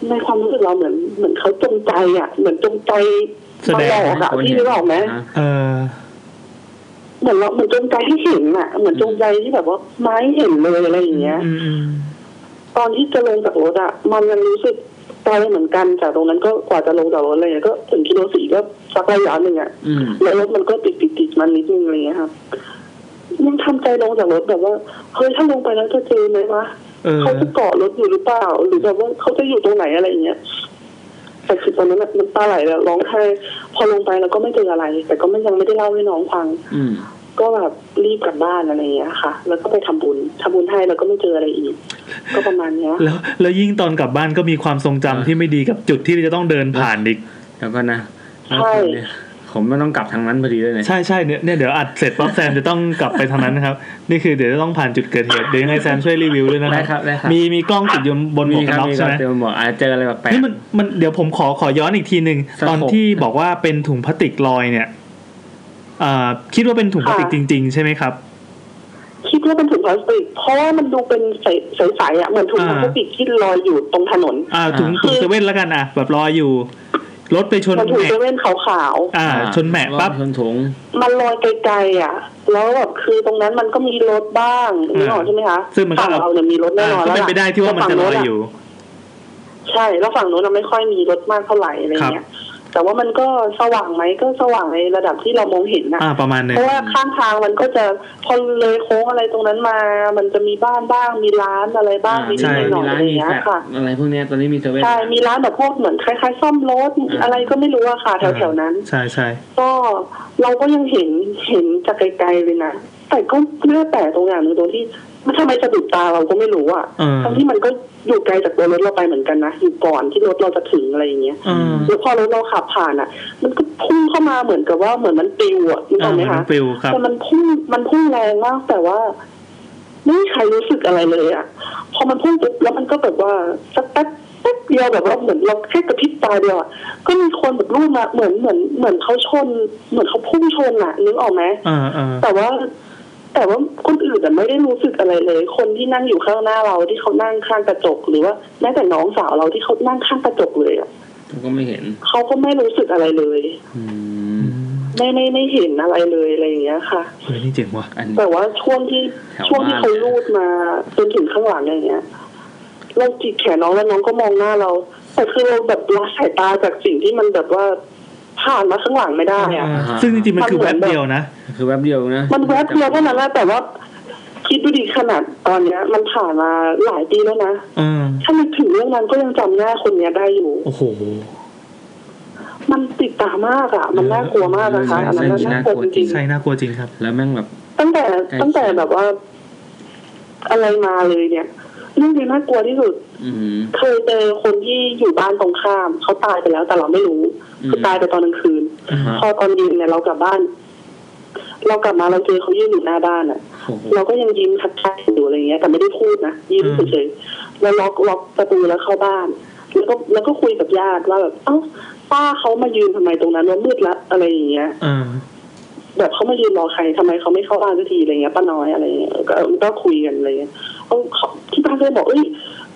ในความรู้สึกเราเหมือนเหมือนเขาจงใจอะเหมือนจงใจ แสด มาหล ง อกอะพี่รู้ออกไหม ะ เออ เหมือนเราเหมือนจงใจให้เห็นอะเหมือนจงใจที่แบบว่าไม้เห็นเลยอะไรอย่างเงี้ย อืมอืม ตอนที่จะลงจากรถอะมันยังรู้สึกไกลเหมือนกันจากตรงนั้นก็กว่าจะลงจากรถอะไรเงี้ยก็ถึงกิโลสี่ก็สักระยะหนึ่งอะ อืม แล้วรถมันก็ติดติดติดๆๆมันนิดนึงอะไรเงี้ยครับยังทำใจลงจากรถแบบว่าเฮ้ยถ้าลงไปแล้วจะเจอไหมวะ เออ เขาจะเกาะรถอยู่หรือเปล่า หรือแบบว่าเขาจะอยู่ตรงไหนอะไรอย่างเงี้ยแต่คือตอนนั้นน่ะน้ำตาไหลแล้วร้องไห้พอลงไปแล้วก็ไม่เจออะไร แต่ก็ไม่ยังไม่ได้เล่าให้น้องฟัง อืม ก็แบบรีบกลับบ้านอะไรอย่างเงี้ยค่ะ แล้วก็ไปทำบุญทำบุญให้แล้วก็ไม่เจออะไรอีก ก็ประมาณเนี้ย แล้วแล้วยิ่งตอนกลับบ้านก็มีความทรงจำ เออ ที่ไม่ดีกับจุดที่จะต้องเดินผ่านอีก แล้วก็นะ ใช่ แล้วคืนเนี่ยผมไม่ต้องกลับทางนั้นพอดีด้วยเนี่ย ใช่ใช่เนี่ยเนี่ยเดี๋ยวอัดเสร็จปั๊บแซมจะต้องกลับไปทางนั้นนะครับ นี่คือเดี๋ยวจะต้องผ่านจุดเกิดเหตุเดี๋ยวยังไงแซมช่วยรีวิวด้วยนะ ได้ ค ค รั รั บบ ได้ครับ มีมีกล้องติดอยู่บนหมวก มี กัน ครั น็อก มีค ใช่ รับ ไหม เจอหมวกอาจเจออะไรแบบแปลก นี่มันมันเดี๋ยวผมขอขอย้อนอีกทีหนึ่ง สัก ตอน หก ที่บอกว่าเป็นถุงพลาสติกลอยเนี่ยอ่าคิดว่าเป็นถุงพลาสติกจริง ๆ ใช่ไหมครับ คิดว่าเป็นถุงพลาสติก เพราะว่ามันดูเป็นใสใสๆอ่ะเหมือนถุงพ อ่า ลาสติกที่ลอยอยู่ตรงถนน อ่าถุง อ่า ถุงเซเว่นแล้วกันอ่ะ แบบลอยอยู่ รถไปชน มันถุง แหม่ เซเว่นขาว อ่า ชนแหม่ปั๊บ ชนถุง ๆมันลอยไกลๆอ่ะ แล้วแบบคือตรงนั้นมันก็มีรถบ้างนึกออกใช่ไหมคะ ซึ่งมันก็ ฝั่งเราเนี่ยมีรถแน่นอน ก็ แล้ว เป็นไปได้ที่ว่ามันจะลอยอยู่ ใช่แล้วฝั่งโน้นน่ะไม่ค่อยมีรถมากเท่าไหร่อะไรเงี้ย แต่ว่ามันก็สว่างไหมก็สว่างในระดับที่เรามองเห็นนะ อ่าประมาณหนึง เพราะว่าข้างทางมันก็จะพอเลยโค้งอะไรตรงนั้นมา มันจะมีบ้านบ้าง มีร้านอะไรบ้าง อ่า มีนิด ใช่ หน่อย มี ๆ ร้า อะ น ไรอ มี ย่างเงี้ แฟล ย ต ค่ะ อะไรพวกเนี้ยตอนนี้มีเซเว่น ใช่ มีร้านแบบพวกเหมือนคล้ายๆ ซ่อมรถ อ่า อะไรก็ไม่รู้อะค่ะ แถวๆนั้น ใช่ใช่ ก็เราก็ยังเห็นเห็นจากไกลๆเลยนะ แต่ก็น่าแปลกตรงอย่างหนึงตรงที่มันทำไมสะดุดตาเราก็ไม่รู้อะ เออ ทั้งที่มันก็อยู่ไกลจากตัวรถเราไปเหมือนกันนะอยู่ก่อนที่รถเราจะถึงอะไรอย่างเงี้ย อืม แล้วพอรถเราขับผ่านอะมันก็พุ่งเข้ามาเหมือนกับว่าเหมือนมันปิวอะนึกอ อ่า อกไหม มัน คะ ปลิวครับ แต่มันพุ่งมันพุ่งแรงมากแต่ว่าไม่มีใครรู้สึกอะไรเลยอะพอมันพุ่งปุ๊บแล้วมันก็แบบว่าสักแป๊บแป๊บเดียวแบบว่าเหมือนเราแค่กระพริบตาเดียวอะก็มีคนแบบรูปมาเหมือนเหมือนเหมือนเขาชน เหมือนเขาพุ่งชนอะนึกออกไหม เออเออ แต่ว่า แต่ว่าคนอื่นอะไม่ได้รู้สึกอะไรเลย คนที่นั่งอยู่ข้างหน้าเราที่เขานั่งข้างกระจก หรือว่าแม้แต่น้องสาวเราที่เขานั่งข้างกระจกเลยอะ ผมก็ไม่เห็น เขาก็ไม่รู้สึกอะไรเลย อืม ไม่ไม่ไม่เห็นอะไรเลยอะไรอย่างเงี้ยค่ะ เฮ้ยนี่เจ๋งว่ะ อัน แต่ว่าช่วงที่ แถวบ้าน ช่วงที่เขาลูดมาจนถึงข้างหลังอย่างเงี้ยเราจิกแขนน้องแล้วน้องก็มองหน้าเราแต่คือเราแบบละสายตาจากสิ่งที่มันแบบว่าผ่านมาข้างหลังไม่ได้อะ ฮะ ซึ่งจริงๆมันคือ มันเหมื แวบอนเดียวนะ คือแป๊บเดียวนะ มันแวบเดียวเท่านั้นแหละแต่ว่า คิดดูดีขนาดตอนเนี้ย มันผ่านมาหลายปีแล้วนะ เออ ถ้านึกถึงเรื่องนั้นก็ยังจำหน้าคนเนี้ยได้อยู่ โอ้โห มันติดตามากอะมันน่ากลัวมากนะคะอันนั้นน่ากลัวจริง ใช่น่ากลัวจริงครับ แล้วแม่งแบบ ๆตั้งแต่ตั้งแต่แบบว่า อะไรมาเลยเนี่ยเรื่องนี้น่ากลัวที่สุด อืม เคยเจอคนที่อยู่บ้านตรงข้าม เขาตายไปแล้วแต่เราไม่รู้ อืม คือตายไปตอนกลางคืน อ่าฮะ พอตอนเย็นเนี่ยเรากลับบ้าน เรากลับมาเราเจอเขายืนอยู่หน้าบ้านอ่ะ โอ้โห เราก็ยังยิ้มทักทายอยู่อะไรเงี้ย แต่ไม่ได้พูดนะยิ้ม อืม เฉยๆแล้วล็อกล็อกประตูแล้วเข้าบ้าน แล้วก็แล้วก็คุยกับญาติว่าแบบเอ้าป้าเขามายืนทำไมตรงนั้นว่ามืดละอะไรอย่างเงี้ย เออ แบบเขามายืนรอใครทำไมเขาไม่เข้าบ้านสักทีอะไรเงี้ยป้าน้อยอะไรเงี้ยก็ก็คุยกันอะไรเงี้ยเขาเขาที่บ้านก็เลยบอกเอ้ย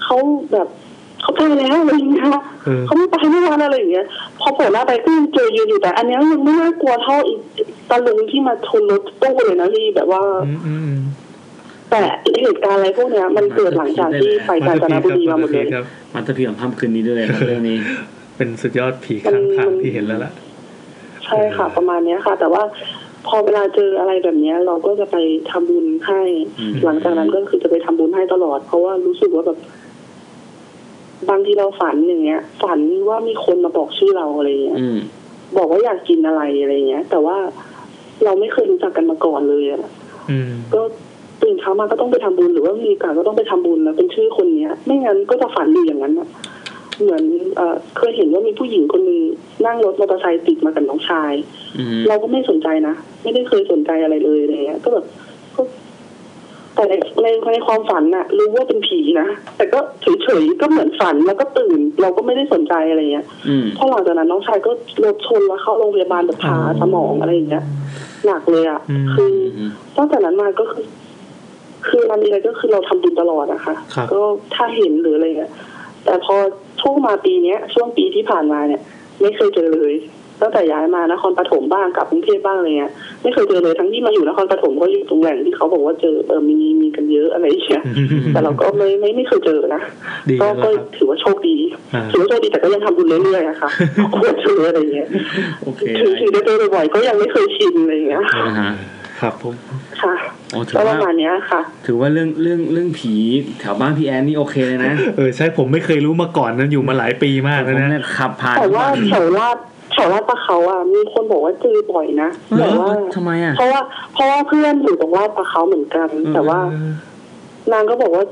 เขาแบบเขาตายแล้วอะไรเงี้ย เออ เขาไม่ตายเมื่อวานอะไรอย่างเงี้ยพอโผล่หน้าไปก็ยังเจอยืนอยู่แต่อันเนี้ยยังไม่น่ากลัวเท่าอีกตะลุงที่มาชนรถตู้เลยนะพี่แบบว่า อืมอืมอืม แต่เหตุการณ์อะไรพวกเนี้ยมันเกิดหลังจากที่ไปกาญจนบุรีมาหมดเลย ครับ มันจะเพียงภาพคืนนี้ด้วยครับเรื่องนี้ เป็นสุดยอดผีข้างทางที่เห็นแล้วล่ะ ใช่ค่ะ ประมาณเนี้ยค่ะ แต่ว่าพอเวลาเจออะไรแบบเนี้ย เราก็จะไปทำบุญให้ อืม หลังจากนั้นก็คือจะไปทำบุญให้ตลอด เพราะว่ารู้สึกว่าแบบ บางทีเราฝันอย่างเงี้ย ฝันว่ามีคนมาบอกชื่อเราอะไรเงี้ย อืม บอกว่าอยากกินอะไรอะไรเงี้ย แต่ว่าเราไม่เคยรู้จักกันมาก่อนเลยอะ อืม ก็ตื่นเช้ามาก็ต้องไปทำบุญหรือว่ามีโอกาสก็ต้องไปทำบุญแล้วเป็นชื่อคนเนี้ย ไม่งั้นก็จะฝันอยู่อย่างนั้นอะ เหมือนเอ่อเคยเห็นว่ามีผู้หญิงคนหนึ่งนั่งรถมอเตอร์ไซค์ติดมากับน้องชาย อืม เราก็ไม่สนใจนะ ไม่ได้เคยสนใจอะไรเลยอะไรเงี้ย ก็แบบก็แต่ในในในความฝันน่ะ รู้ว่าเป็นผีนะ แต่ก็เฉยๆก็เหมือนฝันแล้วก็ตื่น เราก็ไม่ได้สนใจอะไรเงี้ย อืม พอหลังจากนั้นน้องชายก็รถชนแล้วเข้าโรงพยาบาลแบบผ่าสมองอะไรอย่างเงี้ยหนักเลยอ่ะ อืม คือ อืม ตั้งแต่นั้นมาก็คือ คือเรามีอะไรก็คือเราทำบุญตลอดนะคะ ครับ ก็ถ้าเห็นหรืออะไรเงี้ยแต่พอช่วงมาปีเนี้ย ช่วงปีที่ผ่านมาเนี่ย ไม่เคยเจอเลยตั้งแต่ย้ายมานครปฐมบ้างกลับกรุงเทพบ้างอะไรเงี้ยไม่เคยเจอเลยทั้งที่มาอยู่นครปฐมก็อยู่ตรงแหล่งที่เขาบอกว่าเจอเออมีมีกันเยอะอะไรอย่างเงี้ยแต่เราก็ไม่ไม่ไม่เคยเจอนะ ดี ก็ แล้วค ก็ รับ ถือว่าโชคดี อ่า ถือว่าโชคดีแต่ก็ยังทำบุญเรื่อย ๆนะคะควรถืออะไรอย่างเงี้ย โอเค ถือถือได้ตัวบ่อยๆก็ยังไม่เคยชินอะไรอย่างเงี้ย อ่าฮะ ครับผม ค่ะ โอ้ถือ ก็ป ว่า ระมาณเนี้ยค่ะ ถือว่าเรื่องเรื่องเรื่องผีแถวบ้านพี่แอนนี่โอเคเลยนะ เออใช่ผมไม่เคยรู้มาก่อนนะอยู่มาหลายปีมาก ผม แล้วนะ เนี่ยขับผ่าน แต่ว่าแถวลาดแถวลาดปะเขาอ่ะมีคนบอกว่าเจอบ่อยนะ เหร แต่ อ ว่า ทำไมอ่ะ เพราะว่าเพราะว่าเพื่อนอยู่ตรงลาดปะเขาเหมือนกัน อืม แต่ว่า นางก็บอกว่า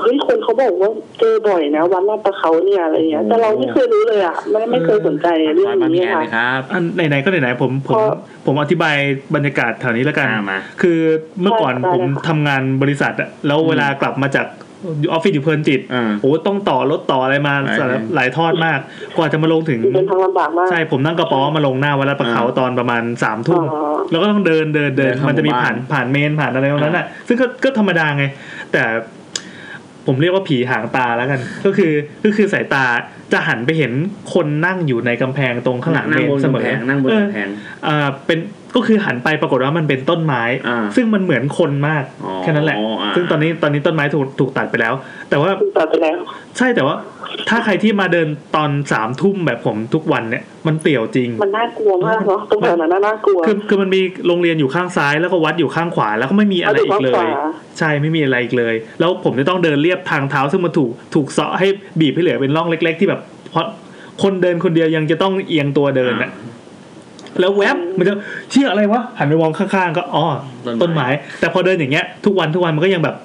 เฮ้ยคนเขาบอกว่าเจอบ่อยนะวัดลาดปะเขาเนี่ยอะไรอย่างเงี้ย แต่เราไม่เคยรู้เลยอ่ะไม่ไม่เคยสนใจเรื่อ ผ่าง นบ้านพี่ นี้ แอน ค่ะ เลยครับ อันไหนๆก็ไหนๆผมผม เพราะ ผมอธิบายบรรยากาศแถวนี้แล้วกัน อ่ามา คือเมื่อก่อน ได้ได้ ผม ค่ะ ทำงานบริษัทอะแล้วเวลากลับมาจากออฟฟิศอยู่เพลินจิต อ่า โอ้ต้องต่อรถต่ออะไรมา หลาย สาร แรง หลายทอดมาก กว่าจะมาลงถึง เดินทางลำบากมาก ใช่ผมนั่งกระป๋อมาลงหน้าวัดลาดประเขาตอนประมาณสามทุ่ม อ๋อ แล้วก็ต้องเดินเดินเดิน เดินเข้า มันจะมี หมู่บ้าน ผ่านผ่านเมนผ่านอะไรตรงนั้นอ่ะ ซึ่งก็ก็ธรรมดาไง แต่ผมเรียกว่าผีหางตาแล้วกัน ก็คือก็คือสายตาจะหันไปเห็นคนนั่งอยู่ในกำแพงตรงข้างหลัง นั่ เม ง น บน เสมำอกแพงนั่งบน เออก ำแพง อ่าเป็นก็คือหันไปปรากฏว่ามันเป็นต้นไม้ อ่า ซึ่งมันเหมือนคนมาก อ๋อ แค่นั้นแหละ อ่า ซึ่งตอนนี้ตอนนี้ต้นไม้ถูกถูกตัดไปแล้ว แต่ว่า ตัดไปแล้ว ใช่แต่ว่าถ้าใครที่มาเดินตอนสามทุ่มแบบผมทุกวันเนี่ยมันเตี่ยวจริง มันน่ากลัวมากเนาะตรงแถวนั้นนะน่ากลัว คือคือมันมีโรงเรียนอยู่ข้างซ้ายแล้วก็วัดอยู่ข้างขวาแล้วก็ไม่มีอะไรอีกเล วัดอยู่ ย ข้างขวา ใช่ไม่มีอะไรอีกเลย แล้วผมจะต้องเดินเรียบทางเท้าซึ่งมันถูกถูกเซาะให้บีบให้เหลือเป็นร่องเล็ก ๆ ที่แบบเพราะคนเดินคนเดียวยังจะต้องเอียงตัวเดินอะแล้วแวบมันจะเชื่ออะไรวะหันไปมองข้างๆก็อ๋อ ต้ ต้น นไม้ ไม้แต่พอเดินอย่างเงี้ย ทุกวันทุกวันมันก็ยังแบบ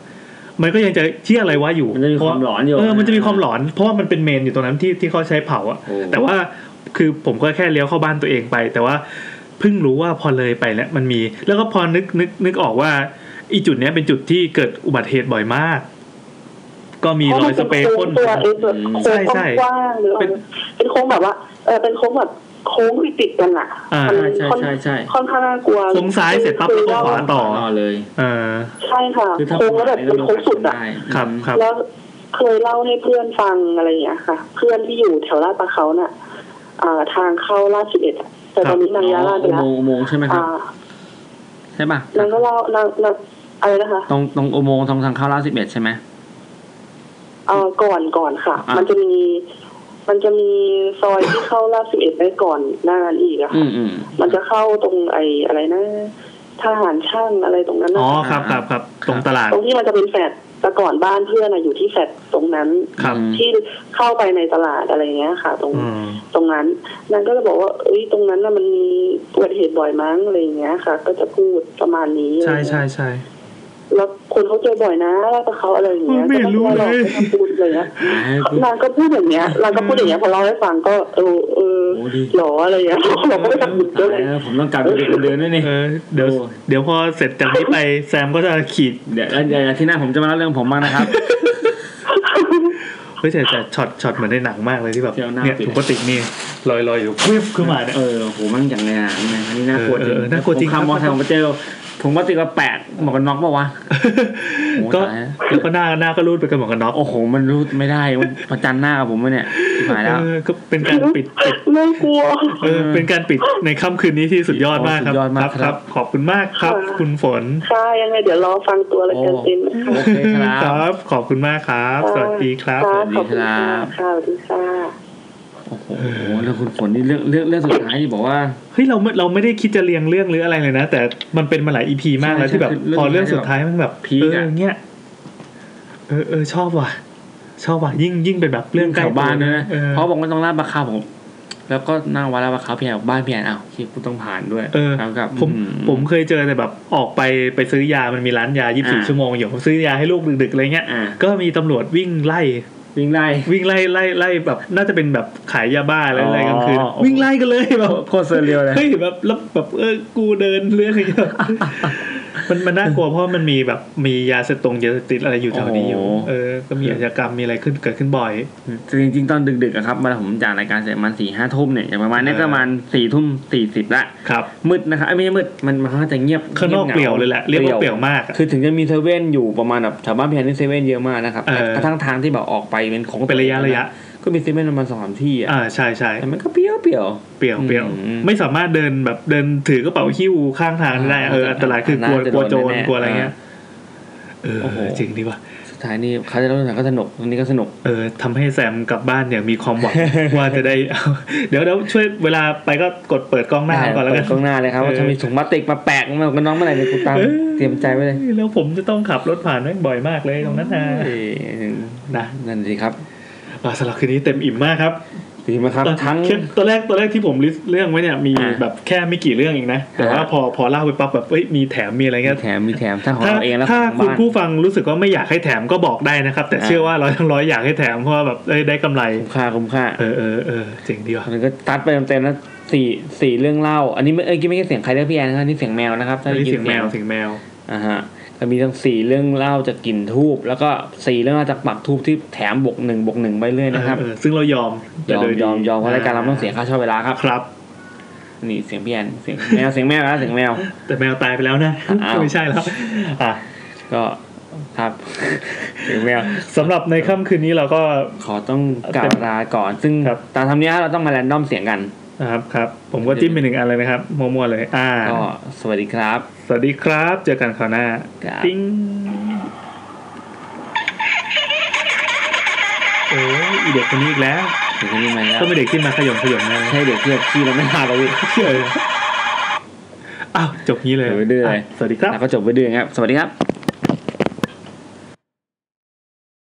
มันก็ยังจะเชื่ออะไรวะอยู่ มันจะมีความหลอนอยู่ เออ มันจะมีความหลอน เพราะว่ามันเป็นเมนอยู่ตรงนั้นที่ที่เขาใช้เผาอะ โอ้ แต่ว่าคือผมก็แค่เลี้ยวเข้าบ้านตัวเองไป แต่ว่าเพิ่งรู้ว่าพอเลยไปแล้วมันมี แล้วก็พอนึกนึกนึกออกว่าอีจุดเนี้ยเป็นจุดที่เกิดอุบัติเหตุบ่อยมาก ก็มีรอยสเปรย์พ่น ตัวเองแบบโค้ง ใช่ กว้างๆหรือ เป็นเป็นเป็นโค้งแบบว่าเออเป็นโค้งแบบโค้งติดๆกันอะ อ่า มัน ใช่ใช่ ค่อน ใช่ใช่ ค่อนข้างน่ากลัว โค้งซ้ายเสร็จปั๊บแล้วก็ขวา ต่อ ต่อเลย เออ ใช่ค่ะ คือถ้า โค้งแล้วแบบเป็นโค้งสุดอะ ครับครับ แล้วเคยเล่าให้เพื่อนฟังอะไรอย่างเงี้ยค่ะ เพื่อนที่อยู่แถวลาดปะเขาน่ะอ่าทางเข้าลาดสิบเอ็ดอะแต่ตอนอ๋อนนี้างย้ายลาดไป อุ แล้ โม ว งค์อุโมงค์ใช่ไหมครับ อ่า ใช่ป่ะ นางก็เล่านางนางอะไรนะคะ ตรงตรงอุโมงค์ตรงทางเข้าร้านสิบเอ็ดใช่ไหม อ่าก่อนก่อนค่ะ อ่ะ มันจะมีมันจะมีซอยที่เข้าลาดสิบเอ็ดไปก่อนหน้านั้นอีกอะค่ะ อืมอืม มันจะเข้าตรงไอ้อะไรนะทหารช่างอะไรตรงนั้นนะ อ๋อครับครับครับตรงตลาด ตรงที่มันจะเป็นแฟลตแต่ก่อนบ้านเพื่อนอะอยู่ที่แฟลตตรงนั้น ครับ ที่เข้าไปในตลาดอะไรเงี้ยค่ะ ตรง อืม ตรงนั้นนางก็จะบอกว่าเอ้ยตรงนั้นน่ะมันมีอุบัติเหตุบ่อยมั้งอะไรเงี้ยค่ะ ก็จะพูดประมาณนี้ ใช่ อะไรเงี้ย ใช่ใช่ แล้วคนเขาเจอบ่อยนะแล้วแต่เขาอะไรอย่างเงี้ย ไม่รู้เลย ก็ต้องไปหอกไปทำบุญอะไรเงี้ยนางก็พูดอย่างเงี้ยนางก็พูดอย่างเงี้ยพอเล่าให้ฟังก็เออเออ โอ้ดี หรออะไรเงี้ย เราก็ไปทำบุญ ตา ก็ ย เลย แล้วผมต้องกลับไปเป็นคนเดินด้วยนี่ เออเดี๋ยว โอ้ เดี๋ยวพอเสร็จจากนี้ไปแซมก็จะขีด เดี๋ยวเดี๋ยวเดี๋ยวที่หน้าผมจะมาเล่าเรื่องผมมากนะครับ เฮ้ยแต่แต่ช็อตช็อตเหมือนในหนังมากเลยที่แบบ เที่ยวหน้า เนี่ย ปิด ถุงพลาสติกนี่ลอยลอยอยู่เพิ่มขึ้นมาเนี่ย เออโหมันอย่างไงอ่ะนี่อันนี้น่ากลัวจริง เออเออน่ากลัวจริผงมขับมอเตอร์ไซ คค์ผมรับมาเจอผมว่าติดกับแปดหมวกกันน็อกปะวะ โอ้ ก็ ตายแล้ว แล้วก็หน้าหน้าก็รูดไปกันหมวกกันน็อก โอ้โห มันรูดไม่ได้มันประจันหน้ากับผมวะเนี่ยหายแล้ว เออก็เป็นการปิดปิด ไม่กลัว เออเป็นการปิดในค่ำคืนนี้ที่สุดยอดมากครับ สุดยอดมากคครั รั บบ ขอบคุณมากครับ ค่ะ คุณฝน ค่ะยังไงเดี๋ยวรอฟังตัวแล้วกันเต็มนะ โอ คะ เคครับ บขอบคุณมากครับ สวัสดีครับ ค่ะ ส ข วั อ ส บ ดีคคุณรั ค่ะ บ ค่ะสวัสดีค่ะ โอ้โหเรื่องคุณฝนนี่เรื่องเรื่องเรื่องสุดท้ายนี่บอกว่า เฮ้ยเราไม่เราไม่ได้คิดจะเรียงเรื่องหรืออะไรเลยนะ แต่มันเป็นมาหลายอีพีมากแล้ว ใช่ ที่แบบ คือเรื่อง พอเรื่อง สุ สุด ด ท้า ท้าย ย มันแบบ พีค เอ อะ อเงี้ยเออเออชอบว่ะ ชอบว่ะยิ่งยิ่งเป็นแบบเรื่องใก แถ ล้ว บ้านด้วยนะ เออ เพราะบอกว่าต้องลาดบราคาผม แล้วก็หน้าวัดลาดบราคาพี่แอนบอกบ้านพี่แอนอ้าวที่กูต้องผ่านด้วย เออ แล้วกับ ผม อื ผมเคยเจอแต่แบบออกไปไปซื้อยามันมีร้านยา อ่า 24 ชั่วโมงอยู่ผมซื้อยาให้ลูกดึกๆอะไรเงี้ย อ่า ก็มีตำรวจวิ่งไล่ วิ่งไล่ วิ่งไล่ไล่ไล่แบบ น่าจะเป็นแบบขายยาบ้าอะไร อ๋อ อะไรกลางคืน โอ้โห วิ่งไล่กันเลยแบบ โคตรเซอร์เรียลเลย เฮ้ยแบบแล้วแบบเออกูเดินเรื่องอะไรอย่างเงี้ย มันมันน่ากลัวเพราะมันมีแบบมียาเสพตรงยาเสพติดอะไรอยู่แถวนี้อยู่ โอ้โห เออก็มีอาชญากรรมมีอะไรขึ้นเกิดขึ้นบ่อย จริงจริงๆตอนดึกๆอะครับมาผมจากรายการเสร็จประมาณสี่ห้าทุ่มเนี่ยอย่างประมาณเนี้ย เออ ก็ประมาณสี่ทุ่มสี่สิบละ ครับ มืดนะครับเอ้ยไม่ใช่มืดมันมันค่อนข้างจะเงียบ ข้างนอกเปลี่ยวเลยแหละเรียกว่าเปลี่ยวมากอะ คือถึงจะมีเซเว่นอยู่ประมาณแบบแถวบ้านพี่แอนนี่เซเว่นเยอะมากนะครับ เออ กระทั่งทางที่แบบออกไปเป็นของ เป็นระยะระยะ ก็มีเซเว่นประมาณสองสามที่อะ อ่าใช่ใช่ แต่มันก็เปรี้ยวเปรี้ยว เปลี่ยวเปลี่ยว อืม ไม่สามารถเดินแบบเดินถือกระเป๋าหิ้วข้างทางได้อะเอออันตรายคือกลัว น่าจะ กลัวโจร โดนแน่ๆ กลัวอะไรเงี้ยเออ โอ้โห จริงดีว่ะ สุดท้ายนี่เขาจะเล่าหนังก็สนุกวันนี้ก็สนุก เออทำให้แซมกลับบ้านอย่างมีความหวั ง ว่า จะได้ เดี๋ยวเดี๋ยวช่วยเวลาไปก็กดเปิดกล้องหน้าก่อนแล้วกัน เปิดกล้องหน้าเลยครับ เออ ว่าจะมีถุงพลาสติกมาแปะมันกับน้องเมื่อไหร่เนี่ยกูตาม เออ เตรียมใจไว้เลย แล้วผมจะต้องขับรถผ่านแม่งบ่อยมากเลยตรงนั้นนะ เอ้ย นะ นั่นสิครับ อ่ะสำหรับคืนนี้เต็มอิ่มมากครับ ดีไหมครับ ตอน ทั้ง ตอนแรกตอนแรกที่ผมลิสต์เรื่องไว้เนี่ยมี อ่า แบบแค่ไม่กี่เรื่องเองนะ แต่ว่า ฮะ พอพอเล่าไปปั๊บแบบเอ้ยมีแถมมีอะไร มี เงี้ย แถมมีแถมถ้าของ ถ้า เราเองแล้วขอ ถ้าง ทาง คุณ บ้าน ผู้ฟังรู้สึกว่าไม่อยากให้แถมก็บอกได้นะครับ แต่ อ่า เชื่อว่าร้อยทั้งร้อยอยากให้แถมเพราะว่าแบบเอ้ยได้กำไร คุ้มค่าคุ้มค่า เออเออเออเจ๋งดีว่ะ มันก็ตัดไปเต็มๆแล้วสี่สี่เรื่องเล่า อันนี้ไม่เอ้ยไม่ใช่เสียงใครเรียกพี่แอนนะครับอันนี่เสียงแมวนะครับ อัน ได้ นี้ ยิ เสียงแมวเสียงแมว อ่าฮะก็มีทั้งสี่เรื่องเล่าจากกลิ่นทูบแล้วก็สี่เรื่องเล่าจากปักทูบที่แถมบวกหนึ่งบวกหนึ่งไปเรื่อยนะครับ เออเออซึ่งเรายอม ย แต่ อม โดดี ยอมยอมเพราะรายการเราต้องเสียค่าเช่าเวลาครับ ครับ นี่เสียงพี่แอนเสียงแมวเสียงแมวนะเสียงแมว แต่แมวตายไปแล้วนะ อ้าว ไม่ใช่แล้วอ่ะ ก็ครับ ถึงแมว สำหรับในค่ำคืนนี้เราก็ ขอต้องกล่าวลาก่อน ซึ่ง ครับ ตามธรรมเนียมเราต้องมาแรนดอมเสียงกัน นะครับครับ ผมก็จิ้มไปหนึ่งอันเลยนะครับมัวๆเลย อ่า ก็สวัสดีครับ สวัสดีครับ เจอกันคราวหน้า ครับ ติ๊งโอ้ยอีเด็กคนนี้อีกแล้ว ถึงที่นี่มาแล้ว ก็ไม่เด็กที่มาขยมขยมนะ ใช่เด็กที่แบบขี้แล้วไม่ลาเราอีก เชื่อเลยอ้าวจบนี้เลย เดี๋ยวไปดื้อเลย อ่ะสวัสดีครับ แล้วก็จบไปดื้อครับ สวัสดีครับ